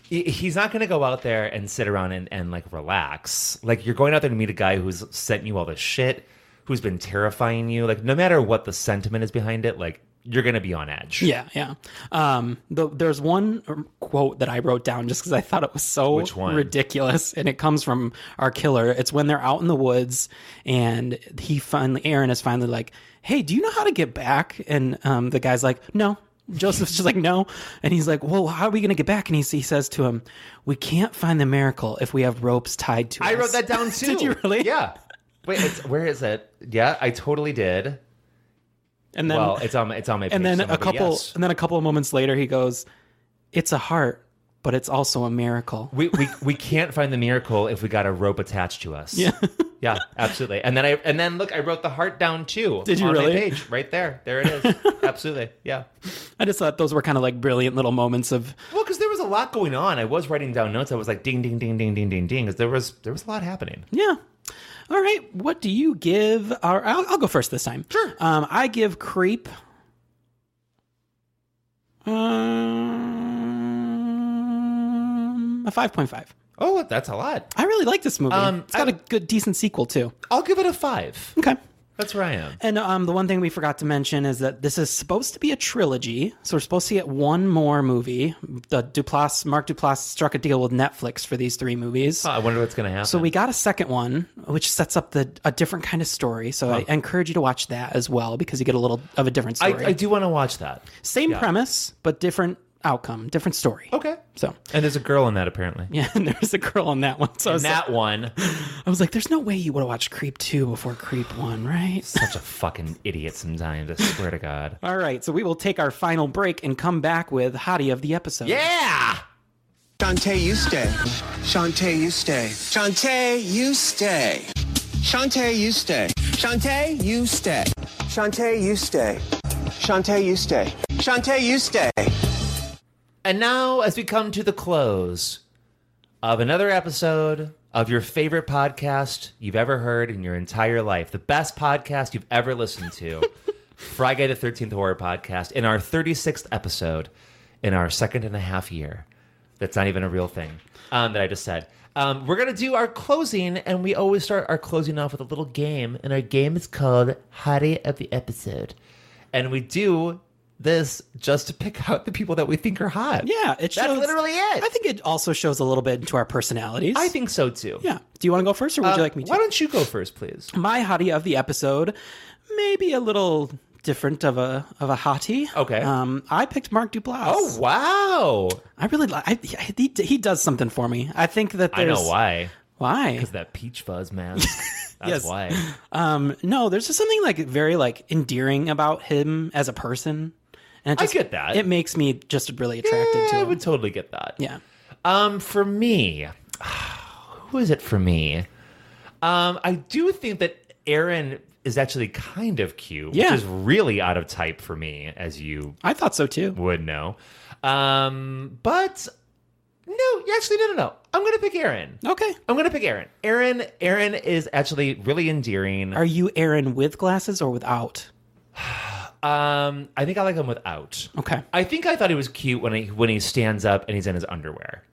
B: he- He's not going to go out there and sit around and, and like relax. Like you're going out there to meet a guy who's sent you all this shit, who's been terrifying you. Like no matter what the sentiment is behind it, like you're going to be on edge.
A: yeah yeah um the, there's one um, quote that i wrote down just because i thought it was so
B: Which one?
A: ridiculous and it comes from our killer it's when they're out in the woods and he finally aaron is finally like hey do you know how to get back and um the guy's like no joseph's just like no and he's like well how are we gonna get back and he, he says to him we can't find the miracle if we have ropes tied to
B: I
A: us
B: wrote that down
A: (laughs)
B: too.
A: Did you really?
B: Yeah. Wait, it's, where is it? Yeah, I totally did.
A: And then-
B: well, it's on my- it's on my page
A: and then
B: somewhere,
A: a
B: but
A: couple
B: yes.
A: and then a couple of moments later he goes it's a heart but it's also a miracle
B: we, we we can't find the miracle if we got a rope attached to us. Yeah, yeah, absolutely. And then I and then look, I wrote the heart down too.
A: Did you
B: on
A: really?
B: My page, right there, there
A: (laughs)
B: it is. absolutely, yeah.
A: I just thought those were kind of like brilliant little moments of
B: Well, because there was a lot going on. I was writing down notes. I was like, ding, ding, ding, ding, ding, ding, ding. Because there was there was a lot happening.
A: yeah. All right, what do you give? Our, I'll, I'll go first this time. Sure. Um, I give Creep. Um, a five point five.
B: Oh, that's a lot.
A: I really like this movie.
B: Um,
A: it's got a good, decent sequel too.
B: I'll give it a five.
A: Okay.
B: That's where I am.
A: And um, the one thing we forgot to mention is that this is supposed to be a trilogy, so we're supposed to get one more movie. The Duplass, Mark Duplass, struck a deal with Netflix for these three movies.
B: Oh, I wonder what's gonna happen.
A: So we got a second one, which sets up the a different kind of story. So I encourage you to watch that as well because you get a little of a different
B: I,
A: story.
B: I do want to watch that.
A: Same
B: Yeah.
A: premise, but different outcome, different story.
B: Okay.
A: So (laughs)
B: And there's a girl in that apparently.
A: yeah, and there's a girl on that one. So I
B: And
A: was,
B: that
A: like,
B: one,
A: I was like, there's no way you would have watched Creep two before Creep one, right?
B: such a fucking idiot sometimes. I swear to God.
A: (laughs) All right, so we will take our final break and come back with hottie of the episode.
B: Yeah.
Q: Shantae, you stay. Shantae, you stay. Shantae, you stay. Shantae, you stay. Shantae, you stay. Shantae, you stay. Shantae, you stay. Shantae, you stay.
B: And now, as we come to the close of another episode of your favorite podcast you've ever heard in your entire life, the best podcast you've ever listened to, Friday the 13th Horror Podcast, in our 36th episode in our second and a half year. That's not even a real thing um, that I just said. Um, we're going to do our closing, and we always start our closing off with a little game, and our game is called Hottie of the Episode. And we do this just to pick (laughs) out the people that we think are hot.
A: Yeah, it
B: That's
A: shows,
B: literally it.
A: I think it also shows a little bit into our personalities. Uh,
B: I think so too.
A: Yeah. Do you want to go first, or would
B: Um,
A: you like me to? Oh,
B: Why don't you go first, please?
A: My hottie of the episode, maybe a little different of a of a hottie.
B: Okay.
A: Um, I picked Mark Duplass.
B: Oh wow!
A: I really like. I, he he does something for me. I think that
B: I
A: there's
B: know why.
A: Why?
B: Because that peach
A: (laughs)
B: fuzz mask.
A: Yes.
B: That's why.
A: Um, no, there's just something like very like endearing about him as a person. And it
B: I
A: just,
B: get that.
A: It makes me just really attracted to
B: I
A: him.
B: would totally get that.
A: Yeah.
B: Um, for me, (sighs) who is it for me? Um, I do think that Aaron is actually kind of cute,
A: Yeah.
B: which is really out of type for me, as you
A: I thought so too.
B: would know. Um, but no, actually, no, no, no. I'm gonna pick Aaron.
A: Okay,
B: I'm gonna pick Aaron. Aaron, Aaron is actually really endearing.
A: Are you Aaron with glasses or without?
B: Um, I think I like him without.
A: Okay.
B: I think I thought he was cute when he when he stands up and he's in his underwear.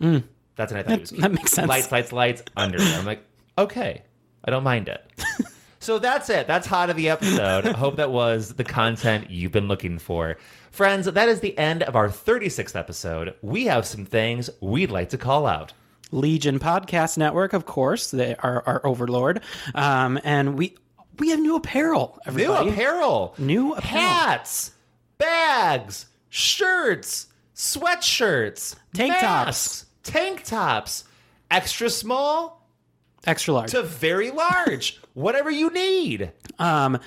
A: Mm.
B: That's when I thought
A: That-
B: he was cute.
A: that makes sense.
B: Lights, lights, lights, underwear. I'm like, okay, I don't
A: (laughs)
B: mind it. so that's it. That's hot of the episode. I hope that was the content you've been looking for. Friends, that is the end of our 36th episode. We have some things we'd like to call out.
A: Legion Podcast Network, of course, they are our overlord. Um, and we we have new apparel. Everybody.
B: New apparel.
A: New apparel.
B: Hats, bags, shirts, sweatshirts,
A: Tank
B: masks, tank tops, extra small
A: extra large
B: to
A: (laughs)
B: very large, whatever you need.
A: Um,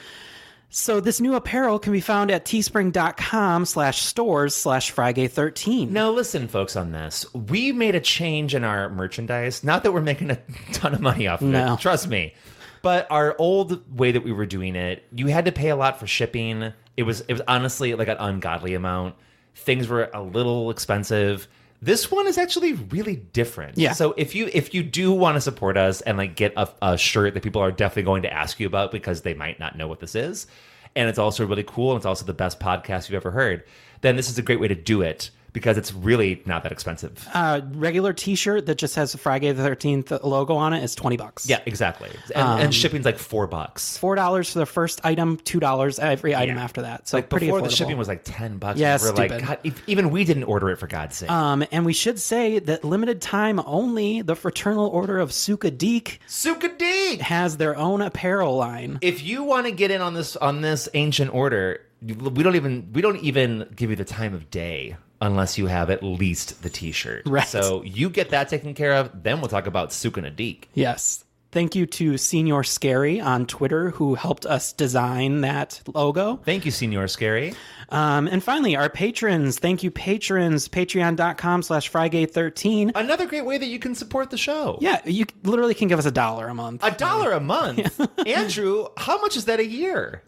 A: so this new apparel can be found at teespring.com slash stores slash Friday13.
B: Now, listen, folks, on this, we made a change in our merchandise. Not that we're making a ton of money off of
A: No.
B: it, trust me. But our old way that we were doing it, you had to pay a lot for shipping. It was it was honestly like an ungodly amount. Things were a little expensive. This one is actually really different.
A: Yeah.
B: So if you if you do want to support us and like get a, a shirt that people are definitely going to ask you about because they might not know what this is, and it's also really cool and it's also the best podcast you've ever heard, then this is a great way to do it because it's really not that expensive.
A: Uh, regular t-shirt that just has the Friday the 13th logo on it is 20 bucks.
B: Yeah, exactly. And,
A: Um,
B: and shipping's like four bucks.
A: Four dollars for the first item, two dollars every item
B: Yeah.
A: after that. So
B: like
A: pretty
B: before
A: affordable.
B: the shipping was like ten bucks.
A: Yeah,
B: we were like,
A: stupid.
B: God, if, even we didn't order it for God's sake.
A: Um, and we should say that limited time only, the Fraternal Order of Suka Deek
B: Suka Deek
A: has their own apparel line.
B: if you want to get in on this on this ancient order, you- we don't even we don't even give you the time of day unless you have at least the T-shirt.
A: Right.
B: So you get that taken care of. Then we'll talk about Sukanadik.
A: Yes. Thank you to Senior Scary on Twitter who helped us design that logo.
B: Thank you, Senior Scary.
A: Um, and finally, our patrons. Thank you, patrons. Patreon.com slash Frygate13.
B: Another great way that you can support the show.
A: Yeah, you c- literally can give us a dollar a month.
B: A dollar
A: (laughs)
B: a month, Andrew. How much is that a year?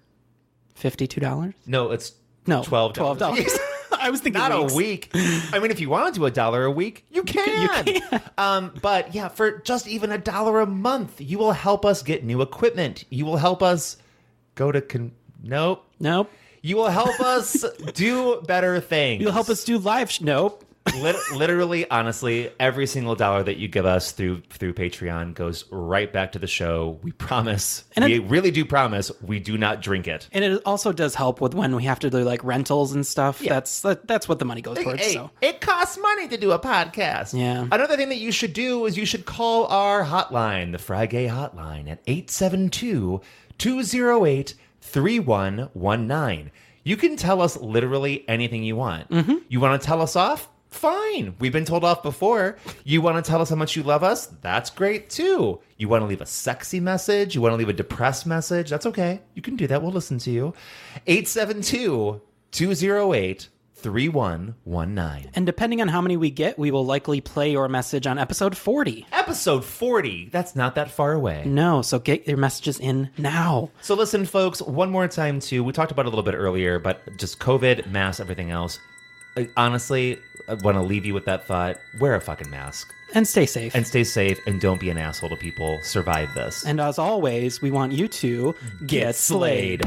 A: $52?
B: No, it's
A: No, (laughs)
B: twelve
A: $12. I was thinking
B: not
A: weeks.
B: a week. I mean, if you want to do a dollar a week, you can.
A: (laughs)
B: Um, but yeah, for just even a dollar a month, you will help us get new equipment. You will help us go to con- nope,
A: nope.
B: You will
A: (laughs)
B: help us do better things.
A: You'll help us do live. Sh- nope.
B: Lit- literally, honestly, every single dollar that you give us through through Patreon goes right back to the show. We promise.
A: And
B: we really do promise. We do not drink it.
A: And it also does help with when we have to do like rentals and stuff. That's that, that's what the money goes towards.
B: Hey,
A: So
B: it costs money to do a podcast.
A: Yeah.
B: Another thing that you should do is you should call our hotline, the Friday hotline at 872 208 3119. You can tell us literally anything you want. You want to tell us off? Fine. We've been told off before. You want to tell us how much you love us? That's great too. You want to leave a sexy message? You want to leave a depressed message? That's okay. You can do that. We'll listen to you. 872 208 3119.
A: and depending on how many we get, we will likely play your message on episode forty.
B: Episode 40. That's not that far away.
A: No, so get your messages in now.
B: So listen, folks, one more time too. We talked about it a little bit earlier, but just COVID, masks, everything else. I honestly, I want to leave you with that thought. Wear a fucking mask
A: And stay safe.
B: and stay safe and don't be an asshole to people. Survive this.
A: And as always, we want you to
B: Get slayed.